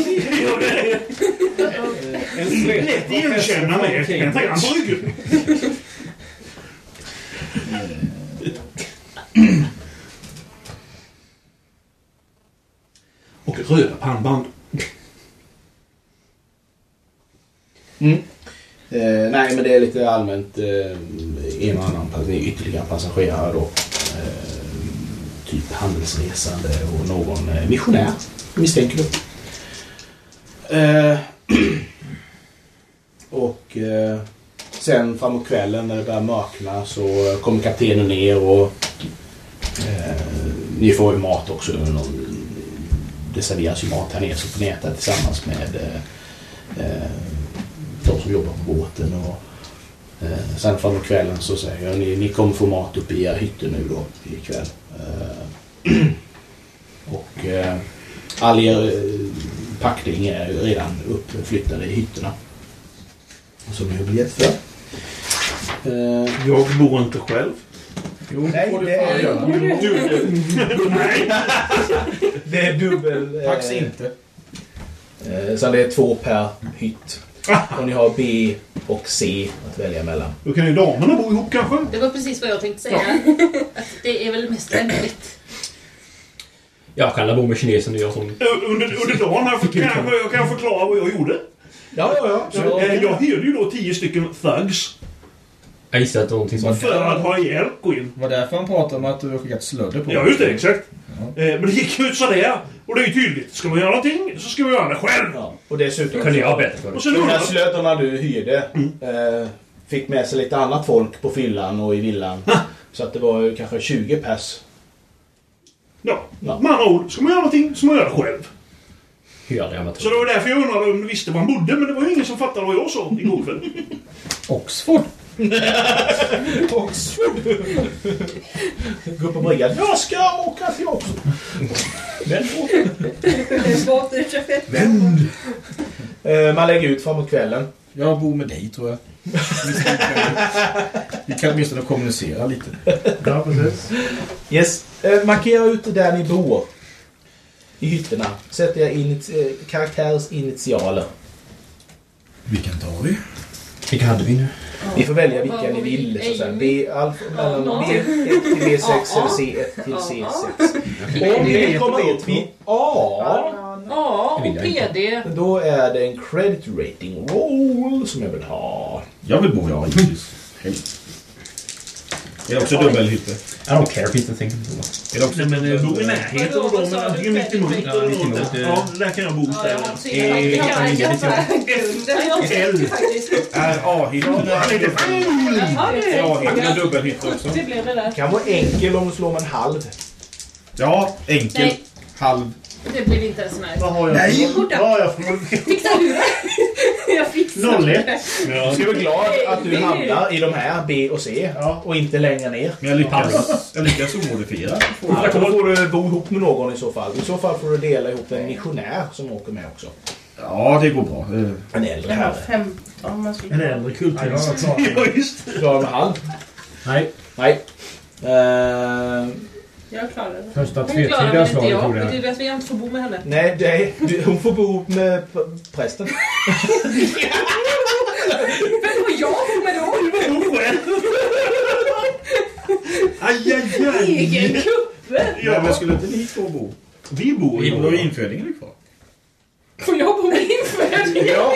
Speaker 4: lätt igenkännande är redan på ryggen. Och röda pannband.
Speaker 2: Mm. Eh, nej, men det är lite allmänt eh, en och annan pass- ytterligare passagerare då. Eh, typ handelsresande och någon eh, missionär, misstänker du. Eh, [clears throat] och eh, sen framåt kvällen när det börjar mörkna så kommer kaptenen ner och eh, ni får ju mat också. Någon, det serveras ju mat här nere så får ni äta tillsammans med eh, eh, de som jobbar på båten. Och, eh, sen framåt kvällen så säger jag ni, ni kommer få mat uppe i era hytter nu då ikväll. Eh, och eh, all er eh, packning är ju redan uppflyttad i hytterna. Som ni har biljett för. Eh,
Speaker 4: Jag bor inte själv.
Speaker 2: Jo, nej, det
Speaker 4: fan göra.
Speaker 2: dubbel.
Speaker 4: Nej.
Speaker 2: Det är dubbel... eh,
Speaker 28: Pax inte.
Speaker 2: Eh, så det är två per hytt. Och ni har B och C att välja mellan.
Speaker 4: Då kan ju damerna bo ihop kanske?
Speaker 8: Det var precis vad jag tänkte säga. Att det är väl mest lämpligt.
Speaker 3: Jag kan bo med kinesen och jag som...
Speaker 4: Under, under dagen här för, kan, jag, jag kan förklara vad jag gjorde.
Speaker 2: Ja, ja,
Speaker 4: ja. Jag, jag hyrde ju då tio stycken thugs.
Speaker 3: Jag gissar att någonting som...
Speaker 4: För att ha ihjäl Queen.
Speaker 7: var därför han pratade om att du har skickat slödder på
Speaker 4: Ja, just det. Exakt. Eh, Men det gick ju ut sådär. Och det är ju tydligt. Ska man göra någonting så ska man göra det själv.
Speaker 2: Och dessutom...
Speaker 4: Kunde jag ha bett för det.
Speaker 2: Och sen De här slötarna du hyrde
Speaker 4: Mm.
Speaker 2: eh, fick med sig lite annat folk på fyllan och i villan. så att det var ju kanske 20 pers.
Speaker 4: Ja, med andra ord. Ska man göra någonting så man gör det själv.
Speaker 3: Hyrde jag med
Speaker 4: Så det var därför jag undrade om du visste var han bodde. Men det var ju ingen som fattade vad jag sa igår kväll.
Speaker 7: Oxford.
Speaker 2: Oxford! Gå upp på bryggan. Jag ska åka till Oxford!
Speaker 29: Det är svårt i och för sig.
Speaker 2: Vänd! Eh, man lägger ut framåt kvällen.
Speaker 7: Jag bor med dig tror jag. Vi kan åtminstone kommunicera lite.
Speaker 6: Ja, precis.
Speaker 2: Yes. Eh, markera ut där ni bor. I hytterna. Sätter jag init- eh, karaktärers initialer.
Speaker 7: Vilken tar vi?
Speaker 2: Vilka hade vi nu? Ni får välja vilka ni vill. Så att säga. B, alf, mellan B1 till B6 eller C1 till C6. Om ni vill komma upp i A.
Speaker 8: Ja,
Speaker 2: Det
Speaker 8: och
Speaker 2: vill jag
Speaker 8: PD.
Speaker 2: Då är det en credit rating roll som jag vill ha.
Speaker 7: Jag vill bo i AI givetvis. Hej. Det [laughs] är också dubbelhytte. I don't care if it's a thing. Är det också
Speaker 4: Nej, men jag bor i närheten av dem, men antingen mitt emot eller
Speaker 7: mitt emot,
Speaker 4: något.
Speaker 7: eh.
Speaker 4: Ja, där kan jag bo
Speaker 7: A-hytten är A-hytten är dubbelhytte också.
Speaker 29: Det blir det där.
Speaker 2: Kan vara enkel om du slår med en halv.
Speaker 7: Ja, enkel.
Speaker 8: Nej.
Speaker 7: Halv.
Speaker 8: Det blir inte ens nära.
Speaker 6: Vad har jag?
Speaker 7: Nej!
Speaker 6: Vad
Speaker 4: [laughs]
Speaker 6: har jag för...
Speaker 8: Fixar du
Speaker 29: [laughs]
Speaker 8: det? Jag fixar
Speaker 2: Noll ett.
Speaker 8: det.
Speaker 2: Du ska vara glad att du hamnar i de här B och C och inte längre ner.
Speaker 7: Men jag lyckas, jag lyckas omodifiera.
Speaker 2: Ja, då får du bo ihop med någon i så fall. I så fall får du dela ihop en missionär som åker med också.
Speaker 7: Ja, det går bra. Eh,
Speaker 2: En äldre
Speaker 29: Det var
Speaker 2: herre.
Speaker 29: 15 man skulle...
Speaker 2: Ja, just det. Klarar med halv?
Speaker 5: Nej.
Speaker 2: Nej. Eh,
Speaker 29: Jag klarar det.
Speaker 5: Första
Speaker 29: Hon
Speaker 5: tvetida
Speaker 29: klarar väl
Speaker 5: slaget
Speaker 29: inte jag.
Speaker 5: gjorde jag.
Speaker 29: Det är därför jag inte får bo med henne.
Speaker 2: nej, det, du- hon får bo ihop med p- prästen.
Speaker 29: Vem var jag bo med då?
Speaker 4: [laughs] Aj, aj,
Speaker 29: Egen
Speaker 4: aj.
Speaker 29: kuppe!
Speaker 7: Ja, men skulle inte ni två bo?
Speaker 4: Vi bor
Speaker 7: Vi
Speaker 4: i
Speaker 7: bor i infödingen kvar.
Speaker 29: Får jag bo med infödingen?
Speaker 7: Ja.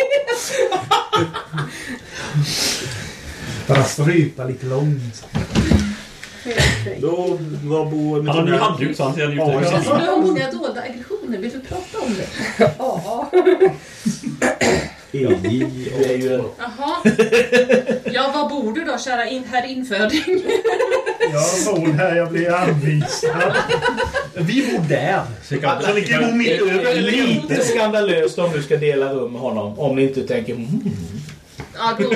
Speaker 29: [laughs]
Speaker 6: Bara strypa lite långt.
Speaker 7: Då var
Speaker 3: Han
Speaker 7: Bo...
Speaker 3: hade ju handduk så han ser ju ut
Speaker 8: Alltså, du har många dolda aggressioner. Vill du prata om det? Ja.
Speaker 2: Det är ju en
Speaker 29: [laughs]
Speaker 8: Jaha. Ja, var bor du då, kära in, herr inföding?
Speaker 6: Jag bor där jag blir anvisad.
Speaker 4: Vi bor där. Så ni kan bo alltså, mitt över.
Speaker 2: lite skandalöst om du ska dela rum med honom. Om ni inte tänker... Mm.
Speaker 8: Ja, då. Då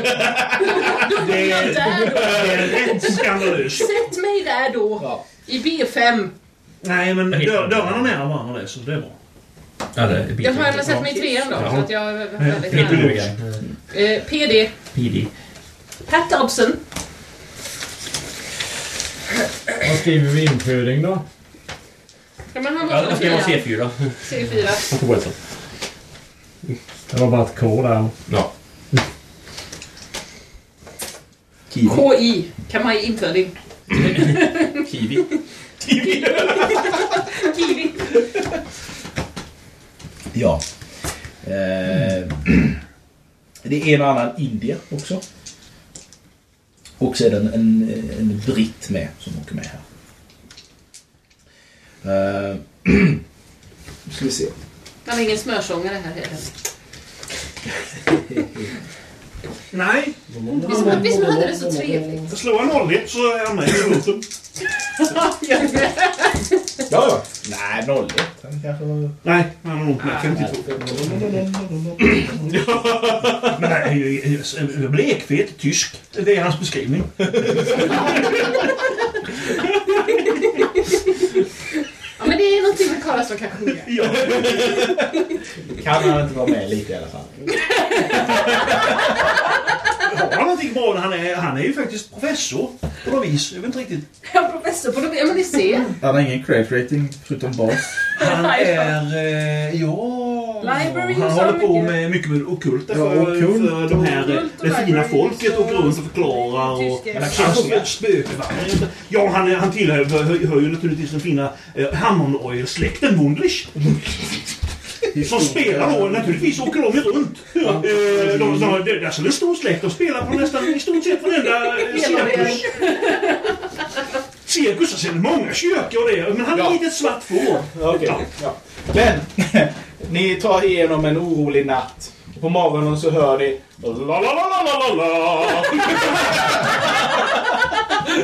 Speaker 8: bor jag där då.
Speaker 4: Det är rätt skandalöst.
Speaker 8: Sätt mig där då. I B5.
Speaker 4: Nej, men dör- dörrarna är nära varandra där, så det är bra.
Speaker 3: Ja, det är
Speaker 8: Jag har ändå sett mig i trean då. Så att jag är väldigt
Speaker 3: Inte
Speaker 8: nära.
Speaker 3: du igen.
Speaker 8: Eh, PD.
Speaker 3: PD.
Speaker 8: Pat Dobson.
Speaker 5: Vad skriver vi inföding då?
Speaker 8: Ja, men han
Speaker 3: Ja,
Speaker 8: var
Speaker 3: då ska jag ha C4.
Speaker 8: C4.
Speaker 3: Och på Wilson.
Speaker 6: Det var bara ett K där.
Speaker 3: Ja.
Speaker 8: KI. Kamaj inföding.
Speaker 3: [laughs] Kiwi.
Speaker 8: Kiwi. Kiwi.
Speaker 20: Ja. Eh, [clears throat] det är en och annan indier också. Och sedan en, en britt med som åker med här. Eh, [clears throat] ska vi se.
Speaker 8: Han är ingen smörsångare här heller.
Speaker 4: Nej.
Speaker 8: Visst var- visst hade det så trevligt?
Speaker 4: Slå en 01 så är han med i låten.
Speaker 20: Ja, ja. Nej, 01. Han kanske var...
Speaker 4: Nej, han har ont med 52. Men han är ju en blekfet tysk. Det är hans beskrivning.
Speaker 8: Ja, men det är någonting med karlar som kan sjunga.
Speaker 20: Kan han inte vara med lite i alla fall?
Speaker 4: Har han någonting bra? Han är, han är ju faktiskt professor på något vis. Jag vet inte riktigt.
Speaker 8: Ja, professor på det. Ja, men ni ser.
Speaker 7: Han har ingen credit rating förutom bas.
Speaker 4: Han är... Eh, ja...
Speaker 8: [laughs] Library
Speaker 4: han
Speaker 8: och så
Speaker 4: håller på
Speaker 8: mycket.
Speaker 4: med mycket med det ockulta
Speaker 7: Ja,
Speaker 4: för,
Speaker 7: ockult
Speaker 4: för de här eh,
Speaker 8: Ockult och
Speaker 4: det fina
Speaker 8: library,
Speaker 4: folket och går runt och förklarar och
Speaker 8: Tyska.
Speaker 4: och spökvandringar. Ja, han, är- han tillhör hör, hör ju naturligtvis den fina eh, Hammond Oil-släkten Wunderlich. Som spelar då, naturligtvis åker de ju runt. Eh, de, de, de, det är alltså en stor släkt. De spelar på nästan i stort sett varenda eh,
Speaker 8: Hela
Speaker 4: cirkus.
Speaker 8: vägen.
Speaker 4: Cirkus, alltså det är många kyrkor det. är, Men han är ett litet svart får.
Speaker 2: Okej, ja. Men [laughs] ni tar igenom en orolig natt. På morgonen så hör ni... La, la, la, la, la, la, la.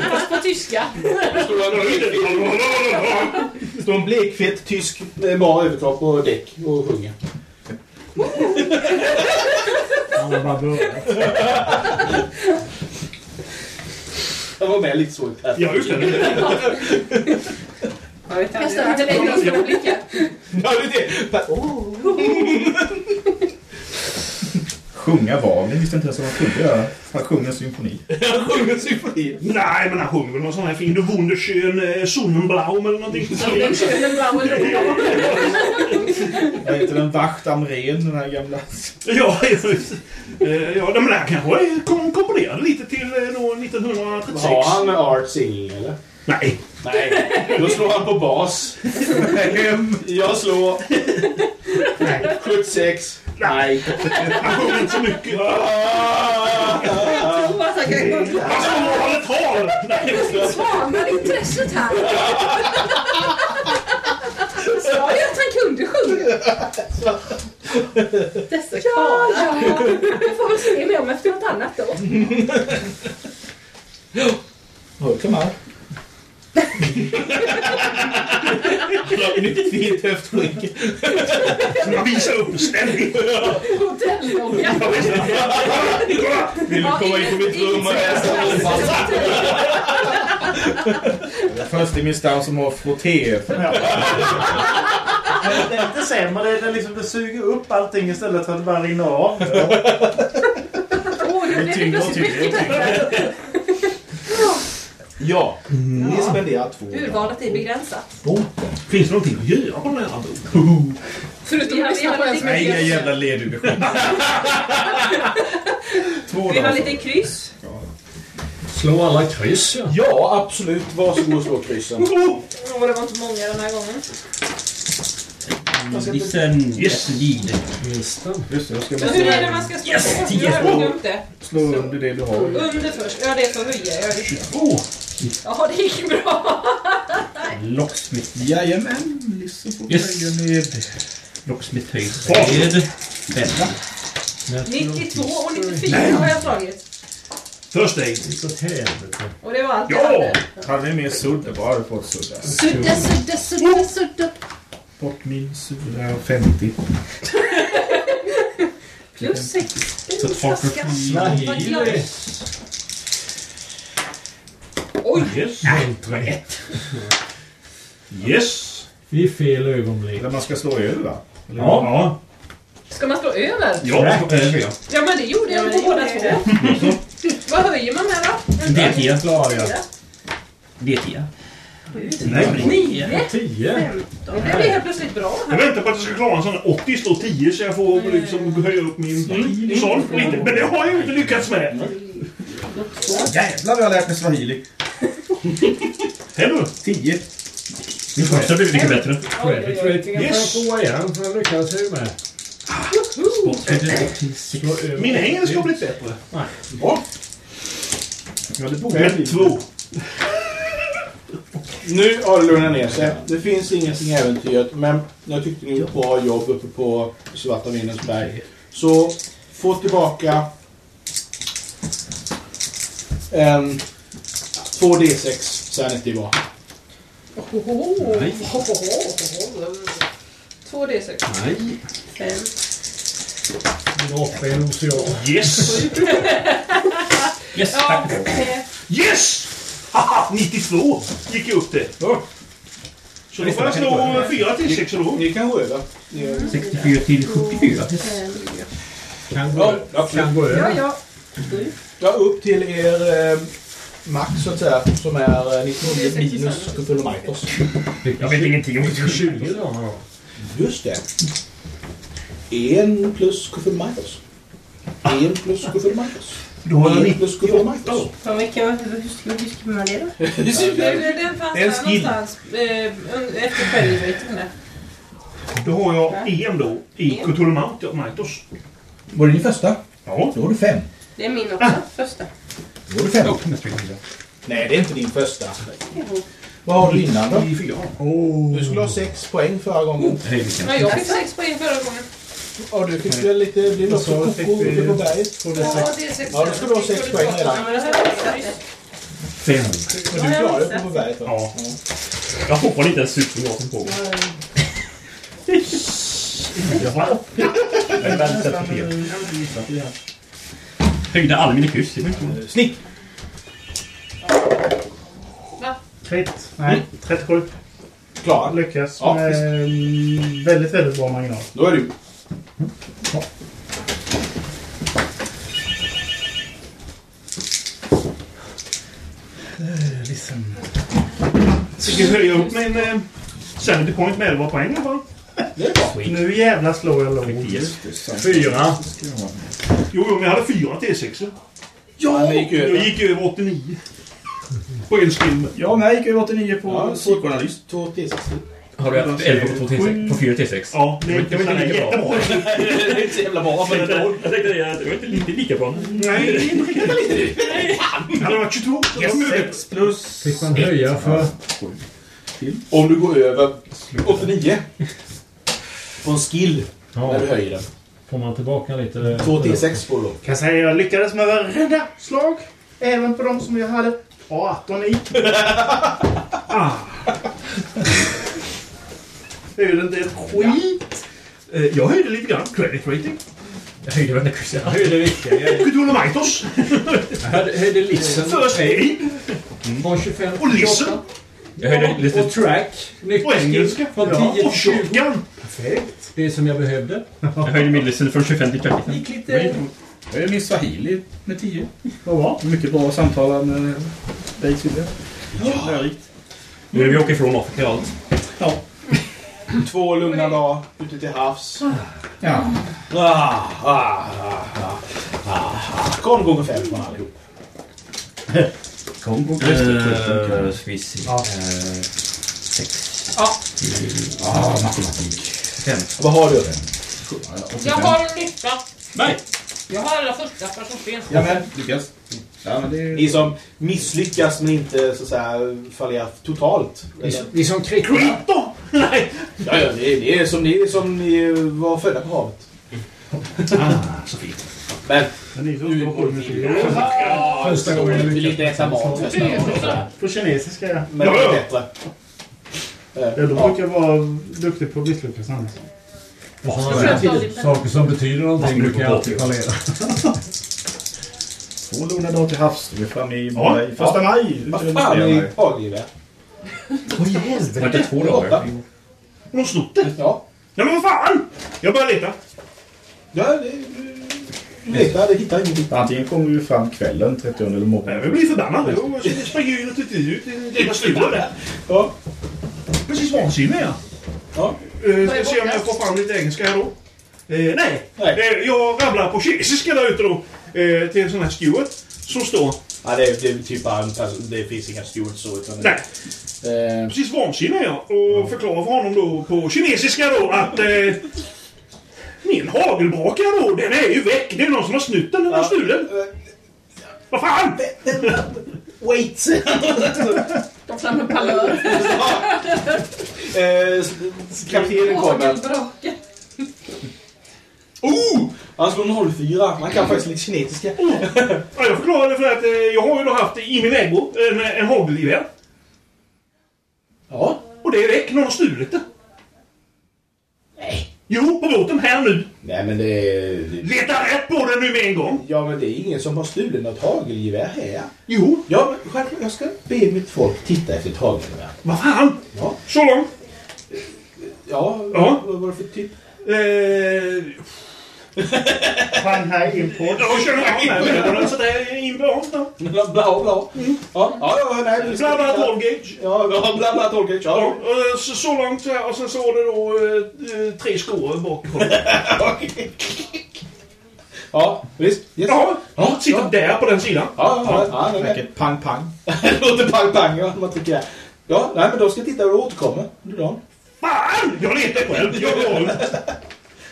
Speaker 8: Fast på tyska.
Speaker 2: Det står en blekfet tysk eh, bar överkropp och däck och sjunger.
Speaker 6: Han har bara börjat.
Speaker 2: Jag var med lite så.
Speaker 4: Ja, just det.
Speaker 8: Kastar han längre in sina blickar.
Speaker 2: Ja, det är det. Åh.
Speaker 7: Sjunga Wagner visste inte ens vad han kunde göra. Han sjöng en symfoni.
Speaker 2: Han sjunger symfoni.
Speaker 4: Nej, men han sjunger väl någon sån här fin Du wunderschön eh, Sonnenblaum eller någonting.
Speaker 8: Den könen bra och låg.
Speaker 7: Vad heter den? Wacht Amrén, den här gamla.
Speaker 4: Ja, just det. Eh, ja, men det här kanske är kom komponerade lite till eh, nå 1936.
Speaker 2: Har han med art singing eller?
Speaker 4: Nej.
Speaker 2: Nej, då slår han på bas. Jag slår. Nej. 76. Nej.
Speaker 4: Han sjunger inte så mycket.
Speaker 8: Jag tror att han kan gå.
Speaker 4: Han ska hålla ett tal! Nej,
Speaker 8: Svanar intresset här. Sa jag att han kunde sjunga? Dessa karlar. Ja, ja. Vi får väl se med om efter något annat då.
Speaker 20: Oh, come on.
Speaker 2: Nytt fint höftskynke.
Speaker 4: han visar upp ständigt.
Speaker 8: Hotelllogga.
Speaker 2: Vill du komma in på mitt rum och läsa?
Speaker 7: Först i min stam som har frotté.
Speaker 6: Det är inte sämre. Det, liksom, det suger upp allting istället för att det bara rinna [laughs] av.
Speaker 8: Åh, nu blev det plötsligt mycket pengar.
Speaker 20: Ja,
Speaker 2: Mm.
Speaker 20: ni spenderar två
Speaker 8: Urvalet är begränsat.
Speaker 4: Finns det någonting att göra på den här bron?
Speaker 8: Förutom att lyssna på en
Speaker 7: Nej, inga jävla ledubesked. Två
Speaker 8: Vi har
Speaker 7: dagar.
Speaker 8: lite kryss.
Speaker 5: Slå alla kryss, ja.
Speaker 2: Ja, absolut. Varsågod och slå kryssen.
Speaker 8: Åh, det var inte många den här gången.
Speaker 3: Listen.
Speaker 4: Yes.
Speaker 3: Lead.
Speaker 5: Nästan.
Speaker 7: Just det, jag ska
Speaker 8: Men
Speaker 7: bara
Speaker 8: hur är
Speaker 7: slå,
Speaker 8: det man ska slå?
Speaker 3: Yes,
Speaker 8: på? Jag har
Speaker 3: tio.
Speaker 8: glömt det.
Speaker 7: slå under det du har.
Speaker 8: Under först. Ja, det är för att höja. Jag visste. Ja, det gick bra.
Speaker 3: Locksmith.
Speaker 7: Jajamän, lyssna på
Speaker 3: Yes.
Speaker 7: vägen med...
Speaker 3: Locksmith höjd. Bättre.
Speaker 8: 92 och 94 har jag slagit.
Speaker 4: First aid.
Speaker 5: Så helvete.
Speaker 8: Och det var allt jag
Speaker 4: Ja!
Speaker 8: hade.
Speaker 7: Hade ni mer sudd? Det var det på sudd.
Speaker 8: Sudda, sudda, sudda, sudda.
Speaker 7: Bort min sudd. 50.
Speaker 8: Plus 6.
Speaker 7: Så att folk
Speaker 8: Flaska.
Speaker 5: Nej,
Speaker 8: Vad
Speaker 5: det
Speaker 8: glad.
Speaker 5: är
Speaker 4: Yes.
Speaker 5: inte
Speaker 4: Yes.
Speaker 5: I fel ögonblick.
Speaker 7: Eller man ska slå över va? Eller-
Speaker 4: Ja.
Speaker 8: Ska man slå över?
Speaker 4: Ja.
Speaker 3: Crack.
Speaker 4: eh,
Speaker 8: Ja, men det gjorde jag på båda två. Vad höjer man med då?
Speaker 3: D10
Speaker 8: Fyra.
Speaker 3: D10.
Speaker 8: Nio.
Speaker 5: Tio.
Speaker 8: Då blev det helt plötsligt bra
Speaker 4: Jag
Speaker 8: här.
Speaker 4: väntar på att jag ska klara en sån här 80 slå 10 så jag får liksom höja upp min sån lite. Men det har jag ju inte lyckats med.
Speaker 7: Jävlar vad jag har lärt mig swahili.
Speaker 4: Hello.
Speaker 7: Tio.
Speaker 3: Min första blev mycket bättre.
Speaker 5: Credit ratingen
Speaker 4: Yes.
Speaker 5: får jag på igen. för Jag lyckades ju med.
Speaker 4: Min engelska har blivit bättre.
Speaker 5: Nej.
Speaker 4: Ja.
Speaker 7: Ja, det borde jag
Speaker 4: Men
Speaker 7: bli.
Speaker 4: två.
Speaker 2: Nu har det lugnat ner sig. Det finns ingenting äventyret, men jag tyckte ni gjorde ett bra jobb uppe på Svarta Vindens berg. Så få tillbaka en 2D6 Sanity var.
Speaker 8: Nej. 2D6.
Speaker 3: Nej.
Speaker 8: 5.
Speaker 5: Droppe i en ocean.
Speaker 4: Yes!
Speaker 3: Yes,
Speaker 8: Ja,
Speaker 3: tack.
Speaker 8: eh,
Speaker 4: Yes! Haha, 92 gick ju upp det. Så då får jag slå 4 till 6 då.
Speaker 2: Ni kan gå över. Ni är-
Speaker 3: 64 till 74.
Speaker 5: Kan
Speaker 2: Ja,
Speaker 5: gå,
Speaker 2: absolut.
Speaker 5: kan gå
Speaker 8: ja,
Speaker 5: över.
Speaker 8: ja.
Speaker 2: Ja, upp till er eh, max så att säga, som är eh, 1900 minus Cthulhumitos.
Speaker 3: Jag vet ingenting om det.
Speaker 5: 20 då.
Speaker 2: Just det. En plus Cthulhumitos. En plus Cthulhumitos.
Speaker 4: Då har jag
Speaker 2: En plus Cthulhumitos.
Speaker 30: Fan, vilka, hur, hur skriver man det då?
Speaker 8: Den den fanns
Speaker 4: En
Speaker 8: där
Speaker 4: skill.
Speaker 8: någonstans. Eh, un- efter självraten där.
Speaker 4: Då har jag en då. I Cthulhumitos.
Speaker 31: Var det din första?
Speaker 4: Ja.
Speaker 31: Då har du fem.
Speaker 8: Det är min också. Första.
Speaker 31: Då har du fem.
Speaker 2: Nej, det är inte din första.
Speaker 8: Jo.
Speaker 31: Vad har du innan då?
Speaker 2: Du skulle ha sex poäng förra gången.
Speaker 8: Ja, jag fick sex poäng förra gången.
Speaker 2: Ja, du fick väl lite... Det blev också
Speaker 6: så fick
Speaker 2: koko
Speaker 6: vi-
Speaker 2: uppe på berget.
Speaker 8: Ja, det är sex.
Speaker 2: Ja, då ska du ha sex poäng redan.
Speaker 8: Ja, men det här var exakt.
Speaker 3: Fem.
Speaker 2: Men du klarade det uppe på berget va?
Speaker 3: Ja. Jag har fortfarande inte ens superglasen på mig. [laughs] Jag har åtta. Jag är väldigt sett för fel. Höjda allmän i kryss.
Speaker 2: Snick!
Speaker 6: Krit. Nej, 37.
Speaker 2: Klar.
Speaker 6: Mm. Lyckas
Speaker 2: Ja,
Speaker 6: med väldigt, väldigt bra marginal.
Speaker 2: Då är du.
Speaker 4: Ska jag höja upp min eh, sanity point med 11 poäng i alla fall?
Speaker 2: Det är bra.
Speaker 6: Nu jävlar slår jag lågt.
Speaker 3: Fyra.
Speaker 4: Jo, jo, men jag hade fyra T6.
Speaker 2: Ja, det gick
Speaker 4: Jag
Speaker 2: över.
Speaker 4: gick över 89. På en skill.
Speaker 7: Ja, men jag gick över 89 på
Speaker 2: Ja,
Speaker 7: psykoanalys.
Speaker 2: Två till sex.
Speaker 3: Har du haft 11 på 2 T6? På 4 T6?
Speaker 4: Ja,
Speaker 3: Det
Speaker 4: det
Speaker 3: var
Speaker 4: är
Speaker 3: inte lika
Speaker 4: inte
Speaker 3: bra.
Speaker 4: jättebra.
Speaker 2: Det är inte så jävla bra.
Speaker 3: Jag tänkte det, det var inte lite lika bra.
Speaker 4: Nej. Det hade varit 22. Det var möjligt.
Speaker 7: Sex plus...
Speaker 5: Fick man höja för...
Speaker 2: Om du går över 89 på en skill när du höjer den.
Speaker 5: Får man tillbaka lite...
Speaker 2: Två till sex får du då.
Speaker 6: Kan säga jag lyckades med varenda slag. Även på de som jag hade 18 i.
Speaker 4: Ah. Det är inte ett skit. Eh, Jag höjde lite grann. Credit rating.
Speaker 3: Jag höjde varenda kryss jag hade.
Speaker 5: Höjde viktiga
Speaker 4: Cthulhumitos.
Speaker 5: Höjde listen.
Speaker 4: First aid.
Speaker 5: Från 25
Speaker 4: Och listen.
Speaker 3: Jag höjde lite...
Speaker 5: Och track.
Speaker 4: Och engelska.
Speaker 5: Från
Speaker 4: Ja,
Speaker 5: 10
Speaker 4: Och
Speaker 5: till 20.
Speaker 4: shotgun.
Speaker 5: Det som jag behövde.
Speaker 3: Jag höjde medelsen från 25 till 35.
Speaker 5: Gick lite...
Speaker 7: Jag är min swahili med 10. Vad bra. Mycket bra samtal med dig Sylvia. Ja. Lärorikt.
Speaker 3: Nu är vi åker ifrån Afrika och allt.
Speaker 2: Två lugna dagar ute till havs.
Speaker 7: Ja.
Speaker 2: Ah, ah, ah, ah, ah, ah. Kom gånger fem från
Speaker 3: [laughs]
Speaker 2: allihop.
Speaker 7: Kongo.
Speaker 3: Eh, Ska vi se.
Speaker 6: Ja.
Speaker 3: Eh, Sex.
Speaker 7: Ah, matematik.
Speaker 2: Vad har du?
Speaker 8: Jag har en nytta.
Speaker 3: Nej!
Speaker 8: Jag har alla fusklappar som finns.
Speaker 7: Ja, men lyckas. Ja, men det är...
Speaker 2: Ni som misslyckas men inte så att säga fallerar totalt.
Speaker 5: Vi,
Speaker 2: Eller-
Speaker 5: vi som krigar.
Speaker 4: Då! Nej.
Speaker 2: Ja, ja, det är, det är som ni som ni var födda på havet.
Speaker 4: Ah, så fint.
Speaker 2: Men
Speaker 6: Men ni som
Speaker 2: du
Speaker 6: står på musiken.
Speaker 5: Första
Speaker 2: du
Speaker 5: gången jag
Speaker 2: vill inte
Speaker 5: lyckades.
Speaker 2: äta mat nästa gång.
Speaker 6: På kinesiska.
Speaker 2: Men det är bättre. Eh,
Speaker 6: Ja, de
Speaker 2: ja.
Speaker 6: brukar vara duktiga på att misslyckas annars.
Speaker 5: Och sådana där saker som betyder någonting brukar jag alltid fallera.
Speaker 7: Två lugna dagar till havs. Vi är framme i
Speaker 4: Ja.
Speaker 7: i Eh, första maj.
Speaker 2: Vad fan är hagelgevär?
Speaker 3: Det var inte två
Speaker 2: Åtta.
Speaker 3: dagar.
Speaker 4: Har de snott det?
Speaker 2: Ja.
Speaker 4: Nej men vad fan! Jag börjar leta.
Speaker 2: Ja, det, du, Leta, det hittar ingenting.
Speaker 7: Antingen kommer vi fram kvällen, 30 eller morgonen.
Speaker 4: Jag blir förbannad. Jo, så springer ju ut ut i den jävla stugan där.
Speaker 2: Ja.
Speaker 4: Precis vansinnig jag.
Speaker 2: Ja.
Speaker 4: Eh, Ska se om jag får fram lite engelska här då. Eh, nej, Eh, jag rabblar på kinesiska där ute då. Eh, till en sån här steward som står.
Speaker 2: Ja, det, är- det är typ bara en person. Det finns inga stewards så. Utan
Speaker 4: Nej.
Speaker 2: Eh,
Speaker 4: Precis vansinnig jag. Och förklarar för honom då på kinesiska då att eh, min hagelbraka då, den är ju väck. Det är någon som har snutt den. Den har stulen. Vad fan!
Speaker 2: Wait!
Speaker 8: De fram med palör.
Speaker 2: eh, s- s- kaptenen kommer.
Speaker 8: Hagelbrake.
Speaker 2: Oh! Han slår 04. Han kan faktiskt lite kinesiska.
Speaker 4: Ja, jag förklarade för att eh, jag har ju då haft i min ägo en, en hagelgevär.
Speaker 2: Ja.
Speaker 4: Och det är väck. Någon har stulit det. Nej. Jo, på båten här nu.
Speaker 2: Nej, men det är... det-
Speaker 4: Leta rätt på den nu med en gång.
Speaker 2: Ja, men det är ingen som har stulit något hagelgevär här.
Speaker 4: Jo.
Speaker 2: Ja, men självklart. Jag ska be mitt folk titta efter ett hagelgevär.
Speaker 4: Vad fan?
Speaker 2: Ja.
Speaker 4: Så långt?
Speaker 2: Ja,
Speaker 4: Ja.
Speaker 2: vad var det för typ?
Speaker 4: Eh,
Speaker 6: Shanghai Import.
Speaker 4: jag känner av mig. Så det är inblant då.
Speaker 2: Bla, bla, bla. Ja, ja, ja, nej. vi ska-
Speaker 4: Bla, bla, 12 gauge.
Speaker 2: Ja, ja, bla, bla, 12 gauge. Ja.
Speaker 4: eh, så, så långt eh, och sen så var det då eh, eh, tre skor bakifrån.
Speaker 2: Ja, visst. Yes.
Speaker 4: Ja, sitter där på den sidan.
Speaker 2: Ja, ja, ja. ja, ja.
Speaker 7: Vilket pang-pang.
Speaker 2: Det [laughs] låter pang-pang, ja. Man tycker det. Ja, nej, men de ska titta och återkomma under dagen.
Speaker 4: Fan! Jag letar [laughs] själv. Jag går ut.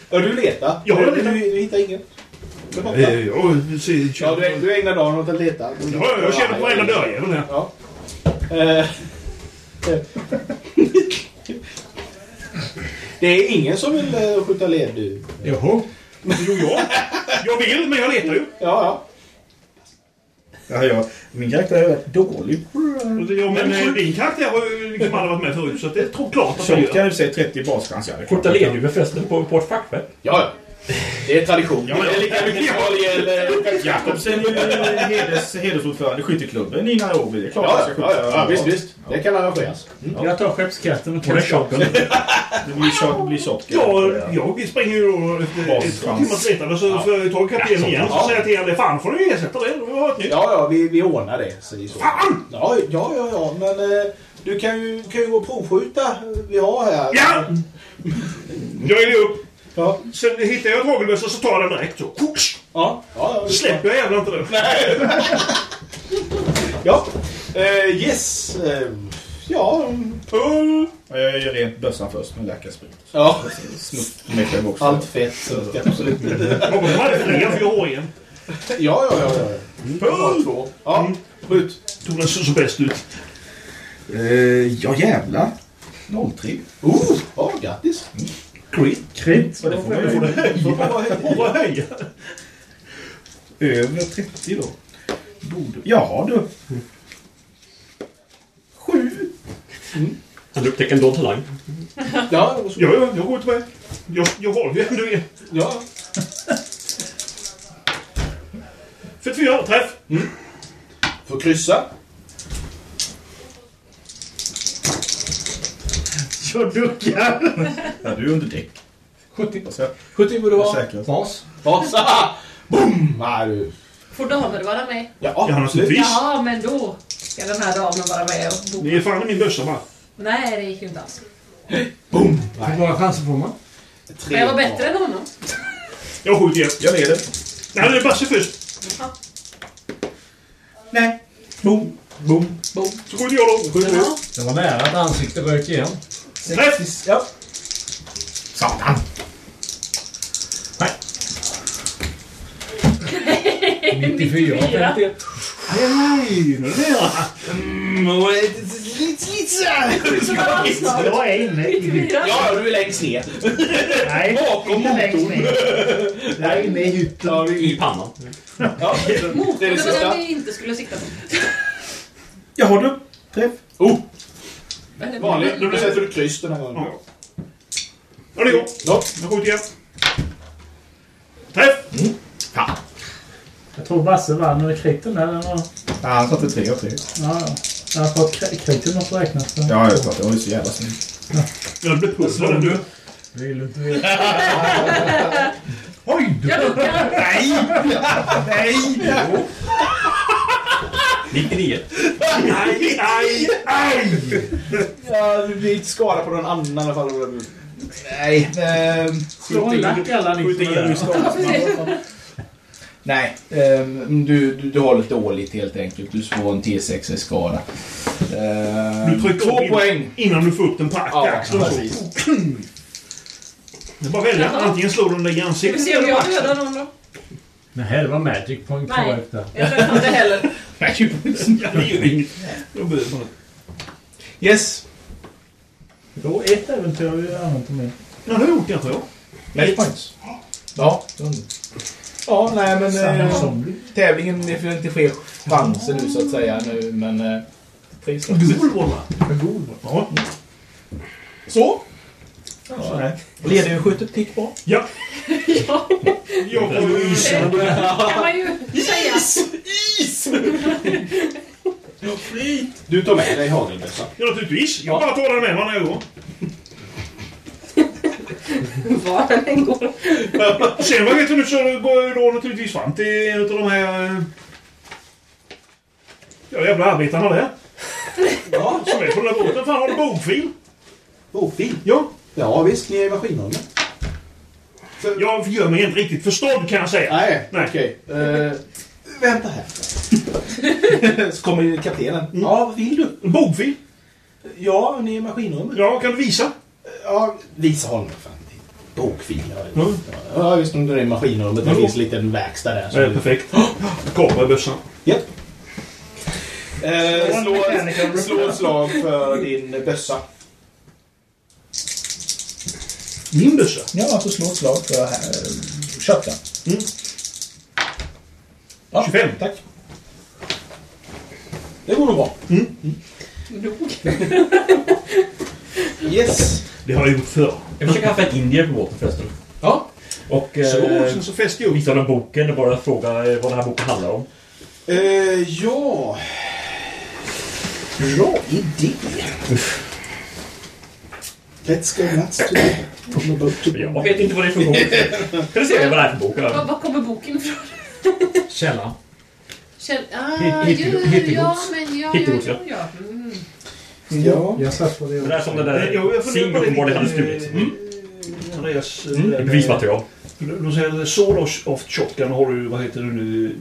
Speaker 2: Ja, du letar.
Speaker 4: Ja, jag
Speaker 2: du,
Speaker 4: letar.
Speaker 2: du, du hittar ingen. Det är borta. Ja, du, äg- du ägnar dagen åt att leta.
Speaker 4: Ja, jag känner på varenda dörrjävel här.
Speaker 2: Ja. Eh, eh. Det är ingen som vill eh, skjuta lerduvor.
Speaker 5: Joho.
Speaker 4: Jo, jag. Jag vill, men jag letar ju.
Speaker 2: Ja, ja.
Speaker 7: Ja, ja. Min karaktär är rätt dålig.
Speaker 4: Ja, men eh, din karaktär har ju liksom aldrig varit med förut, så det är tro- klart att jag
Speaker 7: Shotgun
Speaker 4: gör.
Speaker 7: i och för sig 30 baschans.
Speaker 3: Skjuta lerduvor förresten på, på ett fackskepp.
Speaker 2: Ja, det är tradition. Det är lika mycket håll eller...
Speaker 7: Jakobsen är ju heders, hedersordförande i skytteklubben i Nairobi. Det är klart
Speaker 2: Ja,
Speaker 7: att jag ska
Speaker 2: ja,
Speaker 7: skjuta.
Speaker 2: ja, ja, visst, visst. Det kan arrangeras.
Speaker 6: Jag tar skeppskatten och
Speaker 3: Och det är
Speaker 6: kastar.
Speaker 3: shotgun.
Speaker 7: Det blir shot- det blir shotgun.
Speaker 4: Ja, jag springer ju då efter ett två timmars letande så får jag tag i kaptenen igen. Så
Speaker 2: Ja.
Speaker 4: säger jag till henne, fan får du ersätta det. Vi har ett nytt.
Speaker 2: Ja, ja, vi, vi ordnar det. Så i så.
Speaker 4: Fan!
Speaker 2: Ja, ja, ja, ja, men eh, du kan ju, kan ju gå och provskjuta. Vi har här.
Speaker 4: Ja! Jag är upp.
Speaker 2: Ja.
Speaker 4: Sen hittar jag ett hagelbössa så tar jag den direkt så. Koks!
Speaker 2: Ja, ja, ja,
Speaker 4: Släpper jag jävlar inte den.
Speaker 2: ja. Eh, yes. Eh, ja. mm.
Speaker 7: Ja, Jag gör rent bössan först med läkarsprit.
Speaker 2: ja.
Speaker 7: Smutt mig själv också.
Speaker 2: Allt fett. Så ska jag absolut inte.
Speaker 4: Jag hade fler för jag har en.
Speaker 2: Ja, ja, ja. ja. Jag har två. Ja, skjut.
Speaker 4: Tog den så, så bäst ut.
Speaker 7: Eh, ja, jävlar. 03.
Speaker 2: Oh, ja, grattis.
Speaker 4: Crit.
Speaker 7: Krit.
Speaker 2: Det får man ju
Speaker 4: Vad höja?
Speaker 7: Över 30 då. Borde... Jaha du. Sju.
Speaker 3: Han upptäcker en dold talang.
Speaker 2: Ja,
Speaker 4: Ja, ja, jag går tillbaka. Jag, jag har ju ändå en.
Speaker 2: ja.
Speaker 4: 44 träff.
Speaker 2: Får kryssa.
Speaker 6: Jag duckar.
Speaker 7: Ja, du är under däck.
Speaker 6: 70.
Speaker 7: Alltså,
Speaker 2: 70 borde
Speaker 7: jag är
Speaker 2: vara.
Speaker 7: säkrast.
Speaker 5: Bas.
Speaker 2: [laughs] Vasa! Boom! Nej, du.
Speaker 8: Får damer vara med?
Speaker 2: Ja,
Speaker 4: Ja, naturligtvis.
Speaker 8: Ja, men då ska den här damen vara med och bo.
Speaker 4: Det är fan i min bössa bara.
Speaker 8: Nej, det gick ju inte alls.
Speaker 5: Hur många chanser får man?
Speaker 8: Men jag var bättre än honom.
Speaker 4: Jag skjuter igen.
Speaker 7: Jag leder.
Speaker 4: Nej, det är Basse först.
Speaker 7: Nej. Boom. Boom.
Speaker 4: Så skjuter jag då.
Speaker 2: Skjut nu.
Speaker 5: Det var nära att ansiktet rök igen.
Speaker 4: Träff!
Speaker 2: Ja.
Speaker 7: Satan. Nej.
Speaker 5: 94. 51.
Speaker 4: Nej, nu är det nära.
Speaker 6: Jag är inne i...
Speaker 2: Ja, du är längst ner.
Speaker 6: Nej,
Speaker 2: Bakom
Speaker 6: inte
Speaker 2: [laughs]
Speaker 6: längst ner. Jag är inne i hytten.
Speaker 3: I pannan.
Speaker 8: [laughs]
Speaker 2: Ja, det är
Speaker 8: Det
Speaker 2: det
Speaker 8: var den
Speaker 2: sista.
Speaker 8: vi inte skulle sikta på.
Speaker 7: Jaha du. Träff.
Speaker 2: Oh,
Speaker 8: Men-
Speaker 2: vanligt. Nu sätter du kryss den här gången.
Speaker 4: Ja. Ja, det går.
Speaker 2: Ja.
Speaker 4: Jag skjuter igen. Träff!
Speaker 6: Jag tror Basse vann över kriten där. eller vad?
Speaker 7: Ja, han satte tre av tre.
Speaker 6: Ja, ja. Jag har fått kri- kriten måste räknas. för.
Speaker 7: Ja, jag sa det. Det var ju så jävla snyggt.
Speaker 4: Jag blev pussad ändå.
Speaker 5: Vill du inte veta? Oj! Du.
Speaker 18: Jag duckar.
Speaker 5: Nej!
Speaker 18: Nej!
Speaker 3: 99.
Speaker 2: Aj, aj, aj! Ja, du blir inte skadad på någon annan i alla fall. Nej. ehm,
Speaker 6: Slå en lack alla ni
Speaker 2: skjut
Speaker 6: som är
Speaker 2: in i stånd. Nej, ehm, du, du, du har lite dåligt helt enkelt. Du får en T6 i skada. Ehm,
Speaker 4: Du trycker
Speaker 2: två
Speaker 4: upp in-
Speaker 2: poäng.
Speaker 4: innan du får upp den på
Speaker 2: Ja,
Speaker 4: axeln. så.
Speaker 2: precis.
Speaker 4: Det är bara att välja. Antingen slår du den där i
Speaker 8: Ska vi
Speaker 4: [laughs] ansiktet
Speaker 8: se om
Speaker 4: eller på
Speaker 8: jag
Speaker 4: axeln.
Speaker 8: dödar någon då?
Speaker 5: Nej, det var magic point
Speaker 8: Nej.
Speaker 5: kvar efter.
Speaker 8: Jag dödar inte heller.
Speaker 2: Yes.
Speaker 6: Då ett äventyr har vi använt om er.
Speaker 4: Ja, det har jag gjort kanske jag.
Speaker 2: Magic points. Ja. Ja, nej men eh, tävlingen det får inte ske chanser nu så att säga nu men... Eh, tre slag.
Speaker 4: Gul boll va?
Speaker 2: Gul boll. Så. Lederskjutet gick bra.
Speaker 4: Ja. Jag får ju isen.
Speaker 8: kan man ju
Speaker 2: [laughs]
Speaker 8: säga.
Speaker 2: Is! Du tar med dig hagelbössan.
Speaker 4: Ja, naturligtvis. Jag bara tar den med mig när jag går.
Speaker 8: Var den än går.
Speaker 4: [laughs] Sen vad vet du nu så går jag ju då naturligtvis fram till en av de här... eh, Ja, jävla arbetarna där.
Speaker 2: Ja.
Speaker 4: Som är på den där båten. Fan, har du bogfil?
Speaker 2: Bogfil?
Speaker 4: Ja.
Speaker 2: Ja, visst. Ni är i maskinrummet.
Speaker 4: Jag gör mig inte riktigt förstådd kan jag säga.
Speaker 2: Nej,
Speaker 4: Nej.
Speaker 2: okej. Eh, vänta här. [laughs] Så kommer ju kaptenen. Ja, vad vill du?
Speaker 4: Bogfil?
Speaker 2: Ja, ni är i maskinrummet.
Speaker 4: Ja, kan du visa?
Speaker 2: Ja, visa honom. Fan. Bogfil, ja. Ja, visst. Om du är i maskinrummet. Det
Speaker 4: Mm.
Speaker 2: finns en liten verkstad där.
Speaker 4: Ja, perfekt. Kapa i bössan.
Speaker 2: Japp. Eh, slå, slå ett slag för din bössa.
Speaker 4: Min bössa?
Speaker 32: Ja, alltså slå ett slag för eh, köttet.
Speaker 4: Mm. 25.
Speaker 2: Tack. Det går nog bra. Yes.
Speaker 4: Det har jag gjort förr.
Speaker 3: Jag försöker haffa en indier på båten förresten.
Speaker 2: Ja.
Speaker 3: Och
Speaker 4: Eh,
Speaker 2: Så, sen så
Speaker 4: fäste
Speaker 3: jag visade den boken och bara fråga eh, vad den här boken handlar om.
Speaker 2: Eh, ja. Bra idé. Let's go nuts today.
Speaker 3: Jag vet inte vad det är för bok. Kan du säga vad det är för bok?
Speaker 8: Var, var kommer boken ifrån?
Speaker 5: Källa.
Speaker 8: Kjell...
Speaker 3: Hit-
Speaker 8: Ah,
Speaker 3: hit-
Speaker 8: ju,
Speaker 3: hittegods.
Speaker 8: ja, men ja, ja,
Speaker 3: Hittegods,
Speaker 8: ja.
Speaker 3: ja.
Speaker 8: ja. Mm.
Speaker 2: [laughs] Ja.
Speaker 7: Jag satt på det.
Speaker 3: Det där som den där Sing uppenbarligen hade stulit.
Speaker 6: Mm.
Speaker 4: Mm. Andreas...
Speaker 3: Mm,
Speaker 4: eh,
Speaker 3: bevismaterial.
Speaker 4: De säger att Solos of Shotgun har du, vad heter det nu,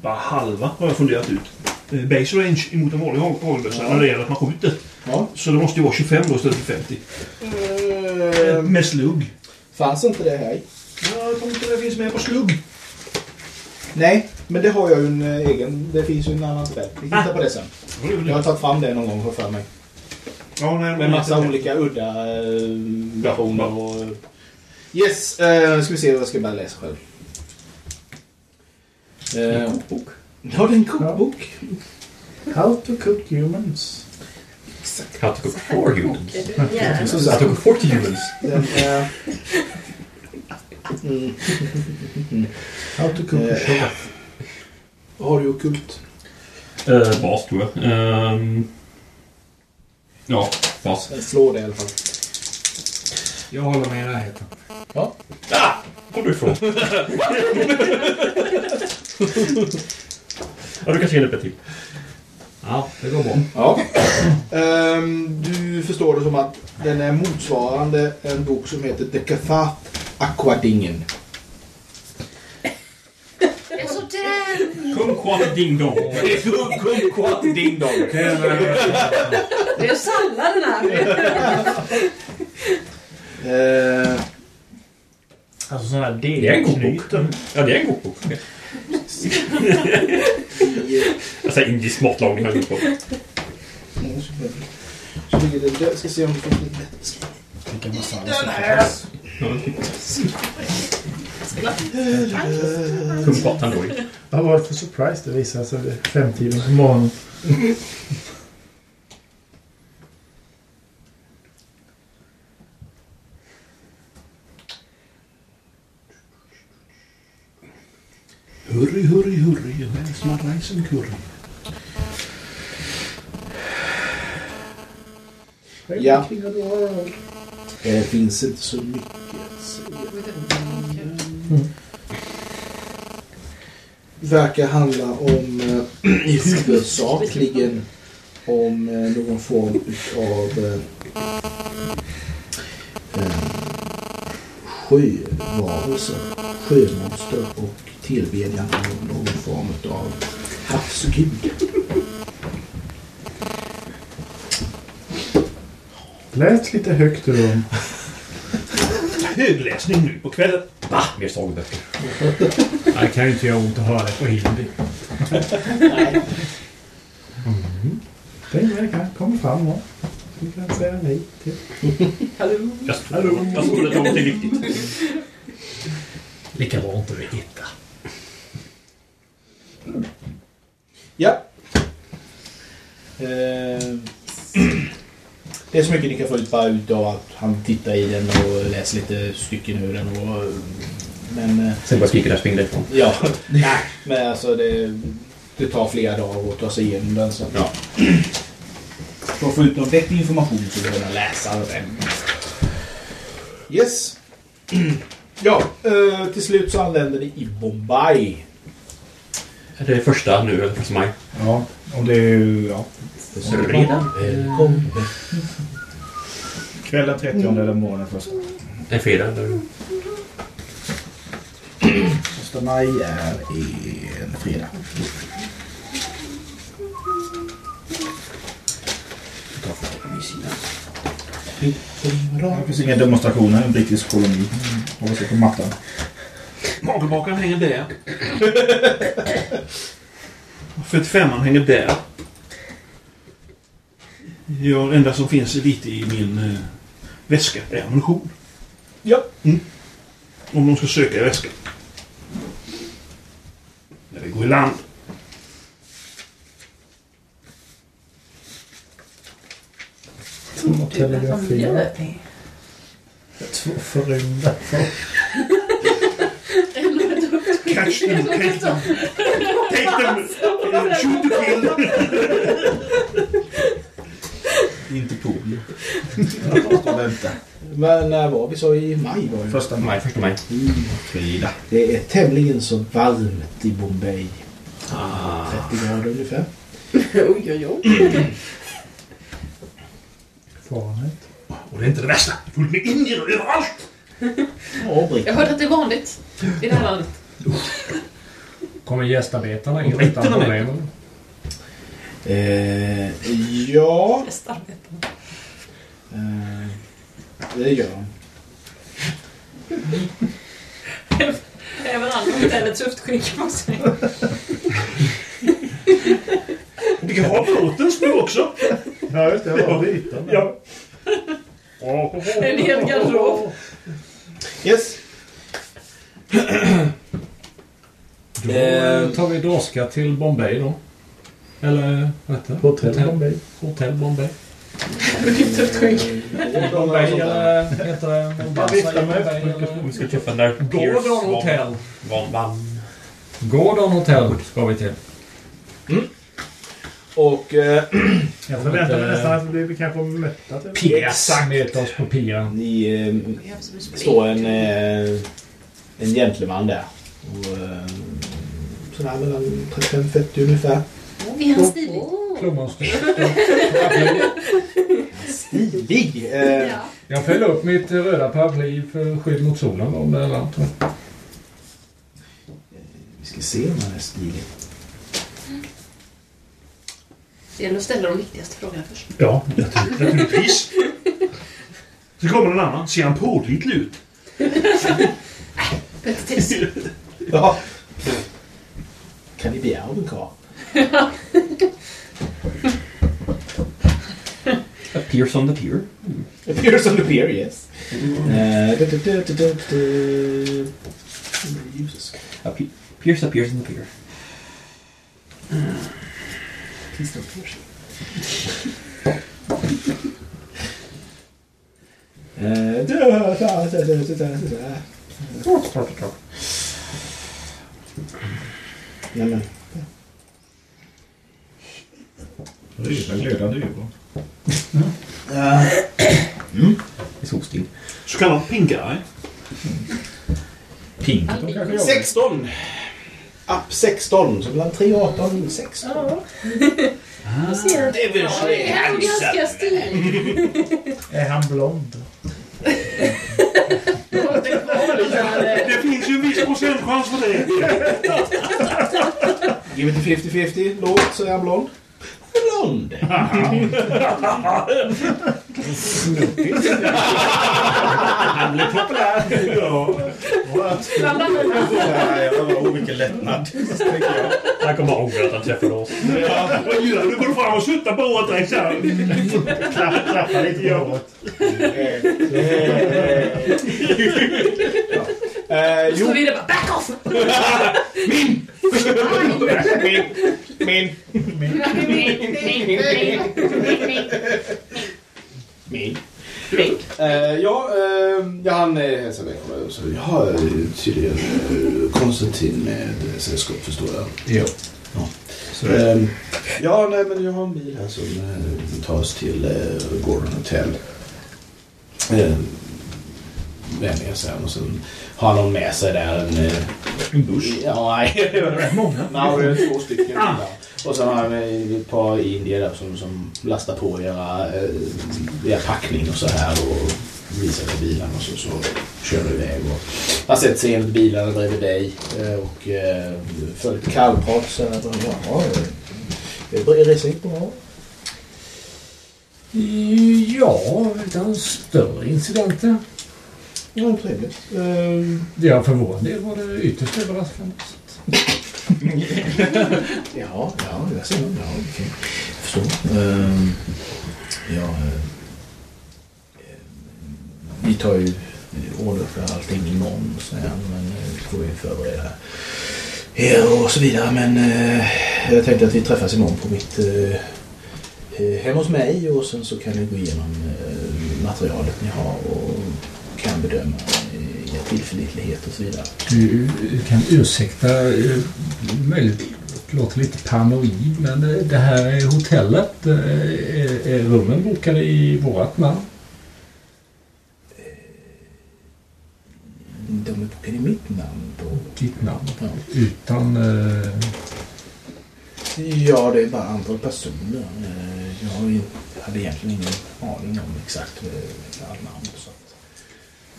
Speaker 4: bara halva har jag funderat ut. Eh, Base range emot en vanlig hagelbössa
Speaker 2: Ja.
Speaker 4: när det gäller att man skjuter.
Speaker 2: Ja.
Speaker 4: Så det måste ju vara 25 då istället för 50.
Speaker 2: Eh,
Speaker 4: Med slugg.
Speaker 2: Fanns inte det här i?
Speaker 4: Jag tror inte det finns med på slugg.
Speaker 2: Nej, men det har jag ju en eh, egen. Det finns ju en annan tabell. Vi tittar på det sen. Jag har tagit fram det någon gång har jag för mig.
Speaker 4: Ja, nej,
Speaker 2: Med massa
Speaker 4: inte-
Speaker 2: olika udda eh, versioner och... Yes, eh, ska vi se. Jag ska bara läsa själv. Eh, kokbok. Ja, det är en kokbok.
Speaker 6: How to cook humans.
Speaker 3: How to cook for humans.
Speaker 8: Ja.
Speaker 3: How to cook for humans.
Speaker 2: Den eh, [laughs] är... Mm.
Speaker 32: How to cook a
Speaker 2: Eh, Vad har du ockult?
Speaker 3: Eh, Bas tror jag. Ehm, Ja, bas.
Speaker 2: Slå det i alla fall.
Speaker 5: Jag håller med dig, heter
Speaker 2: Ja.
Speaker 3: Ah! Kom du ifrån? ja, du kanske hjälper till.
Speaker 5: Ja, det går bra.
Speaker 2: Ja. Ehm, du förstår det som att den är motsvarande en bok som heter Decafat Aquadingen.
Speaker 8: Alltså den!
Speaker 3: Kung Kwan
Speaker 2: [laughs]
Speaker 3: Ding Dong.
Speaker 2: Kumquat Ding Dong.
Speaker 8: Det är sallad den här.
Speaker 2: Eh,
Speaker 6: Alltså sån här
Speaker 3: Det är en kokbok. Ja, det är en
Speaker 5: [laughs]
Speaker 3: kokbok. alltså indisk matlagning har jag gjort på.
Speaker 2: så ligger det där. Ska se om vi får lite bättre skrivning. Den här!
Speaker 3: Kung Kwan Tandoori.
Speaker 6: Vad var det för surprise det visade sig vid femtiden på morgonen?
Speaker 4: Hurry, hurry, hurry. Where's my rice and curry?
Speaker 2: Ja. Eh, Det finns inte så mycket att säga. verkar handla om eh, [clears throat] i huvudsakligen om eh, någon form av eh, eh, sjövarelse, sjömonster och tillbedjan av någon form av havsgud.
Speaker 6: Läs lite högt ur dem.
Speaker 4: Högläsning nu på kvällen.
Speaker 3: Va? Mer sagoböcker.
Speaker 5: Det kan ju inte göra ont att höra det på hindi.
Speaker 6: Den verkar komma fram. va? Vi kan säga nej till.
Speaker 8: Hallå?
Speaker 3: Jag tror jag tror det är något viktigt.
Speaker 5: Lika bra inte vi hittar.
Speaker 2: Ja. Eh, [clears throat] Det är så mycket ni kan få ut bara utav att han tittar i den och läser lite stycken ur den. Och, men... eh,
Speaker 3: Sen bara skriker jag springer därifrån.
Speaker 2: Ja, nej, men alltså det, det tar flera dagar att ta sig igenom den. Så.
Speaker 3: Ja.
Speaker 2: För att få ut någon vettig information så behöver man läsa den. Yes. [clears throat] Ja, eh, till slut så anländer ni i Bombay.
Speaker 3: Är det första nu, eller första maj?
Speaker 7: Ja, om det är ju... Ja.
Speaker 3: Redan?
Speaker 2: Välkommen.
Speaker 7: Kvällen 30 eller morgonen första.
Speaker 3: Det är fredag. eller?
Speaker 7: Första maj är en fredag. Det finns inga demonstrationer, en brittisk koloni. Håller sig på mattan.
Speaker 4: Magelbakaren hänger [laughs] där. 45an hänger där. Ja, det enda som finns är lite i min eh, väska är ammunition.
Speaker 2: Ja.
Speaker 4: Mm. Om de ska söka i väskan. När vi går i land.
Speaker 32: Två telegrafier.
Speaker 8: det?
Speaker 32: Två förrymda folk.
Speaker 4: Catch them, take
Speaker 8: [laughs]
Speaker 4: them. Take them, eh, shoot the kill.
Speaker 7: [laughs]
Speaker 4: [laughs]
Speaker 7: Inte polio.
Speaker 2: Men när var vi så? I maj var det.
Speaker 7: Första maj.
Speaker 3: Första maj.
Speaker 2: Mm.
Speaker 7: Fredag.
Speaker 2: Det är tämligen så varmt i Bombay. 30 grader ungefär.
Speaker 8: Oj, oj, oj.
Speaker 32: Farligt.
Speaker 4: Och det är inte det värsta. Det är fullt med indier överallt.
Speaker 2: Ja,
Speaker 8: Jag hörde att det är vanligt i det här landet.
Speaker 5: Kommer gästarbetarna in
Speaker 3: Britterna
Speaker 5: utan
Speaker 3: med.
Speaker 5: problem?
Speaker 2: Eh, ja,
Speaker 8: Gästarbetarna.
Speaker 2: eh, det gör de.
Speaker 8: Även andra hotellets höftskynke får man säga.
Speaker 4: Vi kan ha båtens nu också.
Speaker 32: Ja, just det. Jag var byten.
Speaker 4: Ja.
Speaker 8: En hel garderob.
Speaker 2: Yes.
Speaker 5: Då eh, tar vi droska till Bombay då. Eller vad heter det?
Speaker 32: Hotell Bombay.
Speaker 5: Hotell Bombay.
Speaker 8: Ditt höftskynke.
Speaker 5: Bombay eller heter det Mombasa i
Speaker 32: viftar med
Speaker 5: Bombay? eller-
Speaker 3: Om vi ska träffa den där... Pierce
Speaker 5: Gordon
Speaker 3: Van-
Speaker 5: Hotel.
Speaker 3: Van, van.
Speaker 5: Gordon Hotel ska vi till.
Speaker 2: Och eh,
Speaker 32: Jag förväntade mig nästan att vi kanske var mötta till
Speaker 5: Piran. Möta oss på Piran.
Speaker 2: ni eh, står en, eh, en gentleman där. Och, eh, sådär mellan 35-40 ungefär.
Speaker 8: Är han stilig?
Speaker 5: Plommonstyr.
Speaker 2: Stilig! Eh,
Speaker 8: Ja.
Speaker 5: Jag fäller upp mitt röda paraply för skydd mot solen om det är varmt.
Speaker 2: Vi ska se om han är stilig.
Speaker 8: Det gäller att ställa de viktigaste frågorna först.
Speaker 4: Ja, natur- naturligtvis. Så kommer en annan. Ser han pålitlig ut?
Speaker 8: Bättre tips.
Speaker 2: Ja. Kan ni begära av en [laughs] karl?
Speaker 3: A Pierce on the pier.
Speaker 2: Appears on the pier, yes. Eh, du- du- du- du- du- du- Jesus.
Speaker 3: A pi- Pierce appears on the pier.
Speaker 2: Please don't pierce you. Eh, du- du- du- du- du- du- Nej, men.
Speaker 7: Röda glödande ögon.
Speaker 3: I solsting.
Speaker 4: Så kallad pink eye.
Speaker 7: Pigg.
Speaker 2: 16! App 16, så mellan 3 och 18, 16.
Speaker 8: Då ser du.
Speaker 2: Det är väl så
Speaker 8: Oj, han är nog
Speaker 2: handsome.
Speaker 8: ganska stilig.
Speaker 32: Är han blond?
Speaker 4: Det finns ju en viss procentchans för det.
Speaker 2: Give it to 50-50. Lågt så är han blond. Blond!
Speaker 18: Han blev populär. Ja.
Speaker 8: Bland annat.
Speaker 7: Åh, vilken lättnad.
Speaker 3: Han kommer ihåg att han träffade oss.
Speaker 4: Vad gör du? Går du fram och suttar på håret direkt så här?
Speaker 32: Klappar lite på håret.
Speaker 2: Eh,
Speaker 8: Så
Speaker 2: jo,
Speaker 8: vi det bara back off!
Speaker 2: min, min, min. Eh, ja, eh, ja, han eh, hälsar mig. Så jag har tydligen eh, Konstantin med eh, sällskap förstår jag.
Speaker 7: Ja.
Speaker 2: Ja.
Speaker 7: Så det-
Speaker 2: Ehm, ja, nej, men jag har en bil här som eh, tar oss till eh, Gordon Hotel. Eh, vänliga sen och sen har han någon med sig där en... Eh, en buss? Ja, nej.
Speaker 7: [laughs]
Speaker 2: Rätt många. Nej, det är två stycken.
Speaker 4: Ah.
Speaker 2: där. Och sen har han eh, ett par indier där som, som lastar på era, eh, era packning och så här och visar er bilen och så, så kör du iväg. Och han sätter sig enligt bilarna bredvid dig eh, och eh, för lite kallprat. Sen att han, jaha, eh, är resan gick bra?
Speaker 5: Ja, utan större incidenter.
Speaker 2: Ja, trevligt. Eh,
Speaker 5: Ja, för vår del var det ytterst överraskande.
Speaker 2: Ja, ja, jag ser det. Ja, okej. Jag förstår. Ehm, ja, eh, vi tar ju order för allting imorgon, säger han. Men eh, får vi förbereda er och så vidare. Men eh, jag tänkte att vi träffas imorgon på mitt eh, eh, hem hos mig och sen så kan ni gå igenom eh, materialet ni har och kan bedöma eh, er tillförlitlighet och så vidare.
Speaker 5: Du eh, kan ursäkta, eh, möjligt låter lite paranoid, men eh, det här är hotellet. eh, Är, är rummen bokade i vårt namn?
Speaker 2: De är bokade i mitt namn på...
Speaker 5: Ditt namn? Utan... eh,
Speaker 2: Ja, det är bara antal personer. Eh, Jag har ju- hade egentligen ingen aning om exakt eh, alla namn. Så att...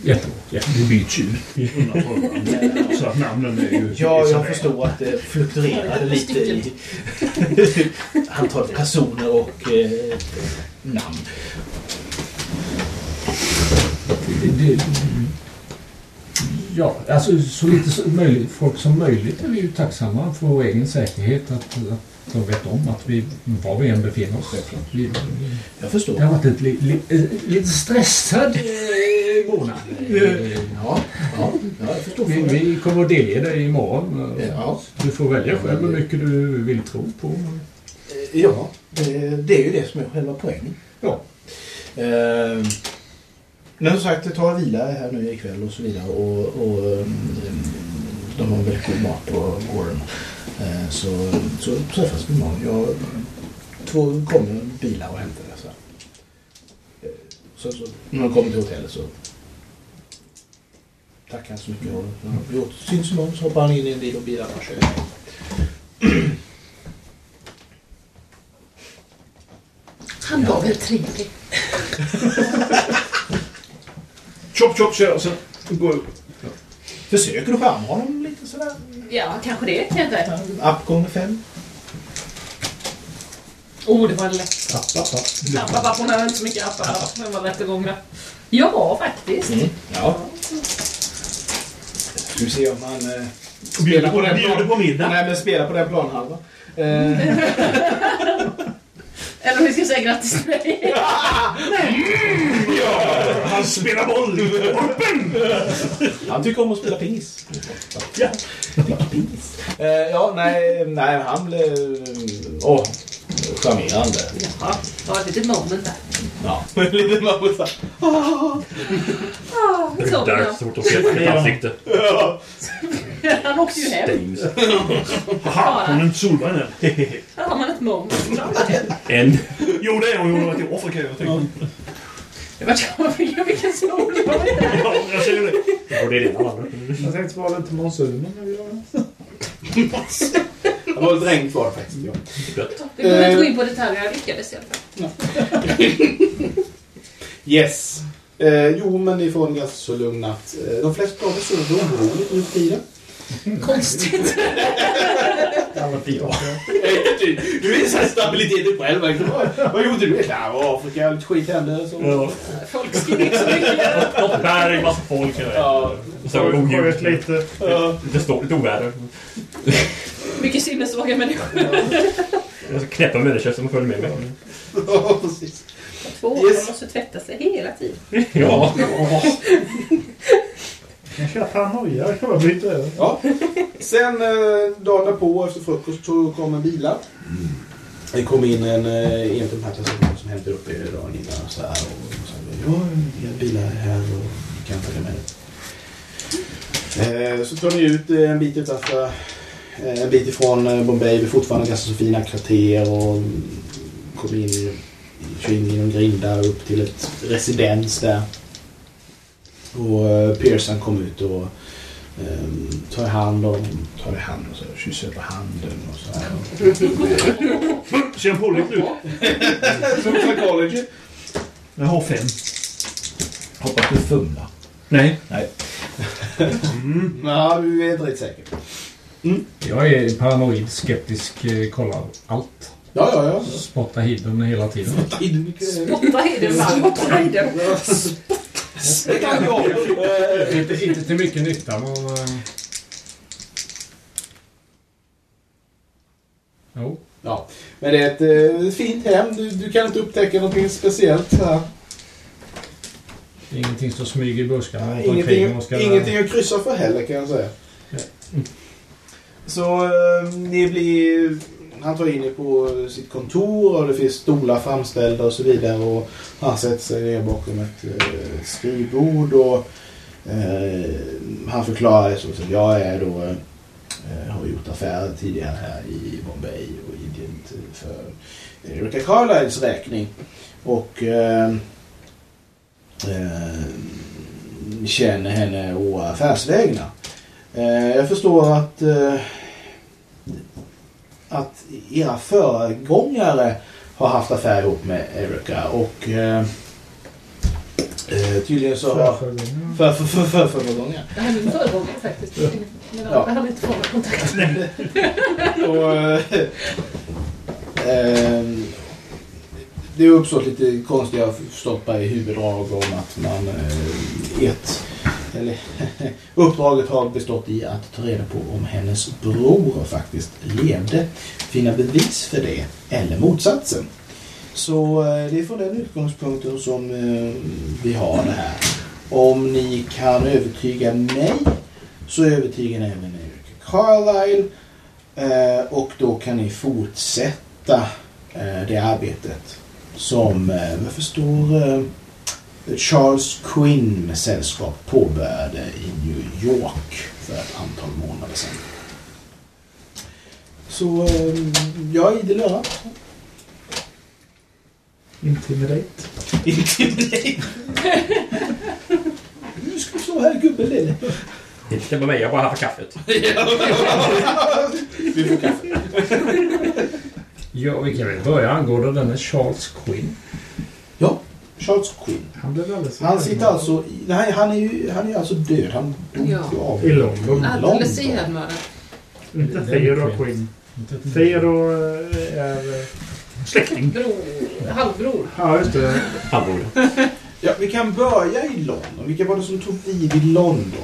Speaker 5: Jättebra.
Speaker 4: Det byts ju ut Så att namnen är ju...
Speaker 2: Ja, jag förstår att det fluktuerade lite i [laughs] antal personer och eh, namn.
Speaker 5: det, ja, alltså så lite som möjligt, folk som möjligt är vi ju tacksamma för vår egen säkerhet att, att de vet om att vi, var vi än befinner oss. Vi,
Speaker 2: jag förstår.
Speaker 5: Det har varit ett li, li, eh, lite stressad eh, månad.
Speaker 2: Ja, ja, jag förstår.
Speaker 5: Vi, vi kommer att delge dig imorgon.
Speaker 2: Ja.
Speaker 5: Du får välja själv hur mycket du vill tro på.
Speaker 2: Eh, Ja, eh, det är ju det som är själva poängen.
Speaker 5: Ja.
Speaker 2: Eh, men som sagt, det tar vila här nu ikväll och så vidare. Och, och eh, de har väldigt god mat på gården. Eh, så, så träffas vi imorgon. Jag, två kommer bilar och hämtar det. Så. här. Eh, Så, så, när de kommer till hotellet så tackar så mycket. Och, ja, vi åter- syns imorgon så hoppar han in i en bil och bilarna kör.
Speaker 8: Han var väl trevlig?
Speaker 4: Chop, chop, kör. Sen går
Speaker 2: Försöker du charma honom lite sådär?
Speaker 8: Ja, kanske det. Kan jag inte.
Speaker 2: App gånger fem.
Speaker 8: Oh, det var lätt.
Speaker 2: App, app, app.
Speaker 8: Appa, appa, hon hade inte så mycket appar. Den var lätt att gångra. Ja, faktiskt.
Speaker 2: Mm. Ja. Ska vi se om han... Eh,
Speaker 4: Bjuder på- bjuder på middag?
Speaker 2: Nej, men spela på den planhalvan. Eh,
Speaker 8: Eller om vi ska säga grattis till dig.
Speaker 4: han spelar boll. Orpen!
Speaker 2: han tycker om att spela pingis. Ja. pingis. Eh, ja, nej, nej, han blev... eh, Åh, charmerande.
Speaker 8: Jaha, det var ett litet moment där.
Speaker 2: Ja, lite mörkt.
Speaker 8: Ah, nu somnar
Speaker 3: Brudar,
Speaker 8: jag.
Speaker 3: svårt att se ett ansikte.
Speaker 8: Han åkte ju hem.
Speaker 4: Haha, hon är inte solbränd än.
Speaker 8: Där har man ett moment.
Speaker 3: En.
Speaker 4: Jo, det är hon. Hon har varit i Afrika. Jag tänkte.
Speaker 8: Det vart jag fick vilken snor det var.
Speaker 4: Ja, jag säger det.
Speaker 3: Ja, det är redan alla.
Speaker 32: Jag tänkte bara lite monsunen när vi gör det.
Speaker 2: Det var ett regn kvar faktiskt. Ja.
Speaker 8: Vi behöver inte gå in på detaljer, jag lyckades i alla fall.
Speaker 2: Yes. Eh, jo, men ni får en ganska så lugn natt. Eh, de flesta av er sover oroligt nu för tiden.
Speaker 8: Konstigt.
Speaker 2: Alla fyra. Du visar stabiliteten själv. verkligen. Vad- Vad gjorde du? Ja, det var Afrika, lite skit hände. Så.
Speaker 8: Folk skriver inte så mycket.
Speaker 3: Något berg, massa folk. Ja. Så
Speaker 32: Sköt
Speaker 3: odjur.
Speaker 32: lite.
Speaker 3: Ja. Det står lite oväder.
Speaker 8: Mycket sinnessvaga människor.
Speaker 3: Det är så Knäppa människor som följer med mig.
Speaker 2: Ja, precis.
Speaker 8: Två år, de måste tvätta sig hela tiden.
Speaker 3: Ja.
Speaker 32: Kanske att han nojar. Jag kan bara byta över.
Speaker 2: Ja. Sen eh, dagen därpå efter frukost så kommer bilar. Mm. Det kom in en, eh, en av de här personerna som hämtade upp er dagen innan. Så här, och, och så här, ja, era bilar är här och ni kan följa med. Eh, så tar ni ut eh, en bit utanför, eh, en bit ifrån eh, Bombay. Det är fortfarande ganska så fina kvarter och mm, kommer in i, kör in genom grindar upp till ett residens där. Och eh, Pearson kom ut och Ehm, tar hand om, tar i hand och så kysser på handen och så här. [laughs]
Speaker 4: Ser han pålitlig ut?
Speaker 2: Som psychology.
Speaker 4: Jag har fem.
Speaker 2: Hoppas du fumlar.
Speaker 4: Nej.
Speaker 2: Nej. Mm. Ja, du är direkt säker.
Speaker 5: Jag är paranoid, skeptisk, eh, kollar allt.
Speaker 2: Ja, ja, ja.
Speaker 5: Spottar hidden
Speaker 2: [laughs]
Speaker 5: hela tiden.
Speaker 8: Spotta i den, man. Spotta i den.
Speaker 2: Det kan jag. Eh,
Speaker 5: inte, inte till mycket nytta, men... eh, Jo.
Speaker 2: Ja, men det är ett eh, fint hem. Du, du kan inte upptäcka någonting speciellt här.
Speaker 5: Det är ingenting som smyger i buskarna runt omkring
Speaker 2: Ingenting,
Speaker 5: och ska...
Speaker 2: ingenting att kryssa för heller kan jag säga. Så eh, ni blir... Han tar in er på sitt kontor och det finns stolar framställda och så vidare. Och han sätter sig ner bakom ett eh, skrivbord och eh, han förklarar det som att jag är då... Eh, har gjort affärer tidigare här i Bombay och Indien till- för Erika Carlyles räkning. Och... Eh, eh, känner henne å affärsvägnar. Eh, jag förstår att eh, att era föregångare har haft affär ihop med Erica och eh, eh, tydligen så har... För, för, för, för, förgångare.
Speaker 8: Det här är min föregångare faktiskt. Men
Speaker 2: Ja.
Speaker 8: jag hade inte fått någon kontakt.
Speaker 2: och, eh, eh, det har uppstått lite konstiga stoppar i huvuddrag om att man eh, ett, eller, [laughs] uppdraget har bestått i att ta reda på om hennes bror faktiskt levde. Finna bevis för det eller motsatsen. Så eh, det är från den utgångspunkten som eh, vi har det här. Om ni kan övertyga mig så övertygar ni även Eric Carlisle Eh, och då kan ni fortsätta eh, det arbetet som, eh, vad jag förstår, eh, Charles Quinn med sällskap påbörjade i New York för ett antal månader sedan. Så eh, jag är idel öra.
Speaker 32: Intimidate.
Speaker 2: Intimidate. Nu ska du stå här gubben lille.
Speaker 3: Inte släppa mig, jag är bara här för kaffet.
Speaker 2: Vi får kaffe.
Speaker 5: Ja, vi kan väl börja angående denne Charles Quinn.
Speaker 2: Ja, Charles Quinn.
Speaker 32: Han blev alldeles...
Speaker 2: Han sitter alltså, i- nej, han är ju han är ju alltså död. Han dog ju
Speaker 8: Ja.
Speaker 2: av.
Speaker 32: I London.
Speaker 8: Alldeles ihjälmördad.
Speaker 32: Inte
Speaker 5: Den
Speaker 32: Theodore
Speaker 5: Quinn.
Speaker 32: Quinn.
Speaker 5: Inte ett-
Speaker 32: Theodore eh, är... eh, Släkting.
Speaker 8: Bror, halvbror.
Speaker 32: Ja, just det.
Speaker 3: Hallå.
Speaker 2: Ja, vi kan börja i London. Vilka var det som tog vid i London?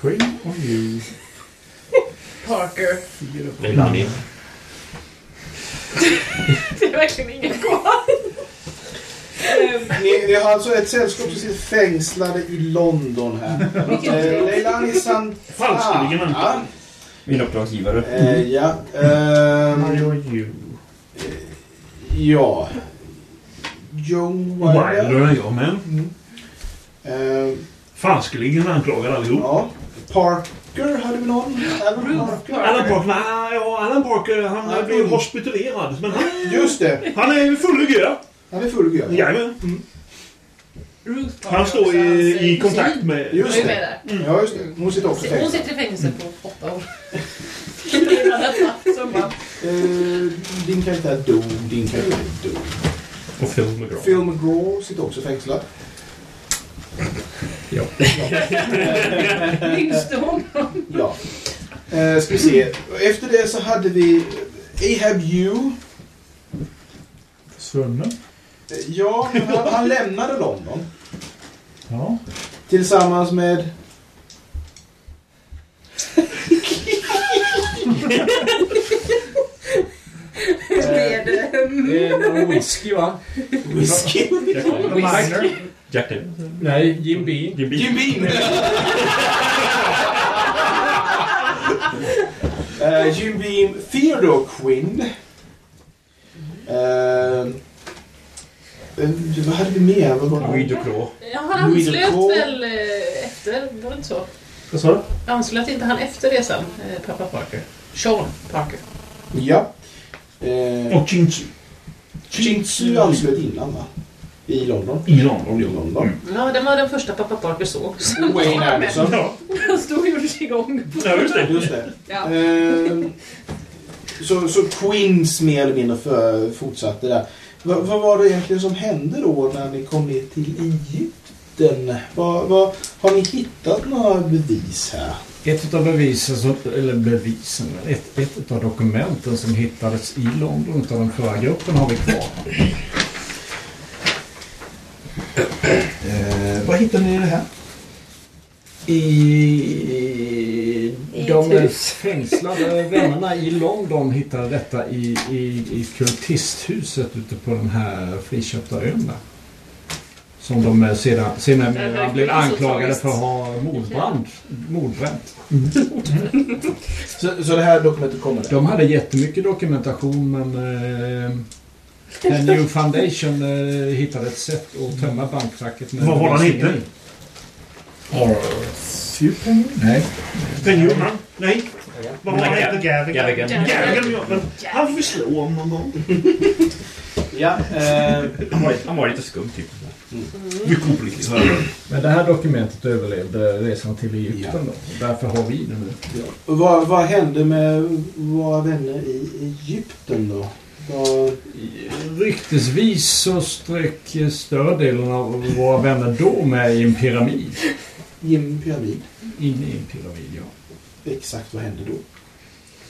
Speaker 32: Quinn och you.
Speaker 8: Parker.
Speaker 3: Det är Danny.
Speaker 8: [laughs] Det är verkligen ingen kvar. Ehm,
Speaker 2: Ni, ni har alltså ett sällskap som sitter fängslade i London här.
Speaker 8: [laughs] Vilket-
Speaker 2: Eh, Leilani Sant...
Speaker 4: Falskeligen
Speaker 2: Ah,
Speaker 3: Min uppdragsgivare.
Speaker 2: eh, Ja. ehm, eh,
Speaker 32: Mario you.
Speaker 2: ja. John Wilder.
Speaker 4: Wilder är jag med.
Speaker 2: Eh,
Speaker 4: Falskeligen anklagad allihop.
Speaker 2: ja. Parker hade vi någon? Alan
Speaker 4: Alan
Speaker 2: Parker.
Speaker 4: Parker, nej, ja, Alan Parker han
Speaker 2: Ja,
Speaker 4: blev
Speaker 2: mm.
Speaker 4: hospitalerad. Men han,
Speaker 2: Just det.
Speaker 4: han är ju full i gö.
Speaker 2: Han är full gubbe.
Speaker 4: Jajamän. Han står i, i kontakt med...
Speaker 8: Just det. Hon är med där.
Speaker 4: Mm. Ja, just det. Hon sitter
Speaker 8: Så Hon sitter i fängelse på åtta [laughs] år. Det är detta som bara...
Speaker 2: Eh, din karaktär dog, din karaktär dog.
Speaker 3: Och Phil McGraw.
Speaker 2: Phil McGraw sitter också fängslad.
Speaker 3: Ja.
Speaker 8: Minns du honom?
Speaker 2: Ja. Eh, ska vi se. Efter det så hade vi Ahab Yu.
Speaker 33: Svunnen?
Speaker 2: Eh, Ja, men han, han lämnade London.
Speaker 33: Ja.
Speaker 2: Tillsammans med...
Speaker 8: Med...
Speaker 34: Det är någon whisky va?
Speaker 2: Whisky?
Speaker 34: Whisky.
Speaker 3: Jack Daniels.
Speaker 34: Nej, Jim Beam.
Speaker 3: Jim Beam.
Speaker 2: Eh, Jim Beam, Theodore Quinn. Eh, eh, vad hade vi mer? Vad var det?
Speaker 3: Louis Duclos.
Speaker 8: Ja, han
Speaker 2: Louis
Speaker 8: anslöt
Speaker 2: Duclos.
Speaker 8: väl eh, efter, var det inte så?
Speaker 2: Vad sa du?
Speaker 8: Anslöt inte han efter resan, eh, pappa Parker? Sean Parker.
Speaker 2: Ja. Eh,
Speaker 4: Och Chinsu.
Speaker 2: Chintzu anslöt innan va? I London.
Speaker 4: I London.
Speaker 2: I London.
Speaker 8: Ja, den var den första pappa Parker såg.
Speaker 2: Wayne Anderson.
Speaker 4: Ja.
Speaker 8: Han stod och gjorde sig igång.
Speaker 2: Just det.
Speaker 8: Ja.
Speaker 2: Ehm, så, så Queens mer eller mindre för, fortsatte där. Va, vad var det egentligen som hände då när ni kom ner till Egypten? Va, va, har ni hittat några bevis här?
Speaker 5: Ett av bevisen, som, eller bevisen, ett, ett av dokumenten som hittades i London av den förra gruppen har vi kvar. Eh,
Speaker 2: Vad hittade ni i det här?
Speaker 5: I...
Speaker 8: I ett
Speaker 5: De
Speaker 8: hus. [laughs]
Speaker 5: fängslade vännerna i London hittade detta i, i, i kultisthuset ute på den här friköpta ön där. Som de eh, sedan,
Speaker 8: Där
Speaker 5: sedan blev
Speaker 8: verkar det så
Speaker 5: anklagade för att ha
Speaker 8: tragiskt.
Speaker 5: mordbrand, mordbränt.
Speaker 2: Så, så det här dokumentet kommer där?
Speaker 5: De hade jättemycket dokumentation men eh, The New Foundation eh, hittade ett sätt att tömma bankfacket med
Speaker 4: Vad var han inte?
Speaker 5: Superman? Nej.
Speaker 4: Den gjorde han. Nej. Vad var han
Speaker 3: Nej,
Speaker 4: hette?
Speaker 3: Gavigan.
Speaker 4: Gavigan.
Speaker 3: Gavigan.
Speaker 4: Gavigan, ja. Men han får vi slå om någon gång.
Speaker 2: Ja, eh,
Speaker 3: Han var, han var lite skum typ.
Speaker 4: Mycket opolitisk.
Speaker 5: Men det här dokumentet överlevde resan till Egypten då. Därför har vi det nu.
Speaker 2: Och Vad, vad hände med våra vänner i Egypten då? Vad,
Speaker 5: Ryktesvis så strök större delen av våra vänner då med i en pyramid.
Speaker 2: I en pyramid?
Speaker 5: Inne i en pyramid, ja.
Speaker 2: exakt vad hände då?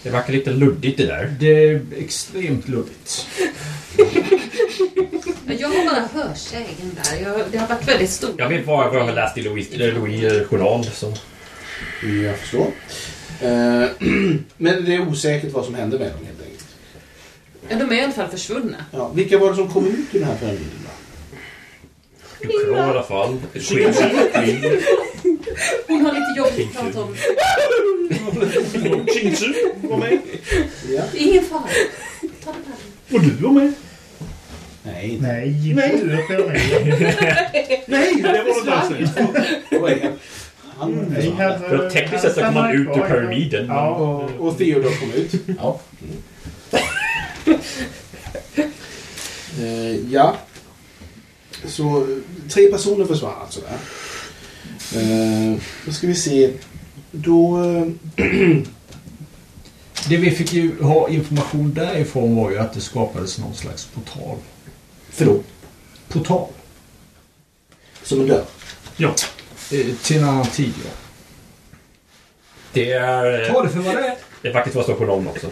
Speaker 3: Det verkar lite luddigt det där.
Speaker 5: Det är extremt luddigt.
Speaker 8: Jag har bara hörsägen där. Jag, det har varit väldigt stort.
Speaker 3: Jag vet vad, vad jag har läst i Louis, eller Louis eh, journal. Så.
Speaker 2: Jag förstår. Eh, [clears throat] men det är osäkert vad som hände med dem helt enkelt.
Speaker 8: Ja, de är i alla fall försvunna.
Speaker 2: Ja, vilka var det som kom ut ur den här pyramiden då?
Speaker 3: Duclos i alla fall. Queen. Queen.
Speaker 8: Hon har lite jobbigt att prata om.
Speaker 4: Chinsu var med.
Speaker 2: Ja.
Speaker 8: Ingen fara. Ta den här.
Speaker 4: Och du var med.
Speaker 2: Nej.
Speaker 6: Nej,
Speaker 4: Nej.
Speaker 6: du är [laughs] pyramid.
Speaker 4: Nej, det var det
Speaker 6: Försvann.
Speaker 4: alls
Speaker 2: Han,
Speaker 6: Nej, han-
Speaker 32: eh,
Speaker 3: Ja, tekniskt sett så kom man ut ur pyramiden.
Speaker 6: Ja,
Speaker 2: och, och Theodor kom ut. Ja. Eh, ja. Så eh, tre personer försvann alltså där. Eh, då ska vi se. Då... eh,
Speaker 5: Det vi fick ju ha information därifrån var ju att det skapades någon slags portal.
Speaker 2: Förlåt?
Speaker 5: Portal.
Speaker 2: Som en dörr?
Speaker 4: Ja.
Speaker 7: Eh,
Speaker 5: Till en annan tid, ja.
Speaker 3: Det är... eh,
Speaker 5: Ta det för vad det är.
Speaker 3: Det är faktiskt vad som står på journalen också.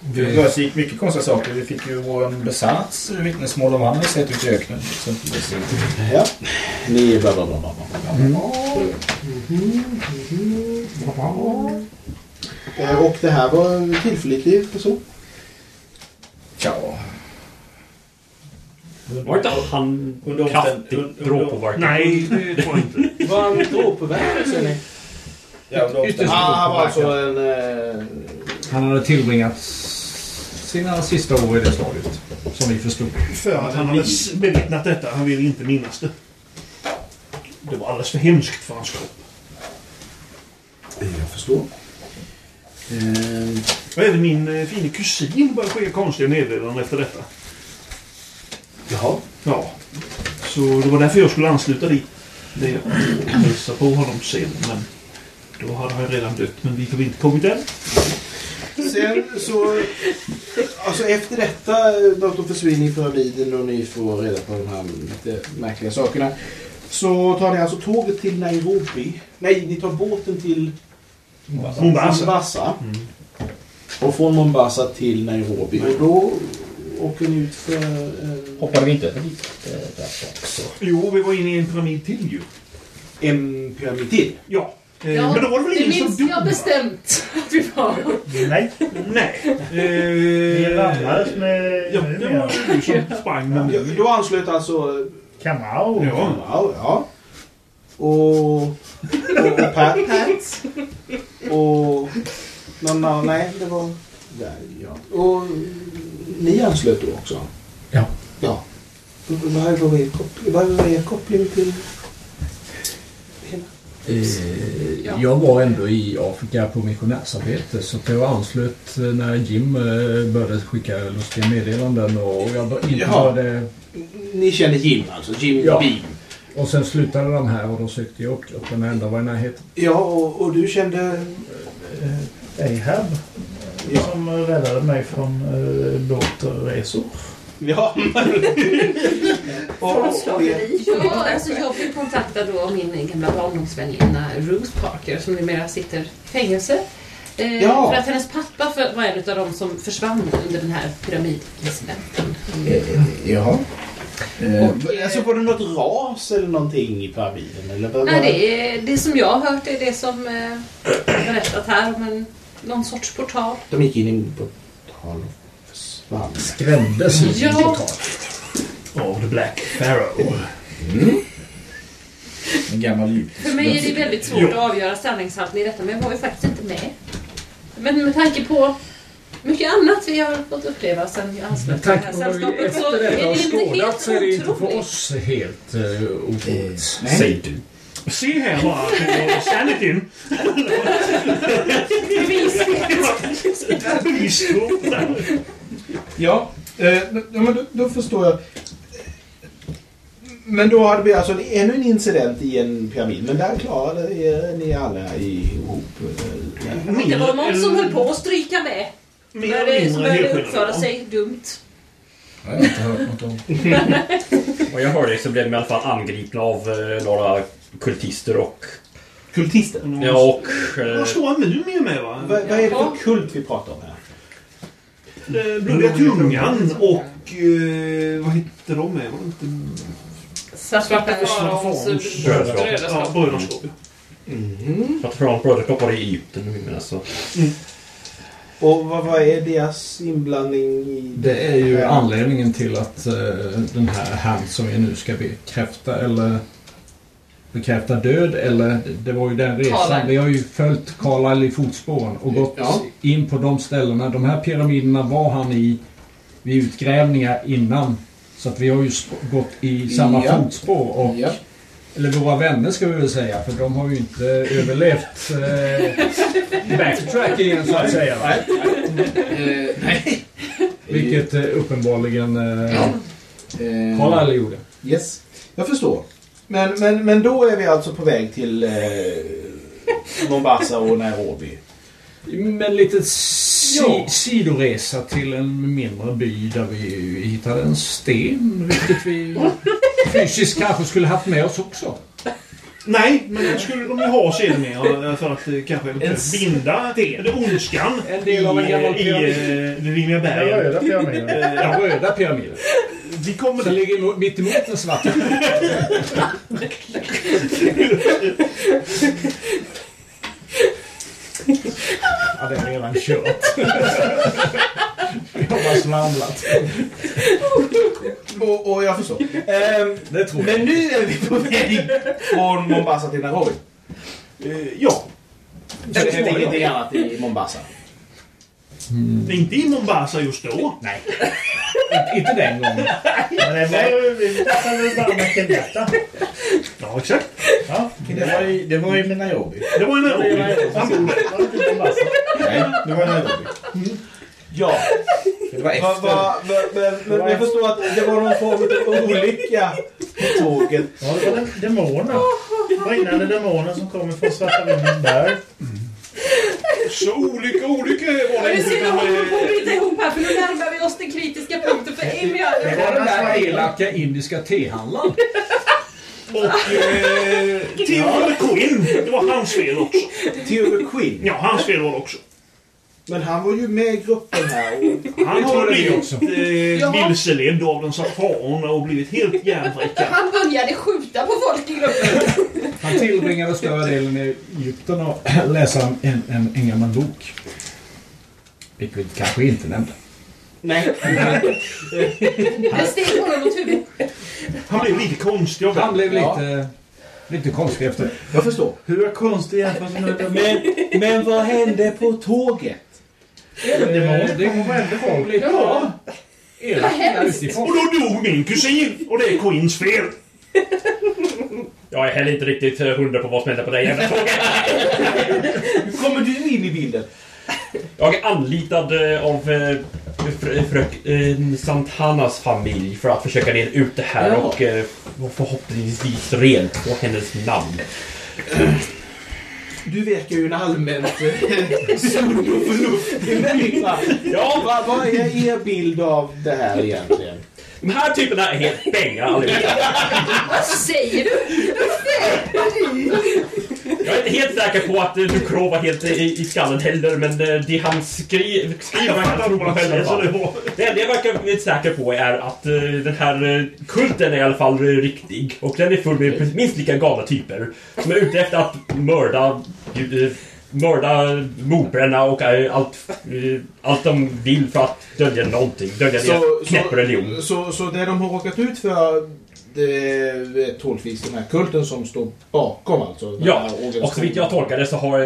Speaker 7: Det försiggick mycket konstiga saker. Vi fick ju Warren Besants vittnesmål om vad han hade sett ut i öknen. exempelvis.
Speaker 2: Ja. Mm. Ni bla bla bla bla bla. bla. Mm-hmm. Eh, Och det här var en tillförlitlig person.
Speaker 7: Ja.
Speaker 3: Var inte han
Speaker 7: Under omstän-
Speaker 3: kraftigt
Speaker 7: under-
Speaker 3: drogpåverkad?
Speaker 4: Nej, det tror jag inte.
Speaker 2: Var han drogpåverkad ser ni?
Speaker 7: Ja, och då-
Speaker 5: Ytterst
Speaker 2: Ah, han var alltså en...
Speaker 5: påverkad.
Speaker 2: Eh,
Speaker 5: Han hade tillbringat sina sista år i det stadiet, som vi förstod.
Speaker 4: För att han hade s- bevittnat detta. Han ville inte minnas det. Det var alldeles för hemskt för hans kropp.
Speaker 2: jag förstår. Eh,
Speaker 4: Och även min eh, fina kusin började skicka konstiga meddelanden efter detta.
Speaker 2: jaha.
Speaker 4: Ja. Så det var därför jag skulle ansluta dit. Det och hälsa på honom sen. Men då hade han redan dött. Men vi hade inte kommit än.
Speaker 2: Sen så... Alltså efter detta, datorn försvinner i pyramiden och ni får reda på de här lite märkliga sakerna. Så tar ni alltså tåget till Nairobi. Nej, ni tar båten till
Speaker 4: Mombasa.
Speaker 2: Mombasa. Och från Mombasa till Nairobi. Och då åker ni ut för... Eh,
Speaker 35: Hoppade vi inte över lite eh, där också?
Speaker 4: alltså, Jo, vi var inne i en pyramid till ju.
Speaker 2: En pyramid till?
Speaker 4: Ja. Eh,
Speaker 8: Ja,
Speaker 4: men då var det väl
Speaker 8: det
Speaker 4: ingen som
Speaker 8: minns
Speaker 4: dog?
Speaker 8: jag bestämt att vi var.
Speaker 4: Nej. Nej. Vi
Speaker 6: rammades
Speaker 4: med... Ja, det var ju du
Speaker 8: [laughs]
Speaker 4: som sprang med
Speaker 2: Ja, då anslöt alltså...
Speaker 6: Kamau.
Speaker 2: Kamau, ja. Och... Och, och Pat Pats. Och... Någon annan, nej, det var... Där, ja. Och ni anslöt då också?
Speaker 5: Ja.
Speaker 2: Ja. Vad var er koppling, vad var er koppling till...
Speaker 5: Eh, Jag var ändå i Afrika på missionärsarbete så att jag anslöt eh, när Jim eh, började skicka lustiga meddelanden och jag bör- inte
Speaker 2: Jaha.
Speaker 5: började...
Speaker 2: Ni kände Jim alltså? Jim
Speaker 5: Ja.
Speaker 2: Beam?
Speaker 5: Och sen slutade de här och då sökte jag upp gruppen och ändå var i närheten.
Speaker 2: Ja, och, och du kände...
Speaker 6: Ahab. Som eh, räddade mig från eh, båtresor.
Speaker 2: Ja.
Speaker 8: Från slaveri. Ja, alltså jag blev kontaktad då av min gamla barndomsväninna Ruth Parker som numera sitter i fängelse. Eh,
Speaker 36: Ja.
Speaker 8: För att hennes pappa för, var en av dem som försvann under den här pyramidgisslan.
Speaker 2: Jaha.
Speaker 8: Och,
Speaker 2: alltså var det något ras eller någonting i pyramiden? Eller vad-
Speaker 8: Nej, det, är, det som jag har hört är det som eh, berättat här om en, någon sorts portal.
Speaker 2: De gick in i en portal och försvann.
Speaker 5: Skrämdes
Speaker 8: i Ja. portal.
Speaker 2: Av the Black Pharaoh.
Speaker 7: En gammal ljud.
Speaker 8: För mig är det väldigt svårt att avgöra sanningshalten i detta, men jag var ju faktiskt inte med. Men med tanke på mycket annat vi har fått uppleva sen jag anslöt
Speaker 5: Med
Speaker 8: till det här
Speaker 5: tanke på vad vi
Speaker 8: sällskapet
Speaker 5: efter
Speaker 8: så är
Speaker 5: detta har
Speaker 8: det inte
Speaker 5: skådat
Speaker 8: helt
Speaker 5: så är det inte för
Speaker 8: otroligt.
Speaker 5: oss helt uh, otroligt.
Speaker 2: Eh,
Speaker 4: nej.
Speaker 5: du.
Speaker 4: Se här bara. Sanityn.
Speaker 2: Ja, eh, ja men då, då förstår jag. Men då hade vi alltså ännu en incident i en pyramid. Men där klarade er ni alla ihop. eh,
Speaker 8: Det var någon som höll på att stryka med. Började, som
Speaker 2: mindre
Speaker 8: började
Speaker 2: helskillnad,
Speaker 8: uppföra
Speaker 2: ja.
Speaker 8: sig dumt.
Speaker 3: Jag har inte hört något om. Vad jag hörde så blev de i alla fall angripna av eh, några kultister och...
Speaker 2: Kultister?
Speaker 7: Mm.
Speaker 3: Ja, och... Eh,
Speaker 4: Vad står han mumier med va?
Speaker 2: Vad, vad är det för kult vi pratar om här?
Speaker 4: Eh, Blodiga tungan och... Eh, vad hette de med? Var det inte...
Speaker 8: Svarta
Speaker 4: Farons
Speaker 8: farons
Speaker 4: brödraskap. Ja, brödraskap.
Speaker 3: för att från bröderskap var det i Egypten om jag menar så.
Speaker 2: Och vad, vad är deras inblandning i...
Speaker 5: Det är ju
Speaker 2: Ja.
Speaker 5: anledningen till att eh, den här han som vi nu ska bekräfta eller bekräfta död eller det var ju den resan.
Speaker 37: Carlisle.
Speaker 5: Vi har ju följt Carlisle i fotspåren och gått
Speaker 37: Ja.
Speaker 5: in på de ställena. De här pyramiderna var han i vid utgrävningar innan. Så att vi har ju sp- gått i samma
Speaker 37: Ja.
Speaker 5: fotspår och eller våra vänner ska vi väl säga för de har ju inte överlevt [laughs] eh, backtrackingen så att säga. va?
Speaker 37: Eh,
Speaker 5: Vilket eh, uppenbarligen eh, Carlisle gjorde.
Speaker 2: Eh, Yes, jag förstår. Men, men, men då är vi alltså på väg till eh, Mombasa och Nairobi.
Speaker 5: Men lite si sidoresa till en mindre by där vi hittade en sten. Vilket vi fysiskt kanske skulle haft med oss också.
Speaker 4: Nej, men det skulle de ju ha sedermera för att eh, kanske eventuellt binda eller ondskan en
Speaker 5: del av en gammal
Speaker 4: i,
Speaker 5: pyramid.
Speaker 4: i eh, Liljeberg.
Speaker 5: Den röda pyramiden. Den röda pyramiden.
Speaker 4: Vi kommer...
Speaker 5: Som ligger mitt emot den svarta.
Speaker 37: Ja, det är redan kört.
Speaker 5: Jag har svamlat.
Speaker 2: Och, och jag förstår.
Speaker 4: [laughs]
Speaker 2: Ehm, men nu är vi på väg från Mombasa till Nairobi.
Speaker 4: Eh, ja.
Speaker 2: Så det hände ingenting annat i Mombasa.
Speaker 4: Mm. Inte i Mombasa just då.
Speaker 2: Nej.
Speaker 5: Inte den gången.
Speaker 6: Men det var ju... Vi pratade väl bara med Kenyatta.
Speaker 4: Ja, exakt.
Speaker 6: Ja,
Speaker 7: Det var ju, det var ju med Nairobi.
Speaker 4: Det var ju Nairobi.
Speaker 7: Han bor Nej, det var Nairobi.
Speaker 2: Ja.
Speaker 7: Det var
Speaker 2: Va, va,
Speaker 7: efter.
Speaker 2: va, men, men jag förstår att det var någon form av olycka på tåget.
Speaker 6: Ja, det var den demonen. Brinnande demonen som kommer från Svarta Vindens berg.
Speaker 4: Så olika olyckor var
Speaker 8: Det
Speaker 4: det
Speaker 8: är synd
Speaker 4: inte.
Speaker 8: att
Speaker 4: men,
Speaker 8: hålla på
Speaker 4: eh,
Speaker 8: att bryta ihop här för nu närmar vi oss den kritiska punkten för Amy. har-
Speaker 5: Det var den där elaka indiska tehandlaren.
Speaker 4: Och eh, Theodore Quinn. Det var hans fel också.
Speaker 2: Theodore Quinn?
Speaker 4: Ja, hans fel var det också.
Speaker 2: Men han var ju med i gruppen här. Och...
Speaker 4: Han har blivit eh,
Speaker 8: Jaha.
Speaker 4: vilseledd av den safaron och blivit helt järnvräckad.
Speaker 8: Han började skjuta på folk i gruppen.
Speaker 5: Han tillbringade större delen i Egypten och läsa en, en, en gammal bok. Vilket vi kanske inte nämnde.
Speaker 2: Nej.
Speaker 8: Det steg honom mot huvudet.
Speaker 4: Han blev lite konstig av
Speaker 5: Han blev lite, lite konstig efter.
Speaker 2: Jag förstår.
Speaker 6: Hur är konstig jämfört med den
Speaker 2: Men, men vad hände på tåget?
Speaker 6: demonen?
Speaker 5: Eh, Det
Speaker 6: kommer
Speaker 5: ändå folk lite
Speaker 4: Ja.
Speaker 5: elaka utifrån.
Speaker 4: Och då dog min kusin och det är Queens fel.
Speaker 3: Jag är heller inte riktigt eh, hundra på vad som hände på den jävla tåget.
Speaker 2: Hur kommer du in i bilden?
Speaker 3: Jag är anlitad eh, av eh, fr- fröken eh, Santanas familj för att försöka reda ut det här
Speaker 2: Ja.
Speaker 3: och eh, förhoppningsvis rent på hennes namn.
Speaker 2: Du verkar ju en allmänt eh, sund och förnuftig människa.
Speaker 3: Ja.
Speaker 2: Vad, vad är er bild av det här egentligen?
Speaker 3: De här typerna är helt bänga allihopa.
Speaker 8: Vad säger du? Vad säger du?
Speaker 3: Jag är inte helt säker på att eh, Ducro var helt i, i skallen heller, men eh, det han skri, skriver
Speaker 4: Jag
Speaker 3: han
Speaker 4: fattar vad
Speaker 3: tror på
Speaker 4: han
Speaker 3: själv i alla
Speaker 4: säger, så det
Speaker 3: fall. Det enda jag verkar vara säker på är att eh, den här eh, kulten är i alla fall eh, riktig. Och den är full med minst lika galna typer. Som är ute efter att mörda... eh, Mörda, mordbränna och eh, allt, eh, allt de vill för att dölja någonting. Dölja deras knäpp religion.
Speaker 2: så, så, så det de har råkat ut för det är troligtvis den här kulten som står bakom alltså? Den här
Speaker 3: Ja, och så
Speaker 2: organisationen.
Speaker 3: vitt jag tolkar det så har,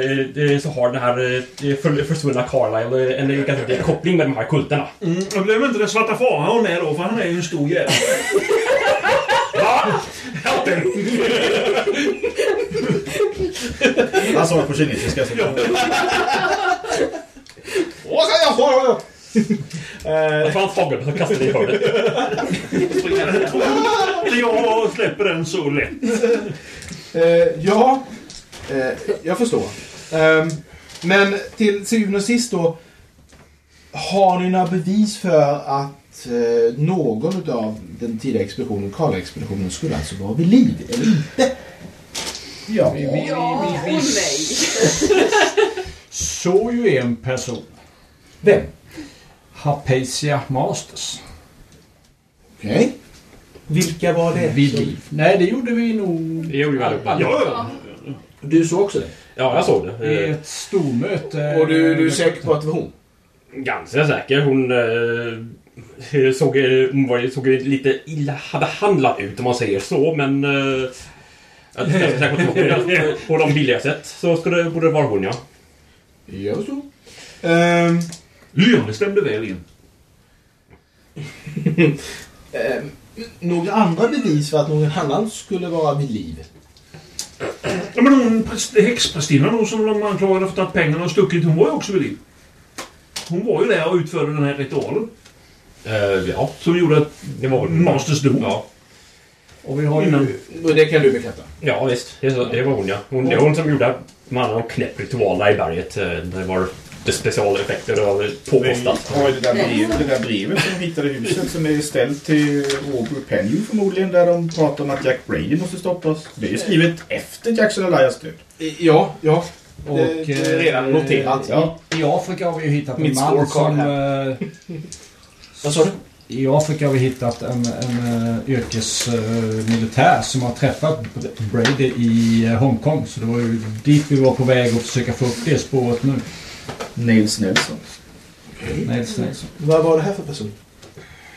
Speaker 3: eh, så har den här eh, för- försvunna Carlisle eh, en ganska direkt koppling med de här kulterna.
Speaker 4: Mm, och glöm inte den svarta faran med då, för han är ju en stor jävel.
Speaker 3: Va? Helpen!
Speaker 7: Han sa det på kinesiska. Så
Speaker 2: Åh, ska jag få
Speaker 3: Jag tror han fångade mig och kastade i hörnet.
Speaker 4: Jag släpper den så lätt.
Speaker 2: Eh, ja, eh, jag förstår. Ehm, men till syvende och sist då. Har ni några bevis för att eh, någon av den tidiga expeditionen, Karla-expeditionen, skulle alltså vara vid liv eller inte?
Speaker 5: Ja, vi, vi, vi,
Speaker 8: Ja,
Speaker 5: vi,
Speaker 8: och nej.
Speaker 5: såg ju en person.
Speaker 2: Vem?
Speaker 5: Hapatia Masters.
Speaker 2: Okej. Vilka var det?
Speaker 5: Vid liv. Nej, det gjorde vi nog...
Speaker 3: Det gjorde vi
Speaker 5: allihopa.
Speaker 2: Du såg också det?
Speaker 3: Ja, jag såg det.
Speaker 5: I
Speaker 3: Eh,
Speaker 5: ett stormöte.
Speaker 2: Och du, du är säker på att det var hon?
Speaker 3: Ganska säker. Hon eh, såg, eh, hon var, ju- såg ju lite illa behandlad ut om man säger så, men... Eh, jag är ganska säker på att hon var det. På de billiga sätt så skulle, borde det vara hon, ja.
Speaker 2: Jag förstår. Ehm,
Speaker 4: Lyone stämde väl in.
Speaker 2: ehm, några andra bevis för att någon annan skulle vara vid liv?
Speaker 4: Ja, men hon präst- häxprästinnan hon som de anklagade för att ha tagit pengarna och stuckit, hon var ju också vid liv. Hon var ju där och utförde den här ritualen.
Speaker 3: Eh, ja.
Speaker 4: Som gjorde att
Speaker 3: Det var väl...
Speaker 4: Masters dog.
Speaker 3: Ja. Mm.
Speaker 5: Och vi har
Speaker 4: Innan.
Speaker 5: ju...
Speaker 2: Och det kan du bekräfta?
Speaker 3: Ja, visst. Det, så, det var hon, ja. Hon, det var hon som gjorde man och knäpp ritualerna i berget. eh, Det var det specialeffekter och det påkostat.
Speaker 7: Vi har ju det där, brevet, det där brevet som de hittade i huset som är ställt till Robert Penny förmodligen där de pratar om att Jack Brady måste stoppas. Det är ju skrivet efter Jackson Elias död.
Speaker 2: Ja, ja.
Speaker 5: Och, eh,
Speaker 7: Ja.
Speaker 5: I Afrika har vi ju hittat en
Speaker 7: Mitt
Speaker 5: man
Speaker 7: scorecard
Speaker 5: som... eh,
Speaker 2: [laughs] Vad sa du?
Speaker 5: I Afrika har vi hittat en, en eh, yrkesmilitär som har träffat Brady i eh, Hongkong. Så det var ju dit vi var på väg att försöka få upp det spåret nu.
Speaker 7: Nils Nelson.
Speaker 5: Nils Nelson.
Speaker 2: Vad var det här för person?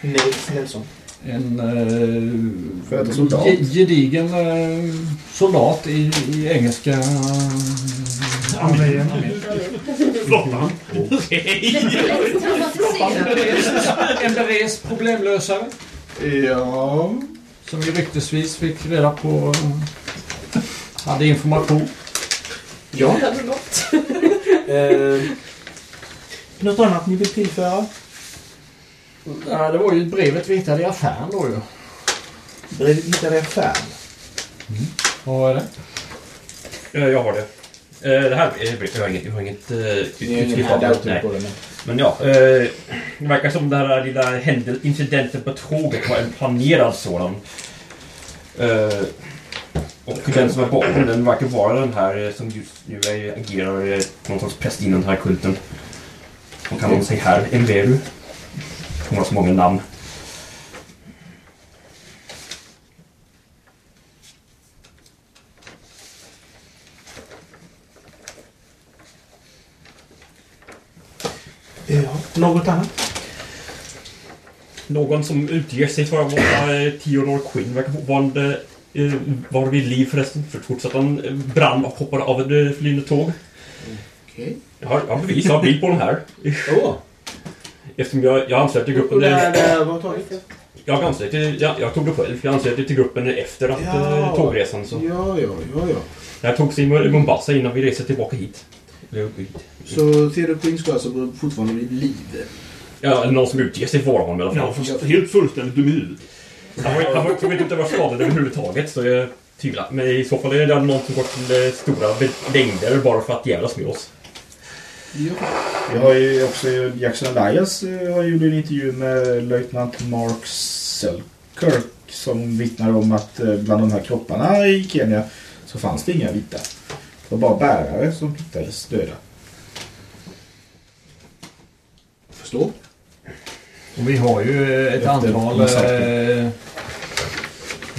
Speaker 2: Nils Nelson.
Speaker 5: En eh,
Speaker 7: För att en soldat.
Speaker 5: ge- gedigen eh, soldat i, i engelska... eh,
Speaker 4: Armén. Flottan.
Speaker 5: En berest problemlösare.
Speaker 2: Ja.
Speaker 5: Som vi ryktesvis fick reda på... eh, Hade information.
Speaker 2: Ja.
Speaker 8: Hade något.
Speaker 2: Eh, något annat ni vill tillföra?
Speaker 5: Ja, det var ju brevet vi hittade i affären då ju.
Speaker 2: Bredvid hittade jag färg.
Speaker 5: Mm. Vad är det?
Speaker 3: Ja, jag har det. Eh, Det här, eh, jag har inget, jag har inget eh,
Speaker 2: ingen
Speaker 3: utskrift av det.
Speaker 2: handout
Speaker 3: Nej.
Speaker 2: på det, men-
Speaker 3: Men ja, eh, det verkar som den här lilla händel- incidenten på tåget var en planerad sådan. Eh, och den som är bakom den verkar vara den här eh, som just nu är- agerar eh, någon sorts präst inom den här kulten. Hon kallar sig här Enveru. Hon har så många namn.
Speaker 2: Ja, något annat?
Speaker 3: Någon som utger sig för att vara eh, Theodore Quinn verkar fortfarande eh, vara vid liv förresten. För fortsatt han eh, brann och hoppade av ett eh, flyende tåg.
Speaker 2: Okej.
Speaker 3: Jag har, jag har bevis, jag har bild på den här.
Speaker 2: Åh.
Speaker 3: Eftersom jag, jag anslöt till gruppen...
Speaker 2: Och där,
Speaker 3: eh,
Speaker 2: där var taget?
Speaker 3: Jag, anslöt till, jag, jag tog det själv. Jag anslöt till gruppen efter att
Speaker 2: Ja.
Speaker 3: eh, tågresan. Så.
Speaker 2: Ja, ja, ja, ja.
Speaker 3: Jag tog sig i Mombasa innan vi reste tillbaka hit. Eller upp hit.
Speaker 2: Så Theodor Quinn ska alltså fortfarande vid liv?
Speaker 3: Ja, eller någon som utger sig för att vara honom i alla fall.
Speaker 2: Ja, fast
Speaker 3: helt fullständigt dum i huvudet. Han var- han var- jag vet inte var skadad överhuvudtaget, så jag tvivlar. Men i så fall är det någon som gått till eh, stora be- längder bara för att jävlas med oss.
Speaker 7: Vi har ju också Jackson Elias eh, han gjorde en intervju med löjtnant Mark Selkirk som vittnar om att eh, bland de här kropparna i Kenya så fanns det inga vita. Det var bara bärare som hittades döda.
Speaker 2: Förstår.
Speaker 5: Och vi har ju eh, ett
Speaker 7: Efter
Speaker 5: antal
Speaker 7: massakern.
Speaker 5: eh,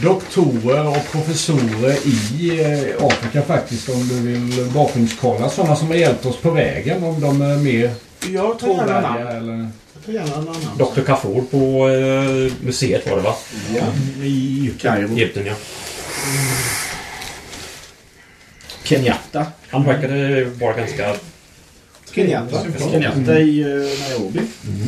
Speaker 5: doktorer och professorer i eh, Afrika faktiskt om du vill bakgrundskolla. Sådana som har hjälpt oss på vägen om de är mer
Speaker 2: Jag tar gärna namn.
Speaker 5: eller...
Speaker 2: Jag tar gärna namn.
Speaker 3: Dr. Kafour på eh, museet var det va?
Speaker 2: Ja.
Speaker 3: I Kairo. Egypten ja.
Speaker 7: Kenyatta.
Speaker 3: Han verkade vara ganska...
Speaker 7: Kenyatta. Kenyatta i eh, Nairobi. Mm.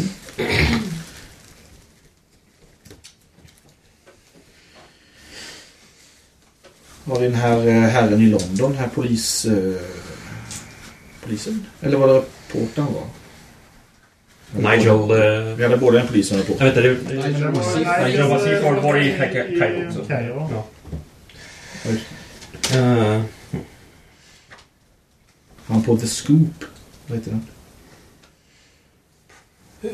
Speaker 7: Var det den här eh, herren i London, den här polis... eh, Polisen? Eller var det reportern var?
Speaker 3: Nigel... eh,
Speaker 7: Vi hade både en polis och en reporter.
Speaker 3: Jag vet inte, det...
Speaker 7: Nigel Wasif.
Speaker 3: Nigel Wasif har varit i Kai- Kairo också.
Speaker 6: Kairo.
Speaker 3: Ja. Eh,
Speaker 7: Han på The Scoop. Vad heter den?
Speaker 2: Eh,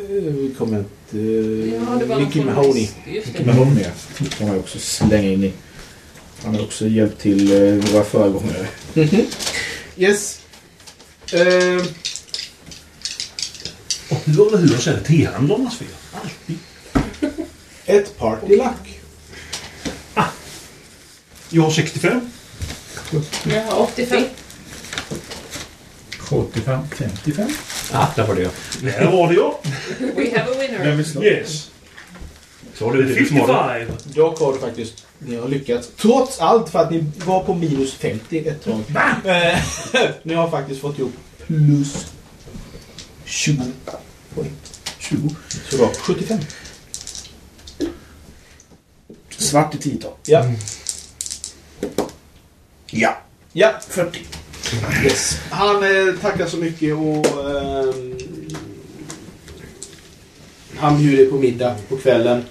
Speaker 2: Kommer inte...
Speaker 8: Ja, det var
Speaker 2: Mickey
Speaker 8: någon
Speaker 2: Mahoney.
Speaker 8: journalist. Just det.
Speaker 7: Vilken behållning jag kan man också slänga in i. Han har också hjälpt till eh, våra föregångare.
Speaker 2: Mhm. Yes. Eh,
Speaker 4: Och hur eller hur så är det tehandlarnas fel.
Speaker 2: Ett partylack.
Speaker 4: Jag har 65.
Speaker 8: Jag har 85.
Speaker 5: 75.
Speaker 7: 55.
Speaker 3: Ah, där var det jag.
Speaker 4: Där var det jag.
Speaker 8: We have a winner.
Speaker 4: Yes.
Speaker 3: Så har du det.
Speaker 4: 55.
Speaker 2: Dock har du faktiskt... Ni har lyckats. Trots allt för att ni var på minus 50 ett tag. Eh, [laughs] ni har faktiskt fått ihop plus 20 poäng.
Speaker 7: 20.
Speaker 2: Så det var 75.
Speaker 7: Svart i tiotal.
Speaker 2: Ja.
Speaker 7: Ja.
Speaker 2: Ja.
Speaker 7: 40.
Speaker 2: Yes. Han eh, tackar så mycket och... ehm, han bjuder på middag på kvällen.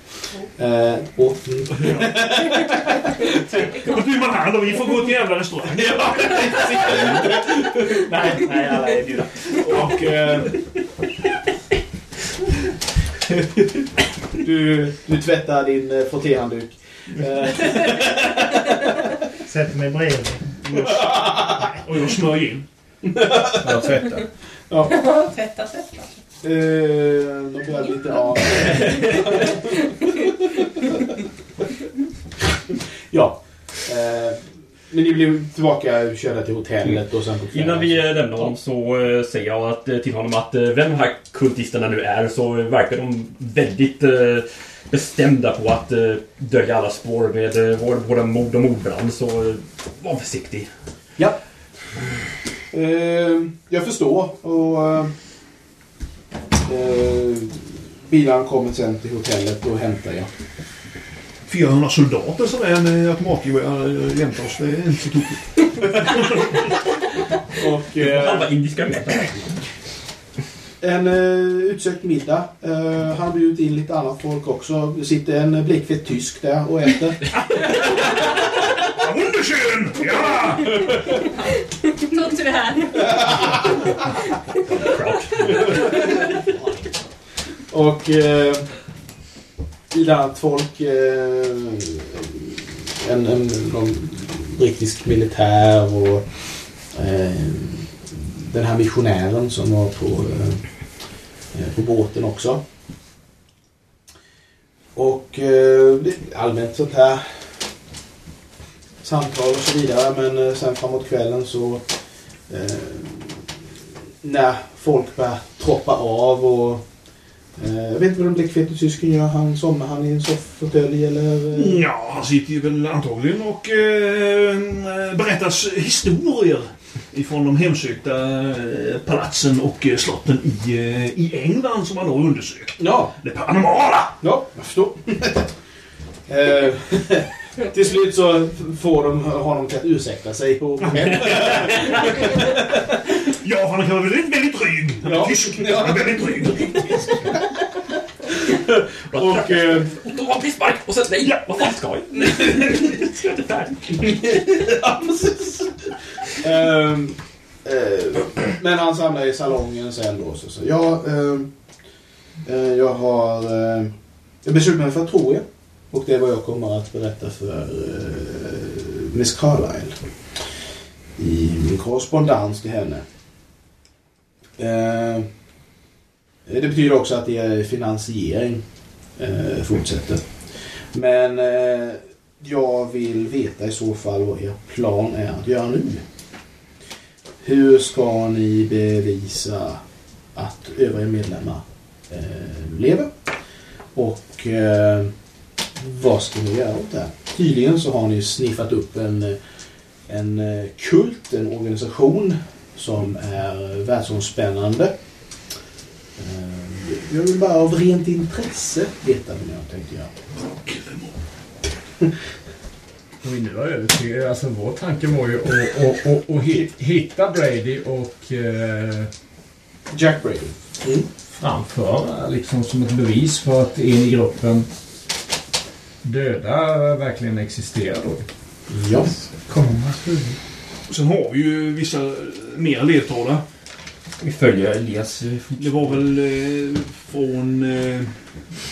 Speaker 2: Eh, och,
Speaker 4: Och du man hand om, vi får gå till jävla restaurang.
Speaker 2: nej, nej, alla är bjudna. Och... Eh, du, du tvättar din eh, frottéhandduk. Eh,
Speaker 6: Sätt mig bredvid.
Speaker 4: Och jag smörjer in.
Speaker 7: Jag tvättar.
Speaker 2: ja,
Speaker 8: Tvätta, tvätta.
Speaker 2: eh, de börjar lite av. ja. Eh, men ni blev tillbaka körda till hotellet och sen på kvällen.
Speaker 3: Innan vi eh, lämnar honom så eh, säger jag att, eh, till honom att eh, vem de här kultisterna nu är så verkar de väldigt eh, bestämda på att eh, dölja alla spår med eh, vår- våra mord och mordbrand. Så eh, var försiktig.
Speaker 2: Ja. Eh, jag förstår. Och, eh, eh, bilen kommer sen till hotellet och hämtar jag.
Speaker 4: 400 soldater som är med automatgevär eh, jämte oss. Det är inte så tokigt.
Speaker 2: Och, eh,
Speaker 3: eh,
Speaker 4: Eh.
Speaker 3: Halva indiska män.
Speaker 2: En eh, utsökt middag. Eh, han har bjudit in lite annat folk också. Det sitter en blickfet tysk där och äter.
Speaker 4: Wunderschön! Ja!
Speaker 8: Tog du det här?
Speaker 2: Och eh, lite annat folk. Eh, en, en någon brittisk militär och eh, den här missionären som var på, eh, eh, på båten också. Och eh, det är allmänt sånt här samtal och så vidare. Men eh, sen framåt kvällen så eh, när folk börjar troppa av och eh, jag vet inte vad den blickfete tysken gör. Han somnar han i en soffåtölj eller? eh,
Speaker 4: Ja, han sitter ju väl antagligen och eh, berättar s- historier ifrån de hemsökta eh, palatsen och eh, slotten i, eh, i England som han har undersökt.
Speaker 2: Ja.
Speaker 4: Det paranormala!
Speaker 2: Ja, jag förstår. Eh, [laughs] Till slut så får de honom till att ursäkta sig och gå hem.
Speaker 4: Ja, han kan vara väldigt, väldigt dryg. Han är tysk. Han är väldigt dryg.
Speaker 2: och... Eh,
Speaker 3: Åh, pisspark! Och sen nej! Vad fan ska jag? Nej, jag ska inte
Speaker 4: [laughs]
Speaker 2: ja, precis. Ehm, eh, men han samlar i salongen sen då. Så, så. Ja, ehm, eh, jag har eh, jag beslutat mig för att tro er. Och det är vad jag kommer att berätta för eh, Miss Carlyle. I min korrespondens till henne. Eh, det betyder också att er finansiering eh, fortsätter. Men eh, jag vill veta i så fall vad er plan är att göra nu. Hur ska ni bevisa att övriga medlemmar eh, lever? Och eh, vad ska ni göra åt det här? Tydligen så har ni sniffat upp en, en eh, kult, en organisation som är världsomspännande. Eh, Jag vill bara av rent intresse veta vad jag tänkte göra.
Speaker 5: Om vi nu har övertygat, alltså vår tanke var ju att, att, att, att hi- hitta Brady och eh,
Speaker 2: Jack Brady. Mm.
Speaker 5: framföra liksom som ett bevis för att en i gruppen döda verkligen existerar då.
Speaker 2: Ja.
Speaker 4: Sen har vi ju vissa eh, mer ledtrådar.
Speaker 3: Vi följer Elias.
Speaker 4: Det var väl eh, från eh,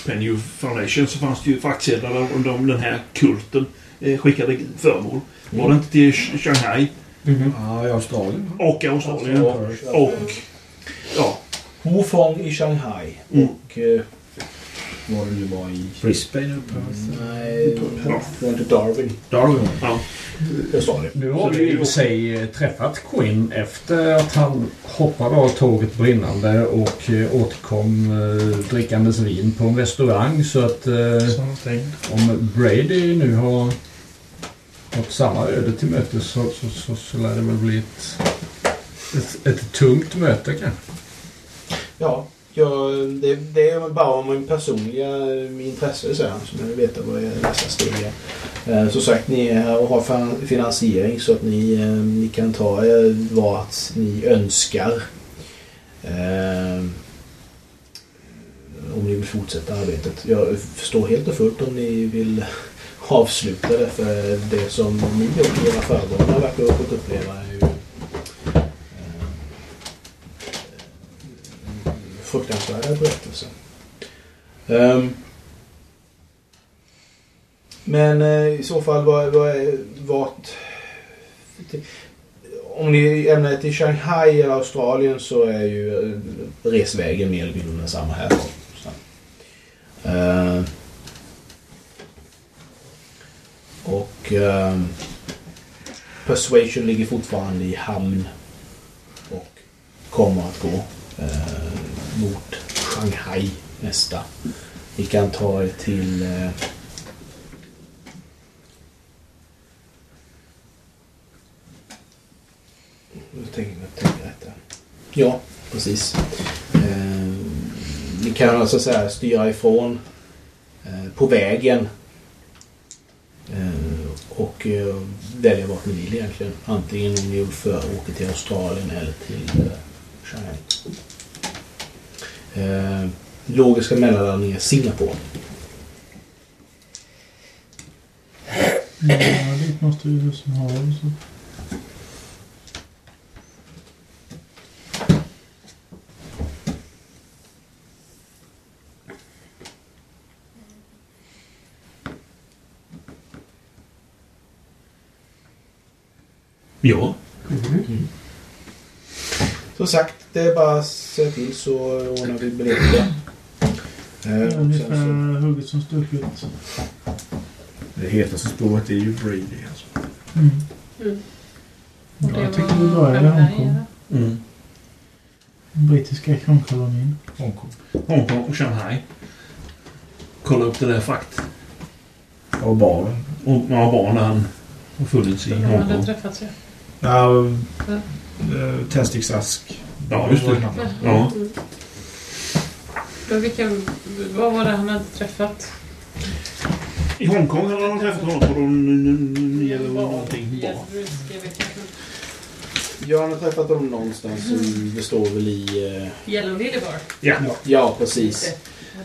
Speaker 4: Penny Foundation så fanns det ju fraktsedlar där om de- den här kulten eh, skickade föremål. Var det inte till Sh- Shanghai?
Speaker 7: Ja, i Australien.
Speaker 4: Och Australien.
Speaker 7: Australien.
Speaker 4: Och... Ja.
Speaker 20: Hofong i Shanghai.
Speaker 4: Mm.
Speaker 20: Och... Eh, var det nu var i...
Speaker 7: Brisbane
Speaker 5: Mm.
Speaker 20: Nej... Perth. Var det inte Darwin?
Speaker 7: Darwin.
Speaker 4: Ja.
Speaker 20: Australien.
Speaker 5: Nu har vi ju i och för sig eh, träffat Quinn efter att han hoppade av tåget brinnande och eh, återkom eh, drickandes vin på en restaurang så att eh, om Brady nu har gått samma öde till mötes så, så, så, så lär det väl bli ett, ett, ett tungt möte kanske.
Speaker 20: Ja, jag, det, det är bara om min personliga eh, intresse så här, som jag vill veta vad är nästa steg är. Eh, Som sagt, ni är här och har fin- finansiering så att ni, eh, ni kan ta eh, vad ni önskar. Eh, Om ni vill fortsätta arbetet. Jag förstår helt och fullt om ni vill [laughs] avsluta det för det som ni och era föregångare verkar ha fått uppleva är ju fruktansvärda berättelse. Ehm, men eh, i så fall, vad, vad är, vart... Om ni ämnar till Shanghai eller Australien så är ju eh, resvägen mer eller mindre densamma här. Så. Ehm, och ehm, Persuasion ligger fortfarande i hamn och kommer att gå eh, mot Shanghai nästa. Vi kan ta er till... Eh, jag tänker jag tänker rätt här. Ja, precis. Eh, vi kan alltså så här styra ifrån eh, på vägen eh, och eh, välja vart ni vill egentligen. Antingen om ni vill för åker till Australien eller till eh, Shanghai.
Speaker 2: eh, logiska mellanlandningen Singapore.
Speaker 6: Ja, dit måste ju du som har det, så.
Speaker 4: Ja.
Speaker 2: Som sagt, det är bara att se till så ordnar vi biljetter. Eh, och
Speaker 6: Det är
Speaker 2: sen så-
Speaker 6: ungefär hugget som stucket.
Speaker 7: Det hetaste spåret är ju Brady alltså.
Speaker 8: Mm.
Speaker 6: Ja, jag tycker vi börjar i Hongkong.
Speaker 4: Mm.
Speaker 6: Den brittiska kronkolonin.
Speaker 4: Hongkong. Hongkong och Shanghai. Kolla upp det där frakt.
Speaker 7: Och barn.
Speaker 4: Och ja, barn han har funnits i
Speaker 8: De har aldrig
Speaker 4: Hongkong.
Speaker 8: träffats ju.
Speaker 7: Ja,
Speaker 8: Ja.
Speaker 7: eh, tändsticksask.
Speaker 4: Ja, just det. Ja.
Speaker 8: Mm. Men vilka, vad var det han hade träffat?
Speaker 38: I Hongkong hade de träffat honom på någon nya eller någonting.
Speaker 2: Jag har nog träffat dem någonstans. Mm. Det står väl i... Eh,
Speaker 8: Yellow Lily Bar.
Speaker 2: ja. ja, precis.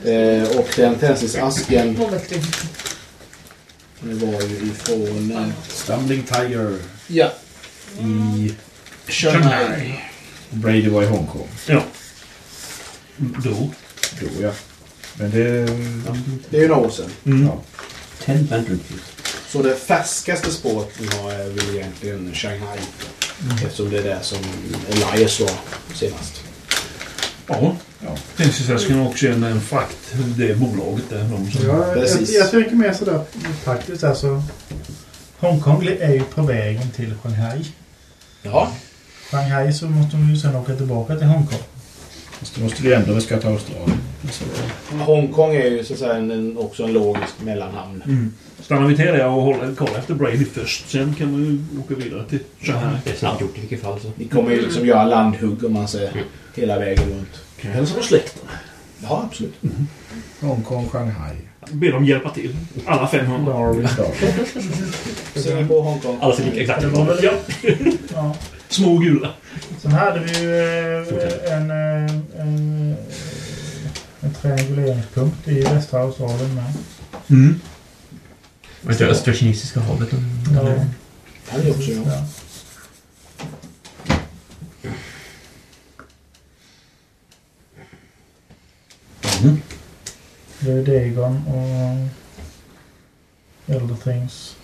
Speaker 2: Eh, och den tändsticksasken det var ju ifrån... Eh,
Speaker 7: Stumbling Tiger
Speaker 2: ja,
Speaker 7: i...
Speaker 2: Shanghai.
Speaker 7: Brady var i Hongkong.
Speaker 4: Ja. Då.
Speaker 7: Då ja. Men det...
Speaker 2: det är ju några år sedan.
Speaker 4: Mm.
Speaker 7: Ja.
Speaker 4: Ten Pendleton.
Speaker 2: Så det färskaste spåret vi har är väl egentligen Shanghai.
Speaker 4: Mm.
Speaker 2: Eftersom det är där som Elias var senast.
Speaker 4: Ja. Tändsticksasken har också en, en frakt. Det är bolaget där. De som...
Speaker 6: Ja, jag, jag tänker mer sådär praktiskt. Alltså, Hongkong är ju på vägen till Shanghai.
Speaker 2: Ja.
Speaker 6: Shanghai så måste de ju sen åka tillbaka till Hongkong.
Speaker 7: Fast Då måste vi ändå vi ska ta Australien. Alltså,
Speaker 2: Hongkong är ju så att säga en- en, också en logisk mellanhamn.
Speaker 4: Mm. Stannar vi till det och håller, kollar efter Brady först. Sen kan man ju åka vidare till Shanghai.
Speaker 3: Det är snabbt gjort i vilket fall. Så.
Speaker 2: Ni kommer ju liksom göra landhugg om man säger hela vägen runt.
Speaker 4: Kan jag hälsa på släkten?
Speaker 2: Ja, absolut.
Speaker 7: Hongkong, Shanghai.
Speaker 4: Be dem hjälpa till. Alla 500.
Speaker 7: Darwin, Darwin.
Speaker 2: Singapore, Hongkong.
Speaker 4: Alla ser lika exakt
Speaker 6: Det var väl-
Speaker 4: Ja.
Speaker 6: Ja.
Speaker 4: Små och gula.
Speaker 6: Sen hade vi ju eh, en, eh, en, eh, en trianguleringspunkt i västra Australien med.
Speaker 4: Mm.
Speaker 3: Vet du, östra kinesiska havet.
Speaker 6: Ja.
Speaker 2: Här är också
Speaker 6: Ja.
Speaker 4: Mm.
Speaker 6: Det är ju Dagon och Elder Things.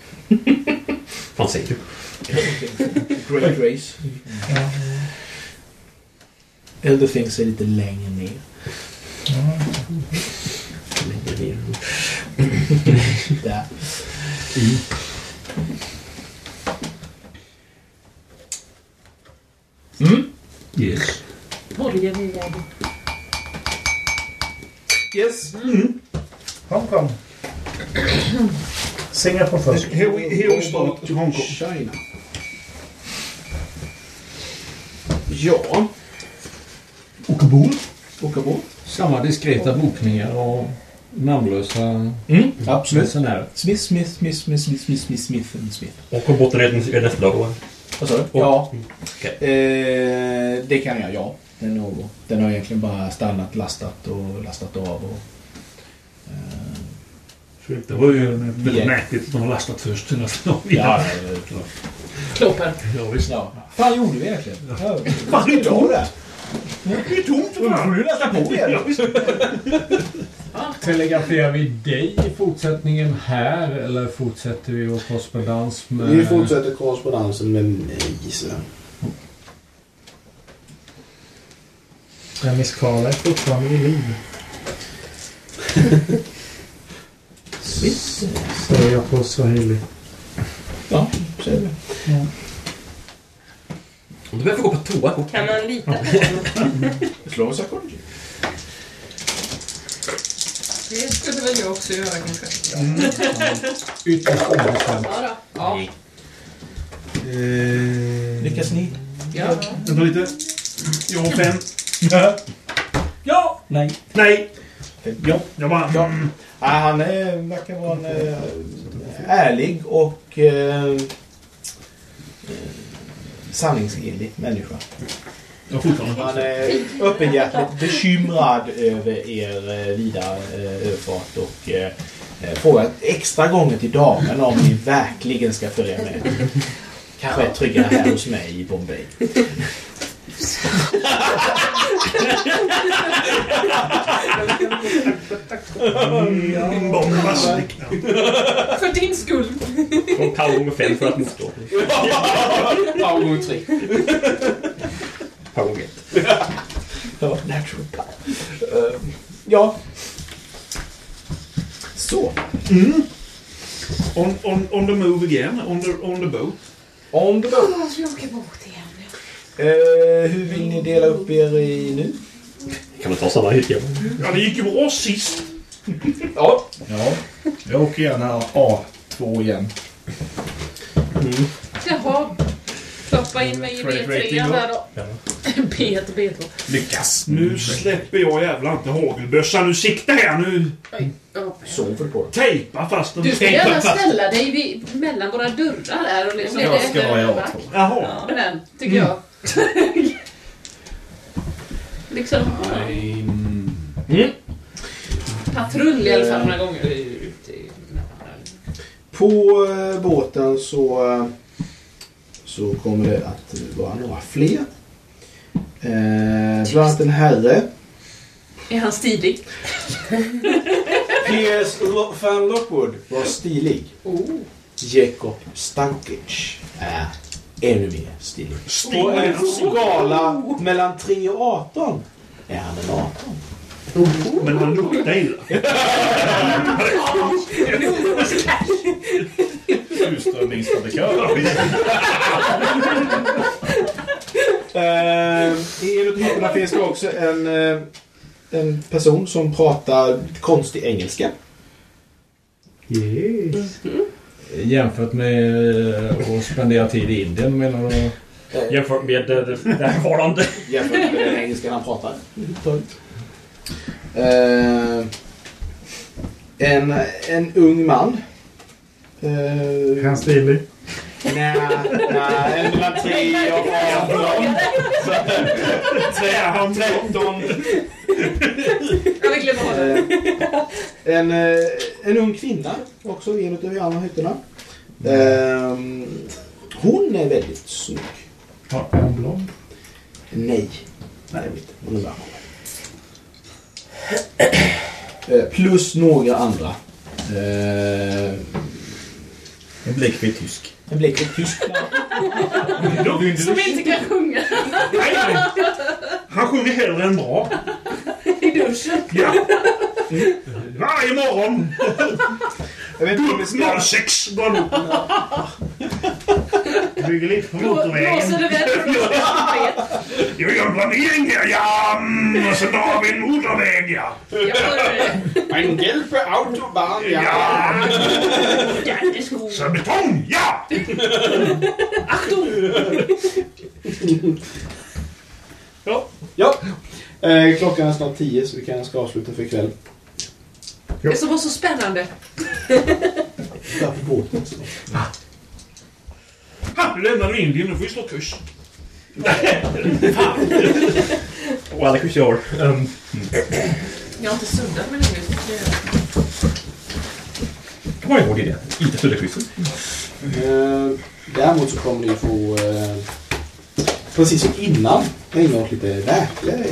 Speaker 3: Fan säger du?
Speaker 2: Great Race.
Speaker 6: Ja.
Speaker 2: Elder Things är lite längre ner.
Speaker 6: Ja.
Speaker 3: Längre ner.
Speaker 2: Där. Mm.
Speaker 4: Yes.
Speaker 8: Borger via...
Speaker 2: Yes.
Speaker 6: Hongkong. Singapore först.
Speaker 38: Here we, here we start to Hongkong.
Speaker 2: China. Ja.
Speaker 4: Åka båt.
Speaker 2: Åka båt.
Speaker 5: Samma diskreta bokningar och namnlösa
Speaker 2: Mm, absolut.
Speaker 5: resenärer.
Speaker 2: Smith, Smith, Smith, Smith, Smith, Smith, Smith, Smith, and Smith.
Speaker 3: Och på botten är nästa dag. va?
Speaker 2: Vad sa du? Ja. Eh, det kan jag, ja. Den, någon. den har egentligen bara stannat, lastat och lastat av. Och,
Speaker 4: Det var ju väldigt
Speaker 2: Ja.
Speaker 4: märkligt att de har lastat först. Sen lastat de
Speaker 2: ja,
Speaker 4: vidare.
Speaker 2: eh,
Speaker 8: Klopper.
Speaker 4: Ja, visst.
Speaker 2: ja. Fan gjorde vi egentligen? Ja.
Speaker 4: Fan, det är
Speaker 2: Ja, det.
Speaker 4: Det är tomt för
Speaker 2: Då får
Speaker 4: fan!
Speaker 2: du läsa på igen.
Speaker 4: Ja, visst.
Speaker 5: Telegraferar vi dig i fortsättningen här eller fortsätter vi vår korrespondens med...
Speaker 39: Vi fortsätter korrespondensen med mig sen.
Speaker 6: Men Miss Carla är fortfarande vid liv. Säger jag på swahili.
Speaker 2: Ja, så är det.
Speaker 3: Du behöver gå på toa. Gå.
Speaker 8: Kan man lita på honom?
Speaker 2: Slå en psychology.
Speaker 8: Det skulle väl jag också göra kanske.
Speaker 5: Ytterst obestämt.
Speaker 8: Ja då. Ja.
Speaker 2: Lyckas ni?
Speaker 8: ja.
Speaker 38: Vänta lite. Jag har fem.
Speaker 3: Ja! Nej.
Speaker 38: Nej!
Speaker 2: Ja.
Speaker 38: Jag bara...
Speaker 2: Ja. Ja, han är, verkar vara en, eh, ärlig och eh, eh, sanningsenlig människa.
Speaker 3: Ja, fortfarande.
Speaker 2: Han är öppenhjärtigt bekymrad över er eh, vidare eh, överfart och eh, eh, frågar extra gånger till damerna om ni verkligen ska följa med. Kanske är tryggare här hos mig i Bombay.
Speaker 4: Bombastic.
Speaker 8: För din skull.
Speaker 40: Från power gånger fem för att motstå.
Speaker 41: Power gånger
Speaker 2: [laughs]
Speaker 41: tre.
Speaker 40: Power gånger ett.
Speaker 2: Ja, natural power. Eh, Ja. Så.
Speaker 4: Mm. On, on, on the move again. On the, on the boat.
Speaker 2: On the boat.
Speaker 8: Jag ska åka bort igen.
Speaker 2: Eh, hur vill ni dela upp er i nu?
Speaker 40: Kan man ta samma hytt igen?
Speaker 4: Ja, det gick ju bra sist.
Speaker 2: Ja.
Speaker 7: Ja. Jag åker gärna A2 igen.
Speaker 8: Jaha. Ploppa in mig i
Speaker 4: Trade
Speaker 8: B3
Speaker 4: rating
Speaker 8: där
Speaker 4: då.
Speaker 8: då. [laughs] B1 och B2.
Speaker 4: Lyckas. Nu släpper jag jävla inte hagelbössan ur sikte här nu.
Speaker 2: Sover på den.
Speaker 4: Tejpa fast den.
Speaker 8: Du ska
Speaker 4: Tejpa
Speaker 8: gärna
Speaker 4: fast-
Speaker 8: ställa dig vid, mellan våra dörrar där och liksom...
Speaker 4: Jag ska vara i
Speaker 8: Ja,
Speaker 4: A2. Jaha.
Speaker 8: men den, tycker jag. [laughs] liksom...
Speaker 2: Mm.
Speaker 8: Patrull i alla fall några
Speaker 2: Eh,
Speaker 8: gånger.
Speaker 2: På eh, båten så, eh, så kommer det att vara några fler. Eh, bland annat en herre.
Speaker 8: Är han stilig?
Speaker 2: Piers Lo- van Lockwood var stilig. Jacob Stankic är ännu mer stilig.
Speaker 4: Stilig.
Speaker 2: På en skala mellan 3 och 18 är han en 18.
Speaker 4: Men han luktar illa.
Speaker 7: Surströmmingsfabrikör.
Speaker 2: Eh, I en av hytterna finns det också en, eh, en person som pratar konstig engelska.
Speaker 5: Yes. Jämfört med eh, att spendera tid i Indien menar du?
Speaker 40: Jämfört med det, det, det här varande.
Speaker 2: Jämfört med den engelskan han pratar. Eh, en, en ung man. Eh,
Speaker 42: Han stilig.
Speaker 2: Nej, nej, en mellan 3 och 18. Så, tretton, tretton.
Speaker 8: Jag vill glömma honom.
Speaker 2: Eh, en, eh, en ung kvinna också i en av de andra hytterna. Ehm, hon är väldigt snygg.
Speaker 42: Är hon blond?
Speaker 2: Nej, nej det är inte. Hon är bara. Eh, Plus några andra. Eh,
Speaker 7: En blickvit tysk.
Speaker 2: en blekblek tysk.
Speaker 8: Som inte kan sjunga.
Speaker 4: [laughs] Han sjunger hellre än bra.
Speaker 8: I duschen.
Speaker 4: Ja. Varje morgon.
Speaker 2: Jag vet inte om vi ska...
Speaker 4: 06 går han upp. Bygger lite på
Speaker 8: Blåser
Speaker 4: motorvägen.
Speaker 8: det väl?
Speaker 4: Jag gör en planering här, ja. mm, Och så drar vi en motorväg, ja.
Speaker 8: eh,
Speaker 41: Ein gelbe Autobahn, ja.
Speaker 4: Så betong, ja!
Speaker 41: Ja. ja. Eh, klockan är snart tio så vi kanske ska avsluta för ikväll.
Speaker 8: Det som var så spännande.
Speaker 2: Där på båten.
Speaker 4: Ha, nu lämnar du Indien. Nu får vi slå kurs.
Speaker 40: Och alla kurser. Um,
Speaker 8: Jag har inte suddat med den
Speaker 40: kan man ihåg det? Inte suddekursen.
Speaker 41: Eh, däremot så kommer ni få, eh, precis som innan, ägna åt lite verkliga eh,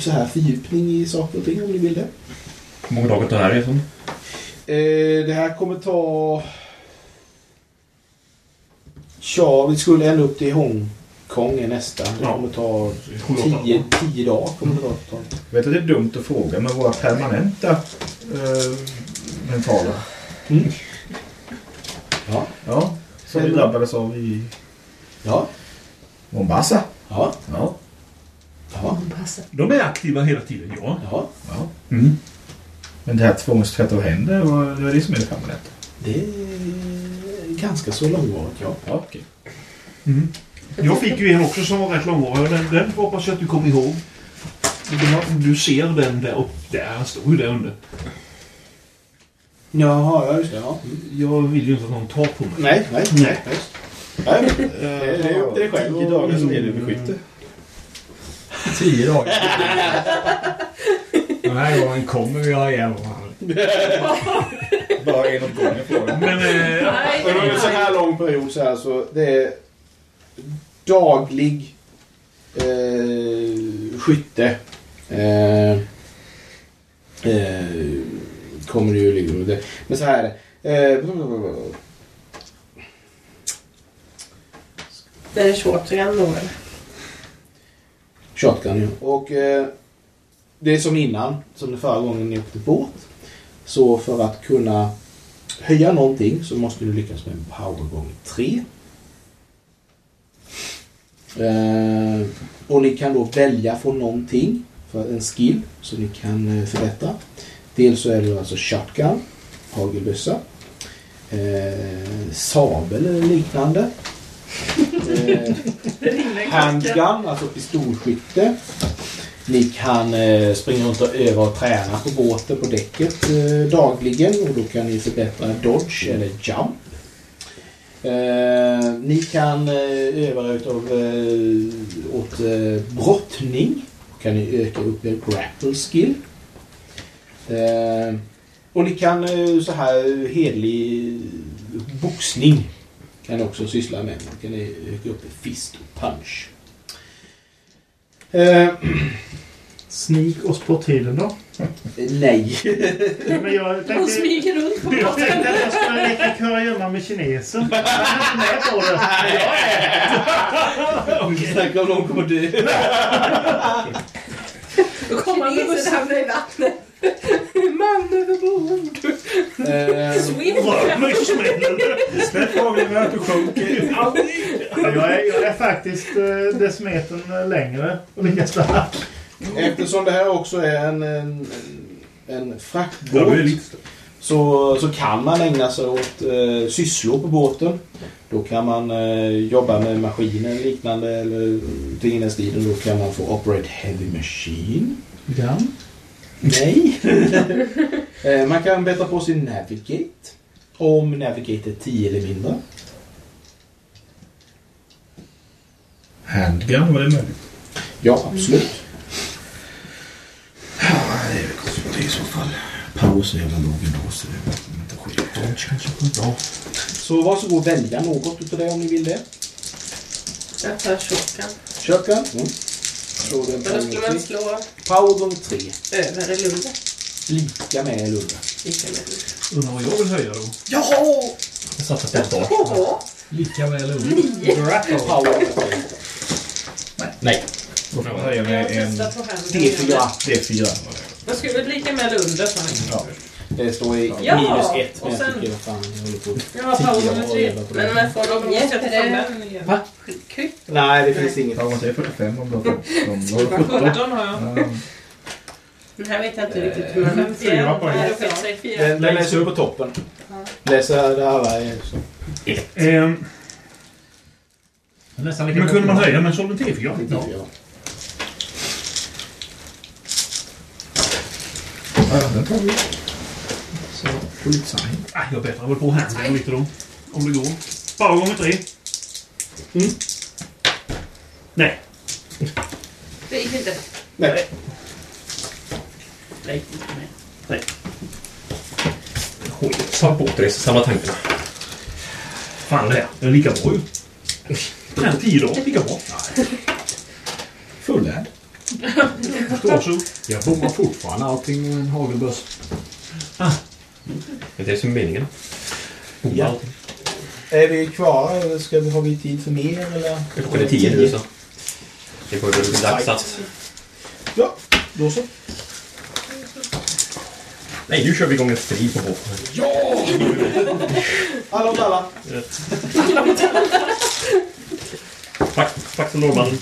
Speaker 41: så här fördjupning i saker och ting om ni vill det.
Speaker 40: Hur många dagar tar det här resan?
Speaker 41: Eh, det här kommer ta... Tja, vi skulle ända upp till Hongkong är nästa. Det kommer ta tio, tio dagar. Kommer det ta.
Speaker 7: Vet du, det är dumt att fråga, men våra permanenta eh, mentala.
Speaker 41: Ja.
Speaker 7: Ja, som vi
Speaker 41: Mm.
Speaker 7: drabbades av i
Speaker 41: Ja.
Speaker 7: Mombasa.
Speaker 41: Ja.
Speaker 7: ja.
Speaker 3: De är aktiva hela tiden, ja.
Speaker 41: Ja.
Speaker 7: Mm. Men det här tvångstvätt av händer, vad- det är det som är det permanenta.
Speaker 41: Det är ganska så långvarigt, ja.
Speaker 7: Ja, okej.
Speaker 4: Jag fick ju en också som var rätt långvarig. Den, den hoppas jag att du kommer ihåg. Du- Du ser den där uppe. Där, han står ju där under.
Speaker 41: Jaha, ja just det. Ja.
Speaker 4: Jag vill ju inte att någon tar på mig.
Speaker 41: Nej, nej, Eh, nej.
Speaker 4: Nej.
Speaker 41: nej. Det är upp till dig själv.
Speaker 7: Tio dagar som gäller beskytte.
Speaker 5: tio dagar. Den här gången kommer vi ha ihjäl varandra.
Speaker 43: Bara en åt gången på dem.
Speaker 2: Men,
Speaker 43: eh,
Speaker 2: Nej, under en så här lång period så här så det är daglig eh, skytte. Eh, eh, kommer det ju liksom. Det. Men så här. Eh,
Speaker 8: Det är shortgun då eller?
Speaker 2: shotgun ju. Och eh, det är som innan, som det förra gången ni åkte båt. Så för att kunna höja någonting så måste du lyckas med en power gånger 3. Eh, och ni kan då välja från någonting, för en skill som ni kan eh, förbättra. Dels så är det ju alltså shotgun, hagelbössa, eh, sabel eller liknande. Eh, handgun, alltså pistolskytte. Ni kan eh, springa runt och öva och träna på båten på däcket eh, dagligen och då kan ni förbättra dodge eller jump. Eh, ni kan eh, öva er utav, eh, åt eh, brottning. Då kan ni öka upp er grapple skill. Eh, och ni kan eh, så här hedlig boxning kan ni också syssla med. Då kan ni öka upp er fist och punch. Eh,
Speaker 6: Sneak och sporttiden då?
Speaker 2: Nej.
Speaker 6: Men jag tänkte...
Speaker 8: Hon smyger runt på
Speaker 6: Jag
Speaker 8: båten.
Speaker 6: tänkte att jag skulle leka kurragömma med kinesen. Jag är inte med på det.
Speaker 2: Snacka om någon kommer dö.
Speaker 8: Då kommer han med bussen hamnar i vattnet. Man överbord.
Speaker 2: Eh,
Speaker 8: Swim.
Speaker 6: Släpp fåglarna att du sjunker. Jag är, jag är faktiskt eh, decimetern längre och lika stark.
Speaker 2: Eftersom det här också är en, en, en fraktbåt
Speaker 6: Ja, det är lite
Speaker 2: så, så kan man ägna sig åt eh, sysslor på båten. Då kan man eh, jobba med maskiner eller liknande eller till den stilen. Då kan man få operate heavy machine.
Speaker 6: Gun?
Speaker 2: Nej. [laughs] Eh, man kan bättra på sin navigate. Om navigate är 10 eller mindre.
Speaker 7: Handgun, var det möjligt?
Speaker 2: Ja, absolut.
Speaker 7: Ja, det är väl konstigt i så fall. Paus är jävla låg ändå så det är inte skit. kanske på bra.
Speaker 2: Så varsågod och välja något utav det om ni vill det.
Speaker 8: Jag tar shortgun.
Speaker 2: Shotgun. Mm. Slå den
Speaker 8: Men då skulle man slå Eh,
Speaker 2: Power gånger 3.
Speaker 8: över eller under.
Speaker 2: Lika med eller under.
Speaker 8: Lika med.
Speaker 4: Undrar vad jag vill höja då?
Speaker 8: Jaha!
Speaker 4: Jag satsar på ett
Speaker 8: Jaha!
Speaker 5: Lika väl
Speaker 8: Nio.
Speaker 7: Nej. Då får jag höja med en...
Speaker 8: Testa på handen.
Speaker 7: D4.
Speaker 8: Då ska vi lika med eller under sa ni.
Speaker 2: Ja. Det står i
Speaker 8: Ja,
Speaker 2: minus 1.
Speaker 8: och
Speaker 2: Men jag
Speaker 8: sen-
Speaker 2: tycker vad fan jag håller på
Speaker 8: Jag har power
Speaker 2: Tio
Speaker 8: nummer
Speaker 2: och
Speaker 8: tre.
Speaker 2: jävla på det.
Speaker 8: Men om jag får någon måste jag ta fram den.
Speaker 2: Va?
Speaker 8: Skitkul.
Speaker 2: Nej, det finns inget.
Speaker 7: Vad säger 45 om du har 15? Då har du
Speaker 8: 17 har jag.
Speaker 7: Ja.
Speaker 8: Den här vet jag inte riktigt hur man...
Speaker 2: fyra poäng.
Speaker 8: Nej, då finns det fyra.
Speaker 2: Den, den läser upp på toppen. Läser det alla är så.
Speaker 4: Ehm, men kunde man höja med Solven T4?
Speaker 2: Ja.
Speaker 7: Ja, den tar vi. Så, polizei.
Speaker 4: Ah, jag bättrar väl på handen lite då. Om det går. Power gånger tre. Mm. Nej.
Speaker 44: Det gick inte.
Speaker 2: Nej.
Speaker 44: Nej.
Speaker 4: Nej.
Speaker 3: Ta bort det, så samma tanke.
Speaker 4: Fan det är. Den är lika bra ju. Den tio dagar lika bra.
Speaker 7: Fullärd.
Speaker 4: Står så.
Speaker 5: Jag bommar fortfarande allting med en hagelböss.
Speaker 3: Det är som meningen.
Speaker 2: Ja. Är vi kvar eller ska vi, har vi tid för mer? Eller?
Speaker 3: Klockan är tio nu så. Det får väl bli dags att...
Speaker 2: Ja, då så.
Speaker 3: Nej, nu kör vi igång en strid på båten.
Speaker 2: Ja! Alla mot alla.
Speaker 3: Tack, tack till norrmannen.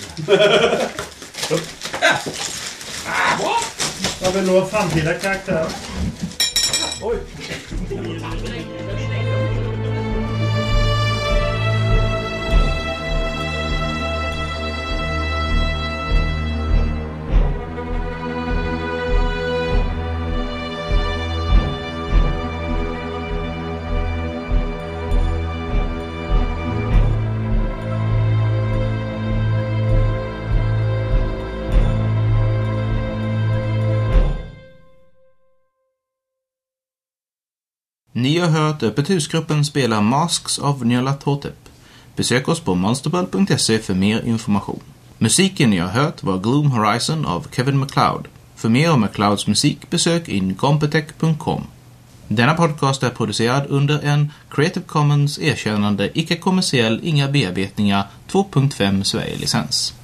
Speaker 6: Jag vill nå framtida karaktär.
Speaker 8: Thank
Speaker 1: Ni har hört Öppet husgruppen spela Masks of Nyarlathotep. Besök oss på monsterpöl.se för mer information. Musiken ni har hört var Gloom Horizon av Kevin MacLeod. För mer om MacLeods musik besök incompetech.com. Denna podcast är producerad under en Creative Commons erkännande icke-kommersiell, inga bearbetningar 2.5 Sverige-licens.